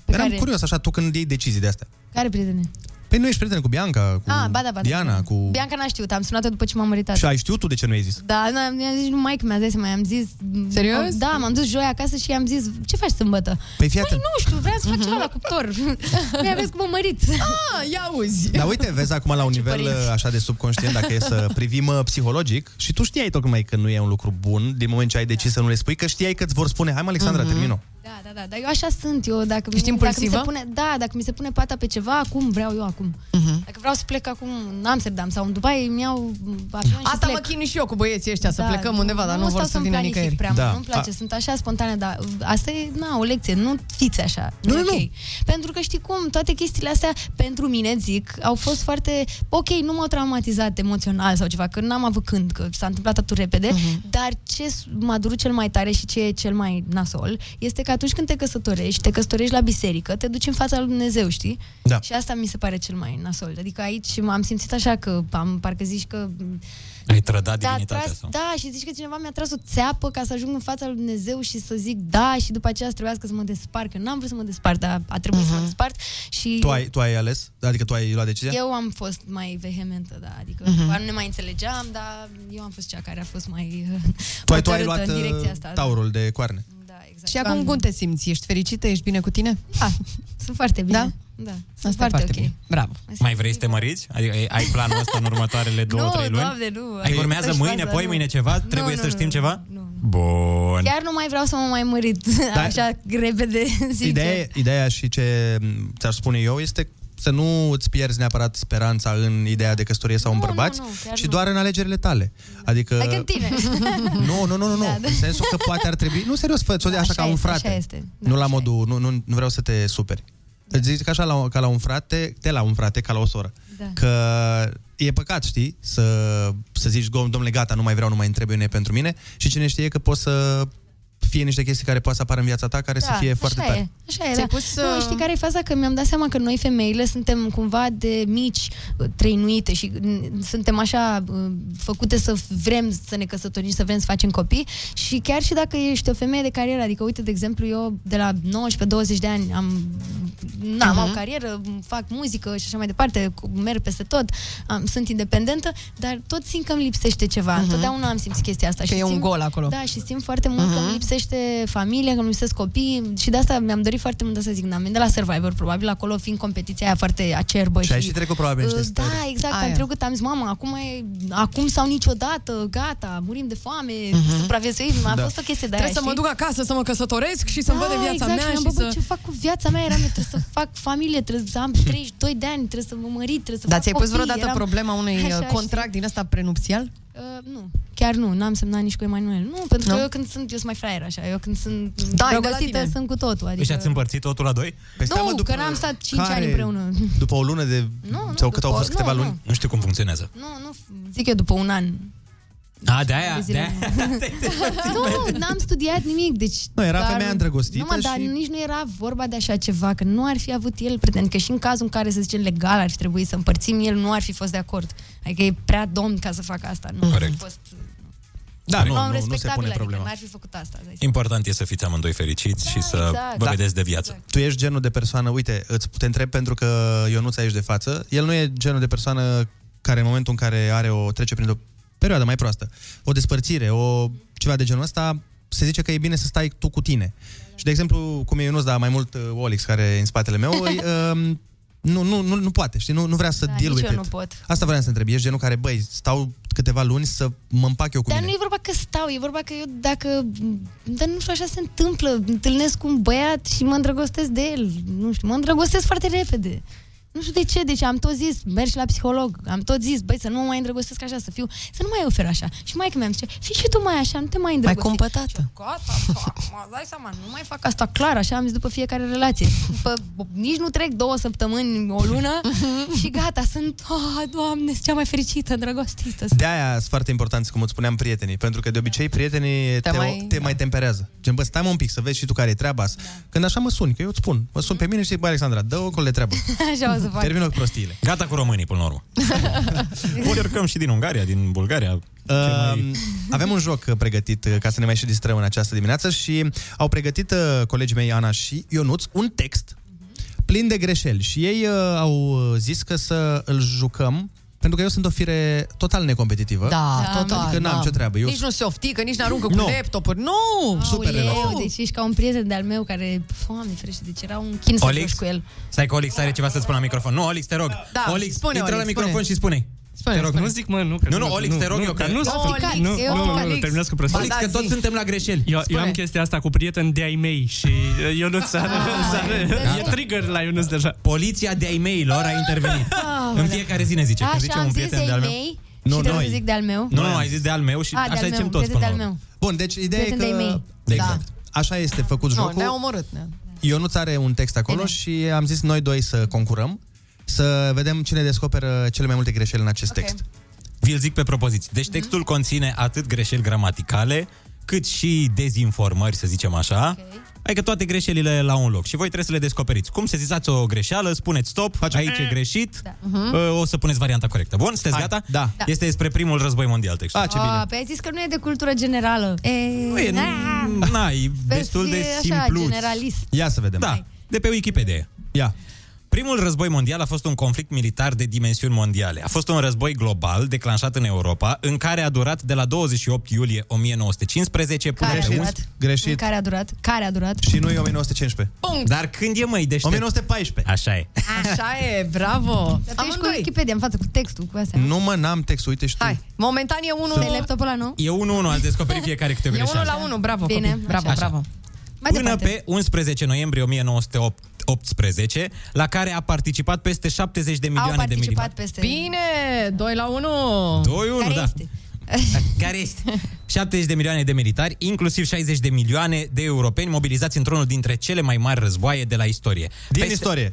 Speaker 1: Eram
Speaker 14: care?
Speaker 1: curios, așa, tu când iei decizii de astea.
Speaker 14: Care prietene?
Speaker 1: Păi nu ești prieten cu Bianca, cu
Speaker 14: Ah, ba da, ba da.
Speaker 1: Diana, cu...
Speaker 14: Bianca n-a știut, am sunat-o după ce m-am măritat.
Speaker 1: Și ai știut tu de ce nu ai zis?
Speaker 14: Da, nu, mi-a zis numai că mi-a zis, mai am zis...
Speaker 2: Serios?
Speaker 14: Da, m-am dus joi acasă și i-am zis, ce faci sâmbătă?
Speaker 1: Păi fii
Speaker 14: Păi
Speaker 1: atent.
Speaker 14: nu știu, vreau să fac ceva la cuptor. Mi-a vezi cum mă mărit. Da,
Speaker 2: Ah, ia uzi.
Speaker 1: Dar uite, vezi acum la un nivel uh, așa de subconștient, dacă e să privim uh, psihologic, și tu știai tocmai că nu e un lucru bun din moment ce ai decis să nu le spui, că știai că îți vor spune, hai mă, Alexandra,
Speaker 14: Mhm.
Speaker 1: mm-hmm. termină.
Speaker 14: Da, da, da, dar eu așa sunt eu. Dacă,
Speaker 2: Ești impulsivă?
Speaker 14: Dacă mi se pune, da, dacă mi se pune pata pe ceva, acum vreau eu acum.
Speaker 2: Mhm.
Speaker 14: Dacă vreau să plec acum în Amsterdam sau în Dubai, îmi iau avion și
Speaker 2: Asta
Speaker 14: plec.
Speaker 2: mă chinui și eu cu băieții ăștia, să
Speaker 14: Da,
Speaker 2: plecăm undeva, dar nu, vor
Speaker 14: stau
Speaker 2: să
Speaker 14: să-mi
Speaker 2: vină
Speaker 14: planific
Speaker 2: nicăieri.
Speaker 14: Prea mult, nu-mi place, sunt așa spontane, dar uh, asta e, na, o lecție, nu fiți așa.
Speaker 2: Nu,
Speaker 14: e
Speaker 2: nu, nu.
Speaker 14: ok. Pentru că știi cum, toate chestiile astea, pentru mine, zic, au fost foarte, ok, nu m-au traumatizat emoțional sau ceva, că n-am avut când, că s-a întâmplat atât repede,
Speaker 2: Mhm.
Speaker 14: dar ce s- m-a durut cel mai tare și ce e cel mai nasol, este că atunci când te căsătorești, te căsătorești la biserică, te duci în fața lui Dumnezeu, știi?
Speaker 1: Da.
Speaker 14: Și asta mi se pare cel mai nasol. Adică aici m-am simțit așa că am, parcă zici că
Speaker 3: Ai trădat
Speaker 14: te-a
Speaker 3: divinitatea
Speaker 14: tras,
Speaker 3: sau?
Speaker 14: da, și zici că cineva mi-a tras o țeapă ca să ajung în fața lui Dumnezeu și să zic da și după aceea să trebuiască să mă despart, că n-am vrut să mă despart, dar a trebuit uh-huh. să mă despart și
Speaker 1: Mhm. Tu ai, tu ai ales? Adică tu ai luat decizia?
Speaker 14: eu am fost mai vehementă, da, adică
Speaker 1: Mhm.
Speaker 14: uh-huh. nu ne mai înțelegeam, dar eu am fost cea care a fost mai
Speaker 1: tu ai, tu ai
Speaker 14: hotărâtă
Speaker 1: luat
Speaker 14: în direcția
Speaker 1: uh,
Speaker 14: asta. da.
Speaker 1: taurul de coarne.
Speaker 14: Exact.
Speaker 2: Și acum cum te simți? Ești fericită? Ești bine cu tine?
Speaker 14: Da, sunt foarte bine. Da? Da, sunt
Speaker 2: Asta e
Speaker 14: foarte
Speaker 2: foarte
Speaker 14: ok.
Speaker 2: bine. Bravo.
Speaker 3: Mai vrei să te măriți? Adică ai- ai planul ăsta în următoarele două,
Speaker 14: Nu,
Speaker 3: trei luni?
Speaker 14: Doamne, nu.
Speaker 3: Ai urmează
Speaker 14: Asta-și
Speaker 3: mâine,
Speaker 14: faza,
Speaker 3: poi
Speaker 14: nu.
Speaker 3: mâine ceva?
Speaker 14: Nu,
Speaker 3: Trebuie
Speaker 14: nu,
Speaker 3: să
Speaker 14: nu,
Speaker 3: știm
Speaker 14: nu,
Speaker 3: ceva? Bun.
Speaker 14: Chiar nu mai vreau să mă mai mărit
Speaker 1: Dar-
Speaker 14: așa repede, sincer.
Speaker 1: Ideea, ideea și ce m, ți-aș spune eu este să nu îți pierzi neapărat speranța în ideea de căsătorie sau în bărbați,
Speaker 14: nu, nu, chiar
Speaker 1: ci
Speaker 14: nu.
Speaker 1: doar în alegerile tale. Adică...
Speaker 14: Adică în tine.
Speaker 1: Nu, nu, nu, nu, nu. Da, da. În sensul că poate ar trebui... Nu, serios, fă o de așa
Speaker 14: Așa
Speaker 1: ca un
Speaker 14: este,
Speaker 1: frate.
Speaker 14: așa este.
Speaker 1: Nu la modul... Nu, nu, nu vreau să te superi. Da. Îți zic așa la, ca la un frate, te la un frate, ca la o soră.
Speaker 14: Da.
Speaker 1: Că e păcat, știi, să, să zici, "Dom- domnule, gata, nu mai vreau, nu mai întrebuie ne pentru mine și cine știe că poți să fie niște chestii care poate să apară în viața ta care să fie foarte
Speaker 14: Da, așa
Speaker 1: tare.
Speaker 14: E, așa e,
Speaker 2: Ți-ai
Speaker 14: da.
Speaker 2: pus,
Speaker 14: pus,
Speaker 2: uh,
Speaker 14: nu, știi care e faza? Că mi-am dat seama că noi femeile suntem cumva de mici uh, trăinuite și mm, suntem așa uh, făcute să vrem să ne căsătorim, să vrem să facem copii și chiar și dacă ești o femeie de carieră, adică uite, de exemplu, eu de la 19-20 de ani am, na, am
Speaker 2: Mhm.
Speaker 14: o carieră, fac muzică și așa mai departe, cu- merg peste tot, am, sunt independentă, dar tot simt că îmi lipsește ceva.
Speaker 2: Mhm.
Speaker 14: Întotdeauna am simțit chestia asta.
Speaker 2: Că
Speaker 14: și
Speaker 2: e un
Speaker 14: simt,
Speaker 2: gol acolo.
Speaker 14: Da, și simt foarte mult că îmi lipsește familie, că îmi lipsesc copii și de asta mi-am dorit foarte mult să zic, n-am venit de la Survivor, probabil acolo fiind competiția aia foarte acerbă.
Speaker 1: Și ai și trecut probabil niște
Speaker 14: Uh, Da,
Speaker 1: stări.
Speaker 14: exact,
Speaker 2: Aia.
Speaker 14: am trecut, am zis, mama, acum, e, acum sau niciodată, gata, murim de foame, supraviețuim, a
Speaker 1: Da.
Speaker 14: fost o chestie de
Speaker 2: Trebuie
Speaker 14: aia,
Speaker 2: să mă
Speaker 14: știi?
Speaker 2: duc acasă, să mă căsătoresc și să-mi văd de viața
Speaker 14: exact,
Speaker 2: mea
Speaker 14: și,
Speaker 2: și,
Speaker 14: mi-am băut,
Speaker 2: să...
Speaker 14: ce fac cu viața mea, eram, eu trebuie să fac familie, trebuie să am 32 de ani, trebuie să mă mărit, trebuie să
Speaker 2: Dar
Speaker 14: fac
Speaker 2: ți-ai pus
Speaker 14: copii,
Speaker 2: vreodată
Speaker 14: eram-
Speaker 2: problema unui
Speaker 14: Așa,
Speaker 2: uh, contract din ăsta prenupțial?
Speaker 14: Uh, nu, chiar nu, n-am semnat nici cu Emanuel. Nu, pentru
Speaker 2: Nu?
Speaker 14: că eu când sunt, eu sunt mai fraier așa, eu când sunt
Speaker 2: Da, e de la
Speaker 14: drăgostită,
Speaker 2: tine.
Speaker 14: sunt cu totul.
Speaker 3: Adică... Și
Speaker 14: Adică...
Speaker 3: ați împărțit totul la doi?
Speaker 1: Păi stai,
Speaker 14: Nu,
Speaker 1: mă,
Speaker 14: că n-am stat 5 ani împreună.
Speaker 1: După o lună de...
Speaker 14: Nu, nu,
Speaker 1: sau cât au
Speaker 14: după-
Speaker 1: fost
Speaker 14: nu,
Speaker 1: câteva
Speaker 14: nu.
Speaker 1: luni?
Speaker 3: Nu știu cum funcționează.
Speaker 14: Nu, nu, zic eu după un an.
Speaker 3: A, de-aia,
Speaker 14: zile
Speaker 3: de-aia.
Speaker 14: nu, n-am studiat nimic, deci...
Speaker 1: Nu, era
Speaker 14: dar-
Speaker 1: femeia îndrăgostită
Speaker 14: Nu, mă, dar
Speaker 1: și-
Speaker 14: nici nu era vorba de așa ceva, că nu ar fi avut el prieten, că și în cazul în care, să zicem, legal ar fi trebuit să împărțim, el nu ar fi fost de acord. Adică e prea domn ca să facă asta. Nu
Speaker 3: Corect.
Speaker 14: ar fi fost...
Speaker 3: Da, nu,
Speaker 14: Om
Speaker 3: nu, nu se
Speaker 14: respectabil,
Speaker 3: pune
Speaker 14: adică
Speaker 3: problema.
Speaker 14: n-ar fi făcut asta. zic.
Speaker 3: Important e să fiți amândoi fericiți și să
Speaker 14: exact.
Speaker 3: vă
Speaker 14: Da.
Speaker 3: vedeți de viață.
Speaker 1: Tu ești genul de persoană, uite, îți te întreb pentru că Ionuț aici de față, el nu e genul de persoană care în momentul în care are o trece prin o perioadă mai proastă, o despărțire, o ceva de genul ăsta, se zice că e bine să stai tu cu tine. Și de exemplu, cum e Ionuț, dar mai mult uh, Olix care e în spatele meu, îi, um, nu, nu, nu, nu poate, știi, nu, nu vrea să
Speaker 14: Da,
Speaker 1: deal
Speaker 14: nici
Speaker 1: with
Speaker 14: eu
Speaker 1: it.
Speaker 14: nu pot.
Speaker 1: Asta vreau să întreb, ești genul care, băi, stau câteva luni să mă împac eu cu
Speaker 14: Dar
Speaker 1: mine.
Speaker 14: nu e vorba că stau, e vorba că eu dacă... Dar nu știu, așa se întâmplă. Întâlnesc un băiat și mă îndrăgostesc de el. Nu știu, mă îndrăgostesc foarte repede. Nu știu de ce, deci am tot zis, mergi la psiholog, am tot zis, băi, să nu mă mai îndrăgostesc așa, să fiu, să nu mai ofer așa. Și mai că mi-am zice, fii și tu mai așa, nu te mai îndrăgosti.
Speaker 2: cumpătată.
Speaker 14: Și eu, Gata, mă dai seama, nu mai fac asta clar, așa am zis după fiecare relație. După, nici nu trec două săptămâni, o lună și gata, sunt, oh, doamne, sunt cea mai fericită, îndrăgostită.
Speaker 1: De aia sunt foarte importanți, cum îți spuneam, prietenii, pentru că de obicei prietenii te, te, mai,
Speaker 14: mai-
Speaker 1: te mai temperează. Gen, bă, stai mă un pic să vezi și tu care e treaba. Da. Mhm. Când așa mă suni, că eu îți spun, mă sun pe mine și zic, bă, Alexandra, dă o de treabă.
Speaker 14: Așa o să fac.
Speaker 1: Termină cu prostiile.
Speaker 3: Gata cu românii, până la urmă. Încercăm și din Ungaria, din Bulgaria.
Speaker 1: Um, avem un joc uh, pregătit uh, ca să ne mai și distrăm în această dimineață și au pregătit uh, colegii mei Ana și Ionuț un text plin de greșeli și ei uh, au uh, zis că să îl jucăm pentru că eu sunt o fire total necompetitivă.
Speaker 2: Da, total.
Speaker 1: Adică n-am
Speaker 2: da.
Speaker 1: ce treabă. Eu
Speaker 2: Nici nu se oftică, nici n-aruncă cu
Speaker 1: Nu.
Speaker 2: laptopuri. Nu!
Speaker 1: Super
Speaker 14: Aoleu,
Speaker 1: relaxant.
Speaker 14: Deci ești ca un prieten de-al meu care, foame ferește, deci era un chin să joci cu el.
Speaker 3: Stai că Olix are ceva să spun la microfon. Nu, Olix, te rog.
Speaker 14: Da,
Speaker 3: Olix,
Speaker 14: spune,
Speaker 3: intră
Speaker 14: Olix,
Speaker 3: la microfon
Speaker 14: spune.
Speaker 3: și spune.
Speaker 2: Spune,
Speaker 3: te rog,
Speaker 2: spune.
Speaker 3: nu zic, mă, nu. Că nu, nu, Olix, te rog eu. că-
Speaker 12: Dar nu,
Speaker 2: Olix,
Speaker 12: nu,
Speaker 2: eu-
Speaker 12: nu, nu, nu,
Speaker 2: Olix.
Speaker 12: terminați cu prostia.
Speaker 3: Olix, că toți
Speaker 2: zi.
Speaker 3: suntem la greșeli.
Speaker 12: Eu, eu am chestia asta cu prieteni de-ai mei și uh, Ionuț
Speaker 14: Ah,
Speaker 12: s-a, s-a, e trigger la Ionuț deja.
Speaker 3: Poliția de-ai mei lor a intervenit.
Speaker 14: Aoleu.
Speaker 3: În fiecare zi ne zice.
Speaker 14: Așa
Speaker 3: Când zice
Speaker 14: am
Speaker 3: un
Speaker 14: zis
Speaker 3: prieten
Speaker 14: de-ai
Speaker 3: de-al meu.
Speaker 14: mei
Speaker 3: Nu,
Speaker 14: și trebuie
Speaker 3: noi.
Speaker 14: să zic de-al meu.
Speaker 3: Nu, nu, ai zis de-al meu și
Speaker 14: A,
Speaker 3: așa
Speaker 14: de-al
Speaker 3: zicem
Speaker 14: meu,
Speaker 3: toți.
Speaker 14: prieten
Speaker 3: până la
Speaker 14: de-al
Speaker 3: urmă.
Speaker 14: meu.
Speaker 1: Bun, deci ideea
Speaker 14: Prieten
Speaker 1: e
Speaker 14: de-ai
Speaker 1: că...
Speaker 14: mei.
Speaker 1: Exact. Așa este făcut
Speaker 2: Da. Nu,
Speaker 1: jocul.
Speaker 2: ne-a omorât. Ne.
Speaker 1: Ionuț are un text acolo și am zis noi doi să concurăm, să vedem cine descoperă cele mai multe greșeli în acest okay. text.
Speaker 3: Vi-l zic pe propoziții. Deci textul conține atât greșeli gramaticale, cât și dezinformări, să zicem așa. Okay. Adică toate greșelile la un loc. Și voi trebuie să le descoperiți. Cum sezizați o greșeală, spuneți stop, Facem. aici e greșit, da.
Speaker 14: Uh-huh.
Speaker 3: o să puneți varianta corectă. Bun, sunteți Hai. gata? Da. Este despre primul război mondial textul.
Speaker 14: Ah, Păi ai zis că nu e de cultură generală. E,
Speaker 3: Nu e, na, e destul de
Speaker 14: Așa,
Speaker 3: simplu.
Speaker 14: generalist.
Speaker 1: Ia să vedem.
Speaker 3: Da, de pe Wikipedia.
Speaker 1: Ia.
Speaker 3: Primul război mondial a fost un conflict militar de dimensiuni mondiale. A fost un război global declanșat în Europa, în care a durat de la 28 iulie 1915 până
Speaker 14: Care a
Speaker 3: pe 11
Speaker 14: durat? Care a durat? Care a durat?
Speaker 1: Și nu e 1915.
Speaker 2: Punct.
Speaker 3: Dar când e, măi, deștept?
Speaker 1: 1914.
Speaker 3: Așa e.
Speaker 2: Așa e, bravo.
Speaker 14: Dar tu ești cu
Speaker 2: Amândoi.
Speaker 14: Wikipedia în față, cu textul, cu astea.
Speaker 1: Nu mă, n-am textul, uite și tu.
Speaker 2: Hai, momentan e unul...
Speaker 14: Pe laptopul ăla, nu?
Speaker 3: E 1-1, ați descoperit fiecare câte o
Speaker 2: E
Speaker 3: greșeală.
Speaker 2: unul la unul, bravo,
Speaker 14: Bine,
Speaker 2: copii. Bravo,
Speaker 3: așa.
Speaker 2: bravo.
Speaker 14: Mai
Speaker 3: Până
Speaker 14: departe.
Speaker 3: pe 11 noiembrie 1918, la care a participat peste 70 de
Speaker 14: Au
Speaker 3: milioane de
Speaker 14: participat
Speaker 3: militari.
Speaker 14: peste...
Speaker 2: Bine, 2 la 1.
Speaker 3: 2-1, da.
Speaker 14: este?
Speaker 3: Care este? 70 de milioane de militari, inclusiv 60 de milioane de europeni mobilizați într-unul dintre cele mai mari războaie de la istorie.
Speaker 1: Din istorie.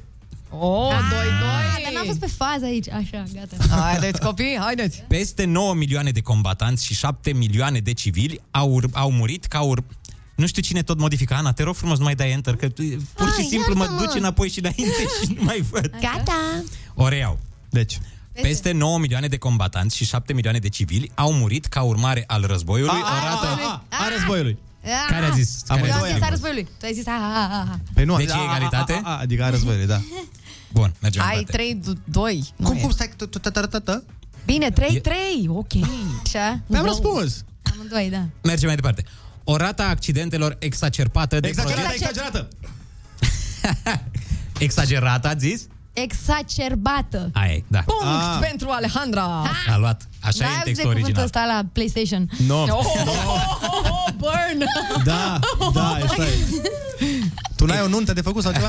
Speaker 2: Oh, 2
Speaker 14: Ah, dar n-am fost pe fază aici. Așa, gata.
Speaker 2: Haideți, copii, haideți.
Speaker 3: Peste 9 milioane de combatanți și 7 milioane de civili au, ur- au murit ca ur... Nu știu cine tot modifică. Ana, te rog frumos, nu mai dai enter, că tu- pur și
Speaker 14: Ai,
Speaker 3: simplu mă
Speaker 14: iartă-mă.
Speaker 3: duci înapoi și înainte și nu mai văd.
Speaker 14: Gata.
Speaker 3: O reiau.
Speaker 1: Deci,
Speaker 3: Peste 9 milioane de combatanți și 7 milioane de civili au murit ca urmare al războiului.
Speaker 1: A, a,
Speaker 3: o rată...
Speaker 1: a, a, a războiului.
Speaker 14: Ah.
Speaker 3: Care a zis?
Speaker 1: Am
Speaker 3: Care a
Speaker 14: Eu
Speaker 3: zis?
Speaker 14: am zis a războiului. Tu ai zis ah, a, a, a, a.
Speaker 1: Păi nu,
Speaker 3: Deci
Speaker 1: a-
Speaker 3: e egalitate?
Speaker 1: A, a, a, adică a războiului, da.
Speaker 3: Bun, mergem mai
Speaker 2: Ai
Speaker 3: departe.
Speaker 2: 3, 2.
Speaker 1: Cum, cum, stai, tu- tu- tu- tu- tu- tu?
Speaker 2: Bine, 3,
Speaker 3: E-
Speaker 2: 3, ok.
Speaker 14: Așa?
Speaker 1: Mi-am răspuns.
Speaker 14: Amândoi, da.
Speaker 3: Mergem mai departe. O rata accidentelor exacerbată de
Speaker 1: Exagerată,
Speaker 3: proiect-
Speaker 1: exagerată.
Speaker 3: Exagerată, ați zis?
Speaker 14: Exacerbată.
Speaker 3: Aia e, da.
Speaker 2: Punct
Speaker 1: Ah.
Speaker 2: pentru Alejandra.
Speaker 3: A luat. Așa e
Speaker 14: N-ai
Speaker 3: în
Speaker 14: auzit de
Speaker 3: textul
Speaker 14: cuvântul
Speaker 3: original.
Speaker 14: ăsta la PlayStation.
Speaker 1: No.
Speaker 2: Oh, oh, oh, oh, oh, burn!
Speaker 1: Da, da, asta e. Tu n-ai o nuntă de făcut sau ceva?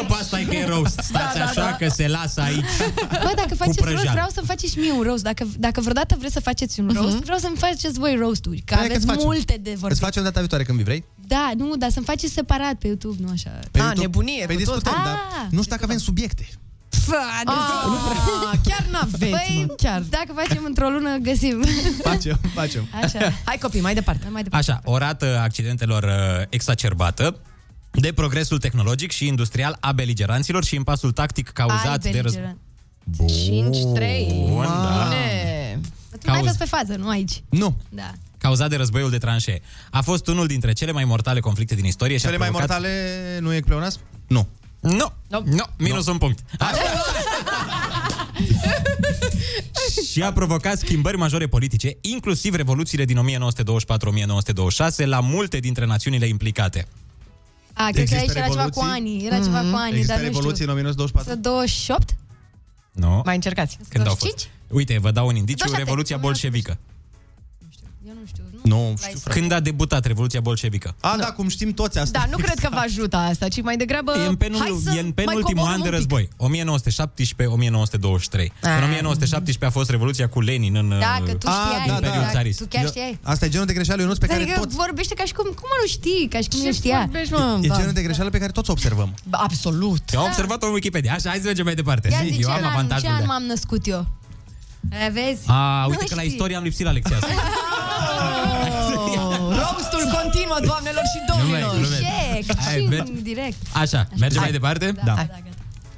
Speaker 3: Opa, stai că e roast. Stați
Speaker 2: da,
Speaker 3: așa
Speaker 2: da.
Speaker 3: că se lasă aici.
Speaker 14: Bă, dacă faceți roast,
Speaker 3: prăjeală.
Speaker 14: vreau să-mi faceți și mie un roast. Dacă, dacă vreodată vreți să faceți un roast,
Speaker 2: Mhm.
Speaker 14: vreau să-mi faceți voi roast-uri, că
Speaker 1: Păi, Hai că
Speaker 14: aveți
Speaker 1: îți facem.
Speaker 14: multe de vorbit.
Speaker 1: Îți facem data viitoare când vii, vrei?
Speaker 14: Da, nu, dar să-mi faceți separat pe YouTube, nu așa.
Speaker 1: Pe
Speaker 2: A,
Speaker 1: YouTube.
Speaker 2: Da, nebunie,
Speaker 1: Păi
Speaker 2: cu tot. Ah!
Speaker 1: discutăm,
Speaker 14: Ah,
Speaker 1: dar nu știu dacă avem subiecte.
Speaker 14: Pfă, nu prea.
Speaker 2: Chiar n-aveți,
Speaker 14: Băi,
Speaker 2: chiar.
Speaker 14: dacă facem într-o lună, găsim.
Speaker 1: Facem, facem.
Speaker 14: Așa.
Speaker 2: Hai copii, mai departe. Mai departe.
Speaker 3: Așa, o rată a accidentelor uh, exacerbată de progresul tehnologic și industrial a beligeranților și impasul tactic cauzat de război.
Speaker 14: 5-3.
Speaker 3: Bun, da.
Speaker 14: Tu n-ai
Speaker 3: Auzi.
Speaker 14: fost pe față, nu aici.
Speaker 3: Nu.
Speaker 14: Da.
Speaker 3: Cauzat de războiul de tranșee. A fost unul dintre cele mai mortale conflicte din istorie și
Speaker 1: Cele
Speaker 3: a
Speaker 1: mai
Speaker 3: provocat...
Speaker 1: mortale nu e pleonasm? Nu.
Speaker 3: Nu. Nu. Ah. No, minus un punct. și a provocat schimbări majore politice, inclusiv revoluțiile din 1924-1926 la multe dintre națiunile implicate.
Speaker 14: A, cred că
Speaker 3: Există
Speaker 14: aici era ceva cu
Speaker 3: revoluții? Mhm.
Speaker 14: ani. Era ceva cu ani,
Speaker 3: Există
Speaker 14: dar nu
Speaker 3: revoluții
Speaker 14: știu.
Speaker 3: în 1924?
Speaker 14: 128?
Speaker 3: Nu.
Speaker 2: Mai încercați.
Speaker 3: Când au fost? Uite, vă dau un indiciu,
Speaker 14: 27.
Speaker 3: Revoluția Bolșevică.
Speaker 1: Nu
Speaker 14: știu,
Speaker 1: frate.
Speaker 3: Când a debutat Revoluția Bolșevică?
Speaker 1: A, da, cum știm toți asta.
Speaker 2: Da, nu cred că vă ajută asta, ci mai degrabă...
Speaker 3: Exact. E în,
Speaker 2: hai
Speaker 3: penul,
Speaker 2: să
Speaker 3: e în
Speaker 2: mai
Speaker 3: penultimul
Speaker 2: coborâm
Speaker 3: an de
Speaker 2: un pic.
Speaker 3: război, 1917-1923. În
Speaker 2: Ah.
Speaker 3: 1917 a fost Revoluția cu Lenin în
Speaker 14: Da,
Speaker 3: uh,
Speaker 14: că tu știai,
Speaker 3: Imperiul
Speaker 14: da, da.
Speaker 3: Țarist.
Speaker 14: Tu chiar știai.
Speaker 1: Asta e genul de greșeală, Ionuț, pe care
Speaker 14: Adică
Speaker 1: toți...
Speaker 14: vorbește ca și cum, cum mă nu știi, ca și cum nu știa.
Speaker 2: vorbești,
Speaker 1: E genul de greșeală pe care toți o observăm.
Speaker 2: Absolut.
Speaker 3: Eu am observat-o în Wikipedia. Așa, hai să mergem mai departe.
Speaker 14: Ia
Speaker 3: Zi,
Speaker 14: zi,
Speaker 3: eu
Speaker 14: ce
Speaker 3: am
Speaker 14: an, ce
Speaker 3: avantajul
Speaker 14: an
Speaker 3: de...
Speaker 14: m-am născut eu? E, Vezi?
Speaker 3: A, uite
Speaker 14: Nu
Speaker 3: că la
Speaker 14: știi.
Speaker 3: istorie am lipsit la lecția asta.
Speaker 2: Oh, Roastul continuă, doamnelor și domnilor.
Speaker 3: glumesc.
Speaker 14: Eșec,
Speaker 3: Hai,
Speaker 14: și
Speaker 3: mergi.
Speaker 14: în direct.
Speaker 3: Așa, mergem mai departe?
Speaker 14: Da, da, gata.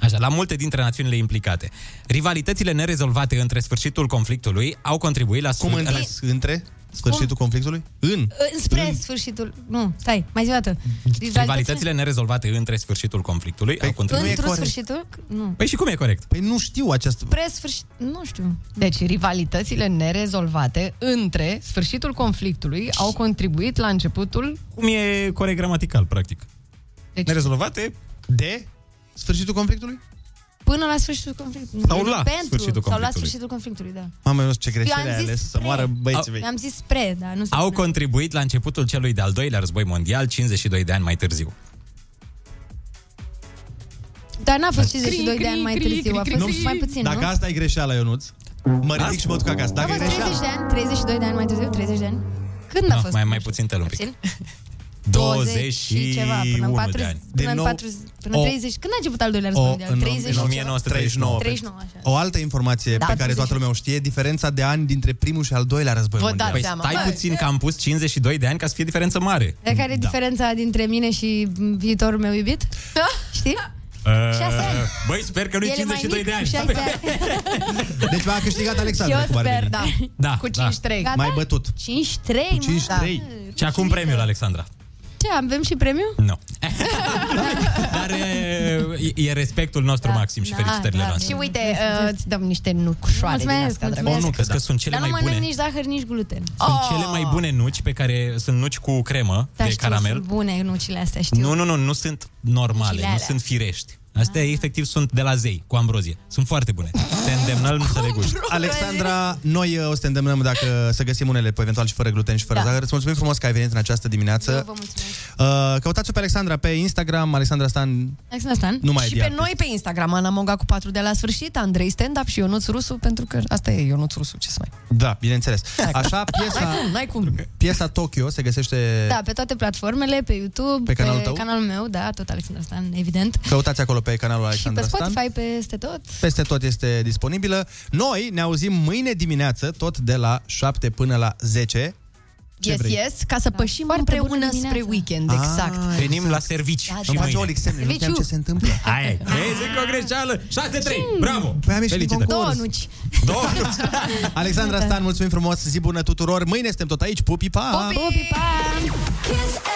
Speaker 3: Așa, la multe dintre națiunile implicate. Rivalitățile nerezolvate între sfârșitul conflictului au contribuit la...
Speaker 1: Cum între? Între? Sfârșitul conflictului? În?
Speaker 14: Înspre sfârșitul. Nu, stai, mai zi o dată.
Speaker 3: Rivalitățile nerezolvate între sfârșitul conflictului au contribuit...
Speaker 14: Într-un sfârșitul? Nu.
Speaker 3: Păi și cum e corect?
Speaker 1: Păi nu știu acest...
Speaker 14: Spre sfârșit, nu știu.
Speaker 2: Deci, rivalitățile nerezolvate între sfârșitul conflictului au contribuit la începutul...
Speaker 3: Cum e corect gramatical, practic?
Speaker 2: Deci,
Speaker 3: Nerezolvate
Speaker 1: de sfârșitul conflictului?
Speaker 14: Până la sfârșitul conflictului.
Speaker 1: Sau la
Speaker 14: Pentru, Sau
Speaker 1: sfârșitul
Speaker 14: la
Speaker 1: conflictului.
Speaker 14: sfârșitul conflictului, da.
Speaker 1: Mamă, eu nu știu ce
Speaker 14: Eu
Speaker 1: greșeli
Speaker 14: am
Speaker 1: ai
Speaker 14: zis
Speaker 1: ales să
Speaker 14: spre.
Speaker 1: moară băieții mei.
Speaker 14: Am zis spre, da, nu se
Speaker 3: Au
Speaker 14: spune.
Speaker 3: contribuit la începutul celui de-al doilea război mondial 52 de ani mai târziu.
Speaker 14: Dar n-a fost
Speaker 3: Cri,
Speaker 14: 52 de ani mai
Speaker 2: cri,
Speaker 14: târziu, a
Speaker 2: cri,
Speaker 14: fost
Speaker 2: cri,
Speaker 14: mai puțin, nu?
Speaker 1: Dacă asta e greșeala, Ionuț, mă ridic și mă duc acasă.
Speaker 14: A
Speaker 1: Dacă e
Speaker 14: fost
Speaker 1: greșeala...
Speaker 14: 30 de ani, 32 de ani mai târziu, 30 de ani. Când a
Speaker 3: No,
Speaker 14: fost?
Speaker 3: Ah, mai, mai puțin te un pic.
Speaker 14: Puțin?
Speaker 3: 20 și
Speaker 14: ceva, până în
Speaker 3: 41 de
Speaker 14: 40,
Speaker 3: ani.
Speaker 14: până în 40, până în 30. Când a început al doilea război mondial? 30 și
Speaker 1: în
Speaker 14: ceva?
Speaker 1: 1939.
Speaker 14: 39, așa.
Speaker 1: O altă informație
Speaker 14: Da,
Speaker 1: pe care
Speaker 14: 30.
Speaker 1: toată lumea o știe, diferența de ani dintre primul și al doilea război
Speaker 14: Vă
Speaker 1: mondial.
Speaker 14: dați Păi seama.
Speaker 3: Stai
Speaker 14: Băi,
Speaker 3: puțin că am pus 52 de ani ca să fie diferență mare.
Speaker 14: Dar care e
Speaker 1: Da.
Speaker 14: diferența dintre mine și viitorul meu iubit? Știi? Șase ani.
Speaker 3: Uh, Băi, sper că nu e
Speaker 14: El e mai
Speaker 3: 52 de
Speaker 14: mic,
Speaker 3: ani.
Speaker 14: șase ani.
Speaker 1: Deci v-a câștigat Alexandru.
Speaker 14: Eu
Speaker 1: cum ar
Speaker 14: sper,
Speaker 1: veni.
Speaker 14: da.
Speaker 3: Da,
Speaker 14: Cu
Speaker 3: da.
Speaker 14: 5-3. Gata?
Speaker 1: Mai bătut.
Speaker 14: 5-3, mă. da.
Speaker 1: 5-3.
Speaker 3: Și acum premiul, Alexandra.
Speaker 14: Ce, avem și premiu?
Speaker 3: Nu. Dar e, e respectul nostru maxim și
Speaker 14: da,
Speaker 3: felicitările
Speaker 14: da.
Speaker 3: noastre.
Speaker 2: Și uite, uh, îți dăm niște nucșoare din
Speaker 14: Mulțumesc,
Speaker 2: astea, dragă.
Speaker 3: O, nu, că, că sunt cele
Speaker 14: Dar nu
Speaker 3: mai
Speaker 14: mănânc
Speaker 3: bune.
Speaker 14: nici zahăr, nici gluten.
Speaker 3: Sunt cele mai bune nuci pe care sunt nuci cu cremă
Speaker 14: Oh, Dar
Speaker 3: de
Speaker 14: Da, știu,
Speaker 3: caramel.
Speaker 14: sunt bune nucile astea, știu.
Speaker 3: Nu, nu, nu, nu sunt normale,
Speaker 14: Nucile
Speaker 3: nu
Speaker 14: alea. Ah.
Speaker 3: sunt firești. Astea, efectiv, sunt de la zei, cu ambrozie. Sunt foarte bune. Te îndemnăm să le guști.
Speaker 1: Alexandra, noi uh, o să te îndemnăm dacă să găsim unele pe eventual și fără gluten și fără
Speaker 14: Da.
Speaker 1: zahăr. Îți mulțumim frumos că ai venit în această
Speaker 14: Eu
Speaker 1: dimineață.
Speaker 14: vă mulțumesc.
Speaker 1: Uh, Căutați-o pe Alexandra pe Instagram, Alexandra Stan.
Speaker 14: Alexandra Stan?
Speaker 1: Nu mai
Speaker 2: și
Speaker 1: e
Speaker 2: pe
Speaker 1: diabet.
Speaker 2: noi pe Instagram, Ana Moga cu 4 de la sfârșit, Andrei Stand-up și Ionuț Rusu, pentru că asta e Ionuț Rusu, ce să mai...
Speaker 1: Da, bineînțeles. Așa,
Speaker 2: N-ai
Speaker 1: piesa,
Speaker 2: cum, n-ai cum.
Speaker 1: piesa Tokyo se găsește...
Speaker 14: Da, pe toate platformele, pe YouTube,
Speaker 1: Pe canalul tău?
Speaker 14: canalul meu, da, tot Alexandra Stan, evident.
Speaker 1: Căutați acolo pe canalul
Speaker 14: Și pe
Speaker 1: Alexandra Stan.
Speaker 14: Spotify, peste tot.
Speaker 1: Peste tot este disponibilă. Noi ne auzim mâine dimineață, tot de la 7 până la 10. Ce
Speaker 2: yes,
Speaker 1: vrei?
Speaker 2: yes, ca
Speaker 14: Da.
Speaker 2: să pășim împreună spre weekend, exact.
Speaker 1: Ah,
Speaker 3: Venim la servici
Speaker 2: Da,
Speaker 3: și
Speaker 2: da.
Speaker 1: Îmi face
Speaker 3: mâine.
Speaker 1: Olic semne, nu știam
Speaker 2: Serviciu.
Speaker 1: ce se întâmplă.
Speaker 3: Aia e. Vezi, încă o greșeală. 6-3. Bravo.
Speaker 1: Păi am ieșit din
Speaker 3: Felicitări.
Speaker 1: concurs.
Speaker 14: Tonuci.
Speaker 3: Două.
Speaker 1: Alexandra Stan, mulțumim frumos, zi bună tuturor. Mâine suntem tot aici, pupi, pa!
Speaker 14: Pupi, pa!
Speaker 4: Kiss